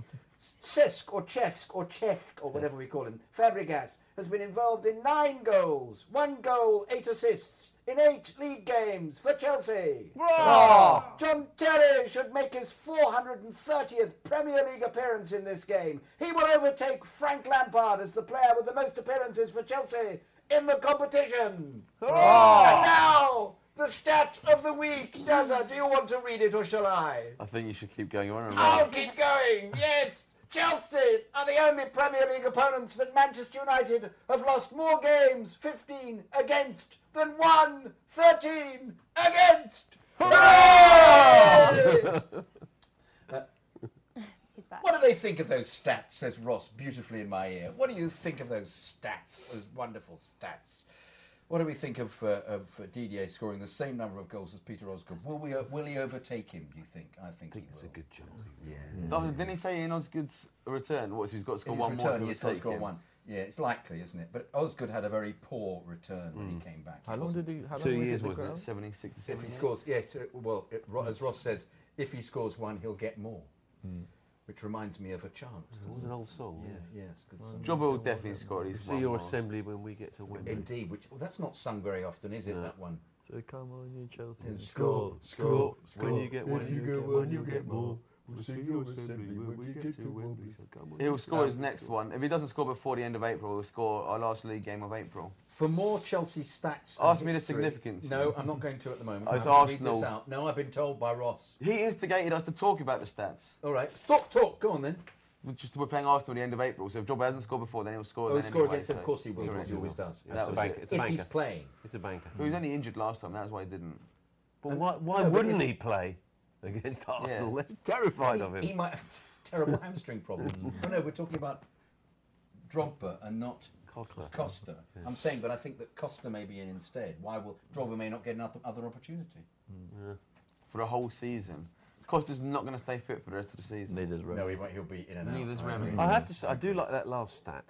Sisk or Chesk or Chesk or whatever we call him, Fabregas, has been involved in nine goals, one goal, eight assists in eight league games for Chelsea. Hurrah! John Terry should make his 430th Premier League appearance in this game. He will overtake Frank Lampard as the player with the most appearances for Chelsea in the competition. Oh. Hurrah! And now, the stat of the week. Dazza, do you want to read it or shall I? I think you should keep going on and I'll on. keep going. Yes, Chelsea are the only Premier League opponents that Manchester United have lost more games 15 against than one 13 against. Hooray! Uh, What do they think of those stats? Says Ross beautifully in my ear. What do you think of those stats? Those wonderful stats. What do we think of uh, of uh, Didier scoring the same number of goals as Peter Osgood? Will we uh, will he overtake him? Do you think? I think, he will. Mm. a good chance. Yeah. Oh, didn't he say in Osgood's return? What's he's got to score In his one more? return, to he has got to overtake score him? one. Yeah, it's likely, isn't it? But Osgood had a very poor return when he came back. How long wasn't- did he- how Two long was years, it in the wasn't it? ground? 76 to If he 78? scores, yeah. so- well, it, Ro- as Ross says, if he scores one, he'll get more. Mm. Which reminds me of a chant. What an old song. Yes, yes, good song. Jobber will definitely score at least See one your more. assembly when we get to Wembley. Indeed, which well, that's not sung very often, is it? That one. So come on, you Chelsea. And score, score, When score. you get If one, you you get get one, one, you you get get more. more. We'll see your assembly when we get to Wembley. So come on, He'll you score his Chelsea. next one. If he doesn't score before the end of April, he'll score our last league game of April. For more Chelsea stats. and Ask me the history- significance. No, I'm not going to at the moment. Oh, I it's have to read this Arsenal. out. No, I've been told by Ross. He instigated us to talk about the stats. All right, talk, talk. Go on then. We're just we're playing Arsenal at the end of April, so if Jobber hasn't scored before, then he'll score. Oh, he'll then score anyway, against- of so- course he will, Correct. because he always does. That It's a was banker. it. It's a banker. It's a banker. He was only injured last time. That's why he didn't. But why, why No, but wouldn't if- he play against Arsenal? Yeah. They're terrified he, of him. He might have terrible hamstring problems. oh, no, we're talking about Drogba and not Costa. Costa. Yeah. I'm saying, but I think that Costa may be in instead. Why will Drogba may not get another other opportunity? Mm. for a whole season. Costa's not going to stay fit for the rest of the season. Neither is No, he won't. He'll be in and out. Neither's I Remy. agree. I have to say, I do like that last stat.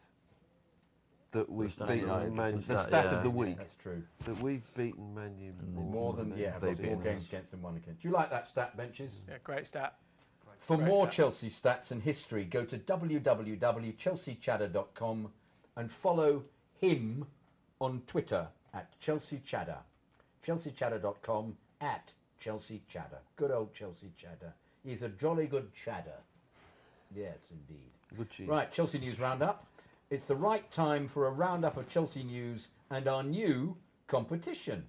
That we've stat beaten of the week. Man The The stat, stat, yeah. of the week. That's true. That we've beaten Man U more, More than yeah, I've they've lost more beaten games us. against than one against. Do you like that stat, benches? Yeah, great stat. For Great more stat. Chelsea stats and history, go to www.chelseachatter.com and follow him on Twitter at Chelsea Chatter. ChelseaChatter.com at Chelsea Chatter. Good old Chelsea Chatter. He's a jolly good chatter. Yes, indeed. Good cheese. Right, Chelsea News Roundup. It's the right time for a roundup of Chelsea news and our new competition.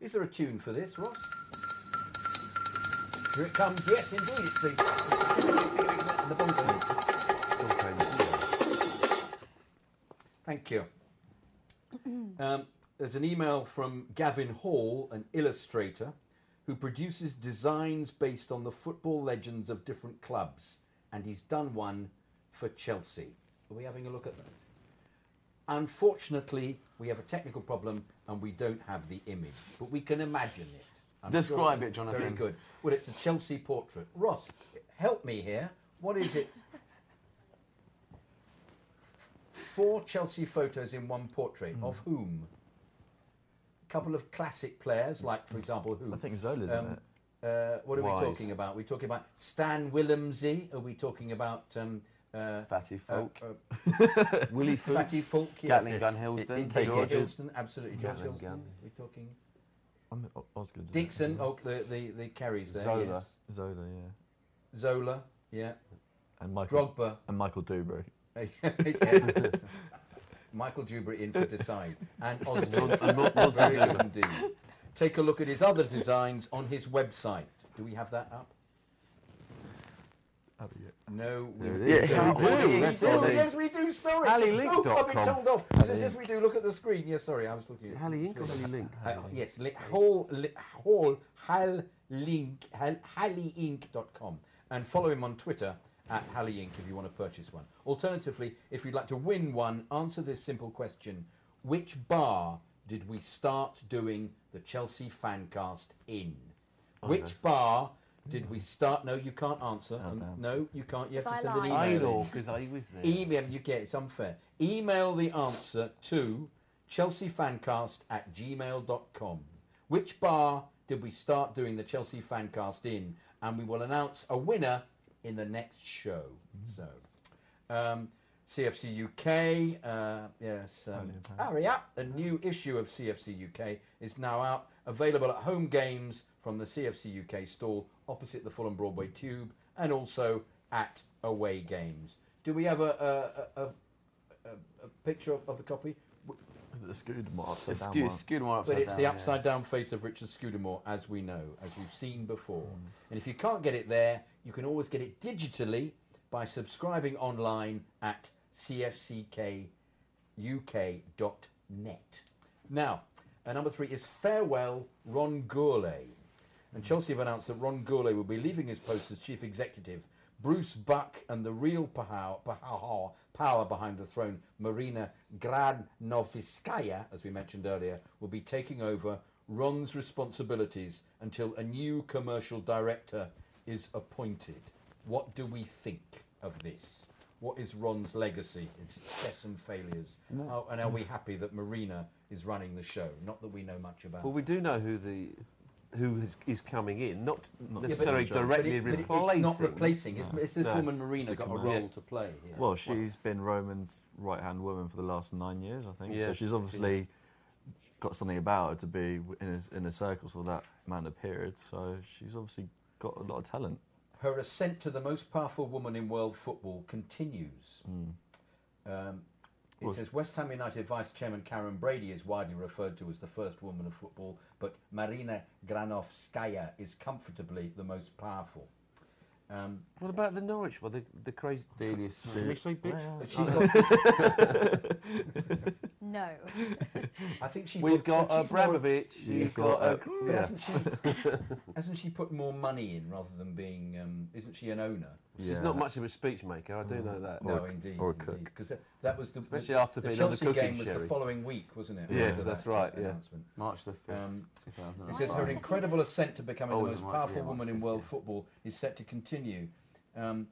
Is there a tune for this, Ross? Here it comes. Yes, indeed, it's the, the bongo. Thank you. Um, there's an email from Gavin Hall, an illustrator, who produces designs based on the football legends of different clubs, and he's done one for Chelsea. Are we having a look at that? Unfortunately, we have a technical problem and we don't have the image, but we can imagine it. Describe it's it, Jonathan. Very good. Well, it's a Chelsea portrait. Ross, help me here. What is it? Four Chelsea photos in one portrait. Of whom? A couple of classic players, like, for example, who? I think Zola's in it. Uh, what are Wise. we talking about? We're talking about Stan Willemsey. Are we talking about um, uh, Fatty Folk. Willie Willie Folk. Fatty Folk. Yes. Gatling Gun Hillsden. It- it- George. Hillsden, absolutely. George Gatling Hillsden. Gun. We're talking I'm, I was gonna do that. Dixon. Oh, the the, the carries there. Zola. Yes. Zola, yeah. Zola. Yeah. And Michael Drogba. And Michael Dubry. Yeah. Michael Dubry in for Decide and Osgood. And Mon- Monty Very Zola. good indeed. Take a look at his other designs on his website. Do we have that up? No, we There don't. it is. Yeah, Oh, we do. yes, That's we all do. it is. Yes, we do. Sorry. Hallilink.com. Oh, I've been told off. So Hallilink. Since we do look at the screen. Yes, sorry, I was looking at Hallilink or Hallilink? Uh, yes, li- whole, li- whole, Hallilink, Hal- Hallilink.com. And follow him on Twitter at Hallilink if you want to purchase one. Alternatively, if you'd like to win one, answer this simple question Which bar did we start doing the Chelsea fancast in? I Which know. bar did we start? No, you can't answer. Um, Oh, damn. no, you can't. You have to Because I send an email. lied. I in. know, 'cause I was there. Email, you get it's unfair. Email the answer to chelseafancast at gmail.com. Which bar did we start doing the Chelsea fancast in? And we will announce a winner in the next show. So, um, CFC UK, uh, yes, um, hurry up. A new issue of CFC UK is now out, available at home games from the CFC UK stall opposite the Fulham Broadway Tube and also at away games. Do we have a, a, a, a, a picture of, of the copy? The Scudamore upside It's down Scu- one. Scudamore upside But it's down, the yeah. upside down face of Richard Scudamore, as we know, as we've seen before. And if you can't get it there, you can always get it digitally by subscribing online at cfckuk.net. Now, uh, number three is Farewell Ron Gourlay. And Chelsea have announced that Ron Gourlay will be leaving his post as chief executive. Bruce Buck and the real pow- pow- power behind the throne, Marina Granovskaya, as we mentioned earlier, will be taking over Ron's responsibilities until a new commercial director is appointed. What do we think of this? What is Ron's legacy, his success and failures? How- and are we happy that Marina is running the show? Not that we know much about. Well, we do know who the who is, is coming in, not Yeah, necessarily but- but it- directly but it- it's replacing. not replacing. It's, No. it's this No. woman Marina got a role Yeah. to play. here. Well, she's been Roman's right hand woman for the last nine years, I think. Yeah, so she's she obviously got something about her to be w- in a, in a circle for that amount of period. So she's obviously got a lot of talent. Her ascent to the most powerful woman in world football continues. Um, it Well- says West Ham United Vice Chairman Karen Brady is widely referred to as the first woman of football, but Marina Granovskaya is comfortably the most powerful. Um, What about the Norwich? Well, the the crazy. Daily Did we say bitch? She Oh, got. No. I think she. We've put- got uh, but she's more- Abramovich. You've got. uh, a- But yeah. hasn't, she, hasn't she put more money in rather than being? Um, isn't she an owner? She's not much of a speech maker. I do know that. No, indeed. Because that, that was the Especially the, after the being on the Chelsea cooking game was the sherry. following week, wasn't it? Yes, after that's that uh, right, yeah. announcement. March the 5th. Um, Um, it says her incredible ascent to becoming Oh, the it most might be, powerful yeah, woman in world football is set to continue. Um,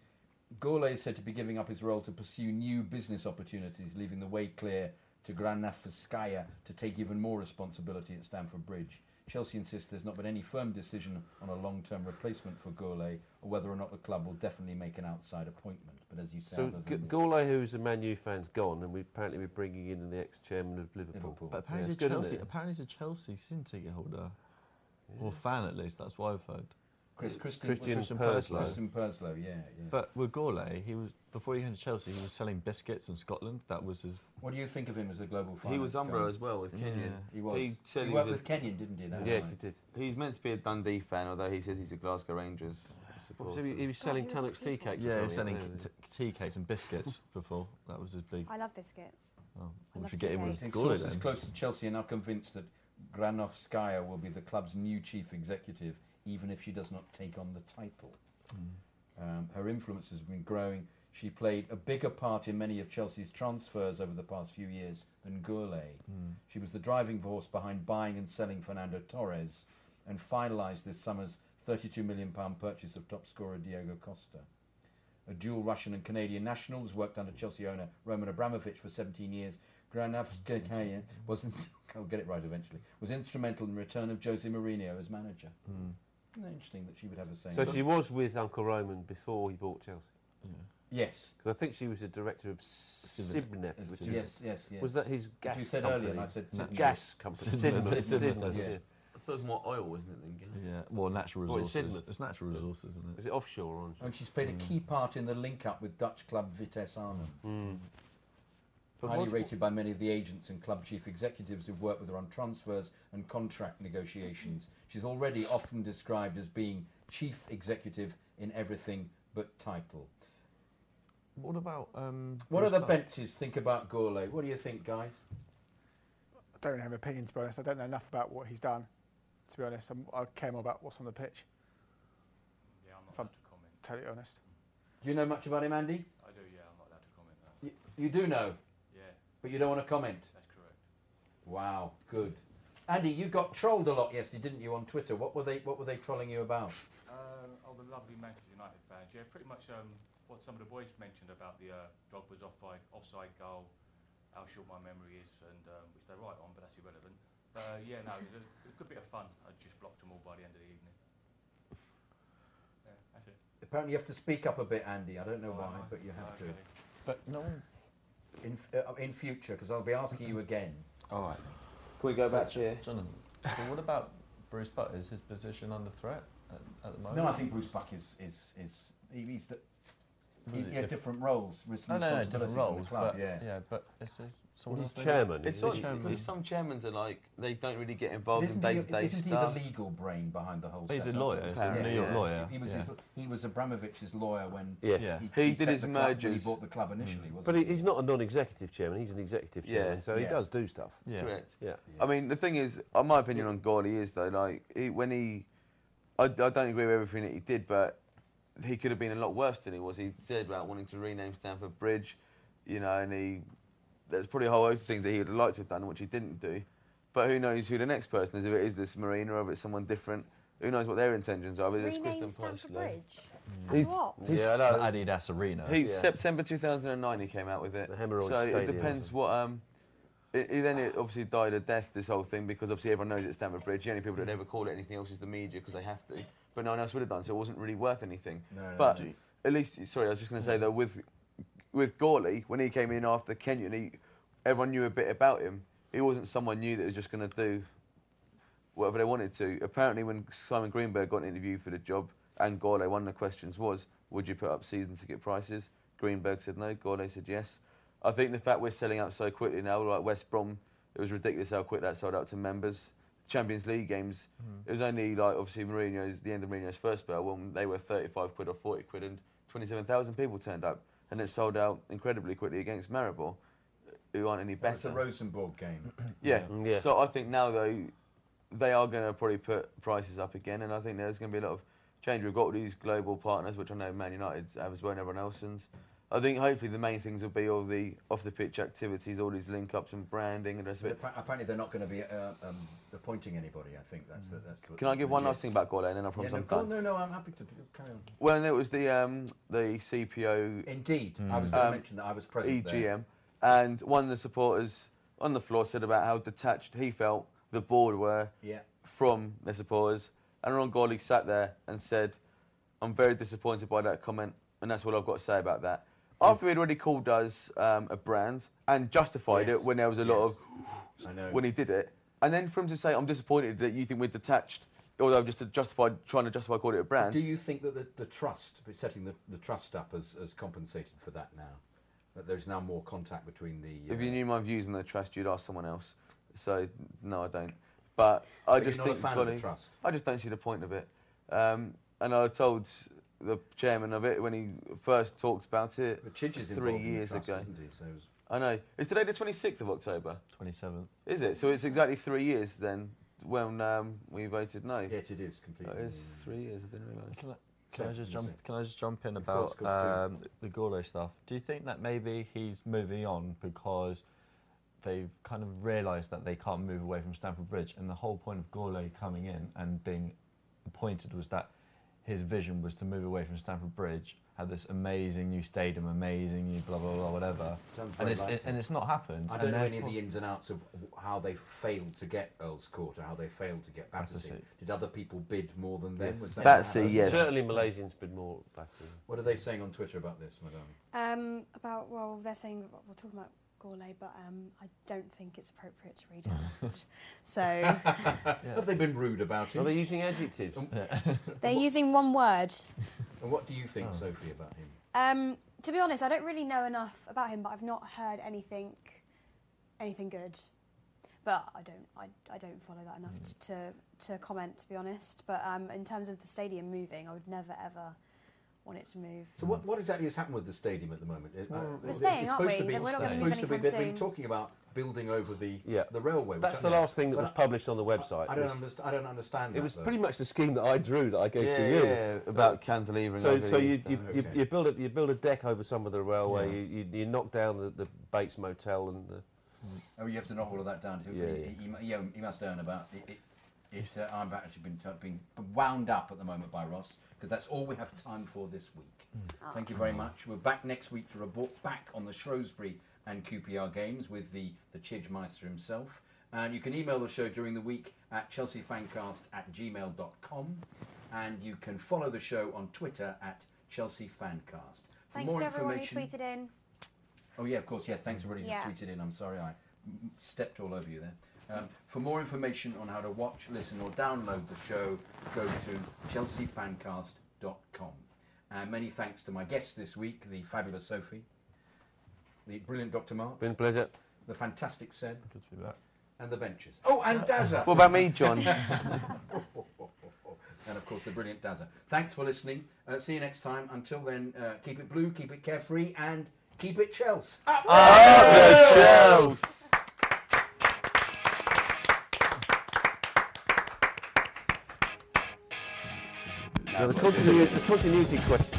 Gourlay is said to be giving up his role to pursue new business opportunities, leaving the way clear to Granafaskaya to take even more responsibility at Stamford Bridge. Chelsea insists there's not been any firm decision on a long-term replacement for Gourlay or whether or not the club will definitely make an outside appointment. But as you say, So other than G- this- Gourlay, who's a Man U fan's gone, and we apparently we're bringing in the ex-chairman of Liverpool. But apparently, it's good, isn't Chelsea, it? apparently it's a Chelsea season ticket holder. Or fan, at least. That's what I've heard. Chris, Christian, Christian Christian Perslow. Christian Perslow, yeah, yeah. But with Gourlay, he was before he came to Chelsea, he was selling biscuits in Scotland. That was his. What do you think of him as a global He finance was guy? Umbro as well with Kenyan. He was. He, said he worked was- with Kenyon, didn't he? That Yes, guy? he did. He's meant to be a Dundee fan, although he says he's a Glasgow Rangers supporter. so he- he was Oh, selling he was Tulloch's tea tea cakes or Yeah, he was something, selling wasn't t- tea cakes and biscuits before. That was his big. I love biscuits. Oh, I we love should get him tea with cakes. His Gourlay sources then. close to Chelsea are now convinced that Granovskaya will be the club's new chief executive, even if she does not take on the title. Mm. Um, her influence has been growing. She played a bigger part in many of Chelsea's transfers over the past few Hmm. years than Gourlay. She was the driving force behind buying and selling Fernando Torres and finalised this summer's £32 million purchase of top scorer Diogo Costa. A dual Russian and Canadian national who's worked under Chelsea owner Roman Abramovich for 17 years, Granovskaya was ins- I'll get it right eventually. Was instrumental in the return of Jose Mourinho as manager. Isn't that interesting that she would have a say? in So that? she was with Uncle Roman before he bought Chelsea. Yes. because I think she was the director of Sibnef, which is Yes, yes, yes. was that his Which gas you said company? earlier, and I said No, Sibnef. gas company. Sibnef. Sibnef, Sibnef, Sibnef, yes. yeah. I thought it was more oil, wasn't it, than gas? Yeah, well, natural Well, it's resources. Sydney. it's, natural resources, isn't it? Mm. Is it offshore or onshore? And she's played a key part in the link up with Dutch club Vitesse Arnhem. Mm. But Highly what's- rated by many of the agents and club chief executives who've worked with her on transfers and contract negotiations. She's already often described as being chief executive in everything but title. What about um? What other Restart? benches think about Gourlay? What do you think, guys? I don't have an opinion, to be honest. I don't know enough about what he's done, to be honest. I'm, I care more about what's on the pitch. Yeah, I'm not If I'm allowed to comment. totally honest. Do you know much about him, Andy? I do, yeah, I'm not allowed to comment. No. You, you do know, Yeah, but you don't want to comment. that's correct. Wow, good. Andy, you got trolled a lot yesterday, didn't you, on Twitter? What were they? What were they trolling you about? Uh, oh, the lovely Manchester United fans. Yeah, pretty much um, what some of the boys mentioned about the uh, Drogba's off by offside goal, how short my memory is, and um, which they're right on, but that's irrelevant. Uh, yeah, no, it was a, it was a good bit of fun. I just blocked them all by the end of the evening. Yeah, that's it. Apparently, you have to speak up a bit, Andy. I don't know Oh, why, am I? but you have to. Okay. But no. In f- uh, in future, because I'll be asking you again. All right. Can we go back to Jonathan, so what about Bruce Butt? Is his position under threat at, at the moment? No, I think Bruce Buck is is is he, he's the. Was He, it he had diff- different roles, res- No, no, no, responsibilities different in roles. the club. but, yeah, yeah, but it's a, someone He's else doing it? chairman, It's isn't odd, he? because some chairmans are like they don't really get involved Isn't, in he, day to day isn't he the stuff. legal brain behind the whole? He's a setup? lawyer, he's a New York yeah. lawyer, He, he was his, he was Abramovich's lawyer when Yes. he, Yeah. he, He did set his the club when he mergers. Mm. bought the club Mm. initially. Wasn't But he, he's not a non-executive chairman. He's an executive Yeah. chairman, so he Yeah. does do stuff. Yeah. Correct. Yeah. I mean, the thing is, uh, my opinion on Gordy is though, like he, when he, I, I don't agree with everything that he did, but he could have been a lot worse than he was. He said about wanting to rename Stamford Bridge, you know, and he there's probably a whole host of things that he would have liked to have done, which he didn't do. But who knows who the next person is? If it is this Marina, or if it's someone different, who knows what their intentions are? Whether it's Rename Kristen Stamford Presley. Mm. Bridge. As He's- what? Yeah, I know. Adidas Arena. He's Yeah. September 2009. He came out with it. The Hemorrhoid So it Stadium. depends what. Um, it, it- then it obviously died a death. This whole thing because obviously everyone knows it's Stamford Bridge. The only Hmm. people that ever call it anything else is the media because they have to. But no one else would have done. So it wasn't really worth anything. No, no, but no. at least, sorry, I was just going to say though with with Gawley when he came in after Kenyon, he, everyone knew a bit about him. He wasn't someone new that was just going to do whatever they wanted to. Apparently, when Simon Greenberg got an interview for the job and Gourlay, one of the questions was, would you put up season ticket prices? Greenberg said no. Gourlay said yes. I think the fact we're selling out so quickly now, like West Brom, it was ridiculous how quick that sold out to members. Champions League games, it was only like obviously Mourinho's the end of Mourinho's first spell when they were 35 quid or 40 quid and 27,000 people turned up and it sold out incredibly quickly against Maribor, who aren't any better. That's a Rosenborg game. Yeah. Mm, yeah. So I think now though, they are going to probably put prices up again, and I think there's going to be a lot of change. We've got all these global partners, which I know Man United have as well, and everyone else's. I think hopefully the main things will be all the off the pitch activities, all these link ups and branding and the rest of it. Appa- Apparently, they're not going to be uh, um, appointing anybody. I think that's the, that's. what Can I the- give the one gist- last thing about Gola and then I Yeah, promise no, I'm go on, done? no, no, I'm happy to carry on. Well, and it was the um, the CPO. Indeed, I Mm. was Um, gonna mention that I was present there. EGM, E and one of the supporters on the floor said about how detached he felt the board were Yeah. from their supporters. And Ron Gawley sat there and said, "I'm very disappointed by that comment, and that's all I've got to say about that." Mm. After he'd already called us um, a brand and justified Yes. it when there was a lot Yes. of I know. when he did it. And then for him to say, I'm disappointed that you think we're detached, although just to justify, trying to justify calling it a brand. Do you think that the, the trust, setting the, the trust up, has, has compensated for that now? That there's now more contact between the. If you knew my views on the trust, you'd ask someone else. So no, I don't. But I But you're just not a think fan of the Golly- trust? I just don't see the point of it. Um, and I told the chairman of it when he first talked about it But Chidge is three involved in the years trust, ago. isn't he? So it's- I know. Is today the 26th of October? 27th. Is it? So it's exactly three years then when um, we voted no. Yes, it is completely. Oh, it is three years. I didn't realise. Can I, can I Seven, just isn't jump? it? Can I just jump in Of course, about of course, um, the Gordo stuff? Do you think that maybe he's moving on because they've kind of realised that they can't move away from Stamford Bridge. And the whole point of Gourlay coming in and being appointed was that his vision was to move away from Stamford Bridge, have this amazing new stadium, amazing new blah blah blah whatever. uh, Sounds and very it's likely. and it's not happened. I And don't know any therefore- of the ins and outs of how they failed to get Earl's Court or how they failed to get Battersea. Battersea. Did other people bid more than them? Yes. Was that Battersea, yes. Certainly Malaysians bid more Battersea. What are they saying on Twitter about this, madame? Um, about well, they're saying we're talking about Gourlay, but um, I don't think it's appropriate to read out. so Have they been rude about it? Are they using adjectives? they're using one word. And what do you Oh. think, Sophie, about him? Um, to be honest, I don't really know enough about him, but I've not heard anything, anything good. But I don't, I, I don't follow that enough to, to to comment. To be honest, but um, in terms of the stadium moving, I would never ever want it to move. So what, what exactly is happening with the stadium at the moment? It- Well, We're it's staying, aren't supposed we? to be- We're not gonna it's move supposed to be- anytime They've been soon. talking about building over the the railway. which That's I- the last thing that but was I- published on the website. I It don't was- understand. I don't understand. It that, was though. pretty much the scheme that I drew that I gave Yeah, to you yeah, about cantilever and So, all so these you, you, things. you, Okay. you build a you build a deck over some of the railway. Yeah. You, you, you knock down the, the Bates Motel and the. Oh, you have to knock all of that down. Too. Yeah, he, He, he, mu- yeah, he must earn about. It, it, it's, uh, I've actually been, t- been wound up at the moment by Ross because that's all we have time for this week. Ah. Thank you very much. We're back next week to report back on the Shrewsbury and QPR games with the, the Chidgemeister himself. And you can email the show during the week at chelseafancast at gmail.com. And you can follow the show on Twitter at Chelsea Fancast. For Thanks more to everyone who information- tweeted in. Oh yeah, of course. Yeah, thanks everybody Yeah. who tweeted in. I'm sorry I m- stepped all over you there. Um, for more information on how to watch, listen, or download the show, go to chelseafancast.com. And many thanks to my guests this week: the fabulous Sophie, the brilliant Dr. Mark, been a pleasure, the fantastic Seb, good to be back, and the benches. Oh, and Dazza. What about me, John? and of course the brilliant Dazza. Thanks for listening. Uh, see you next time. Until then, uh, keep it blue, keep it carefree, and keep it Chelsea. Up the Chels! Now, the, continu- the continuity question.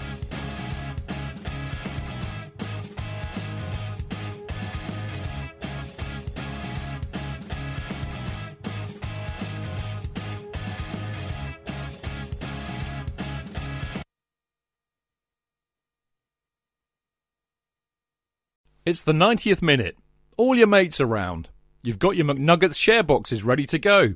It's the 90th minute. All your mates around. You've got your McNuggets share boxes ready to go.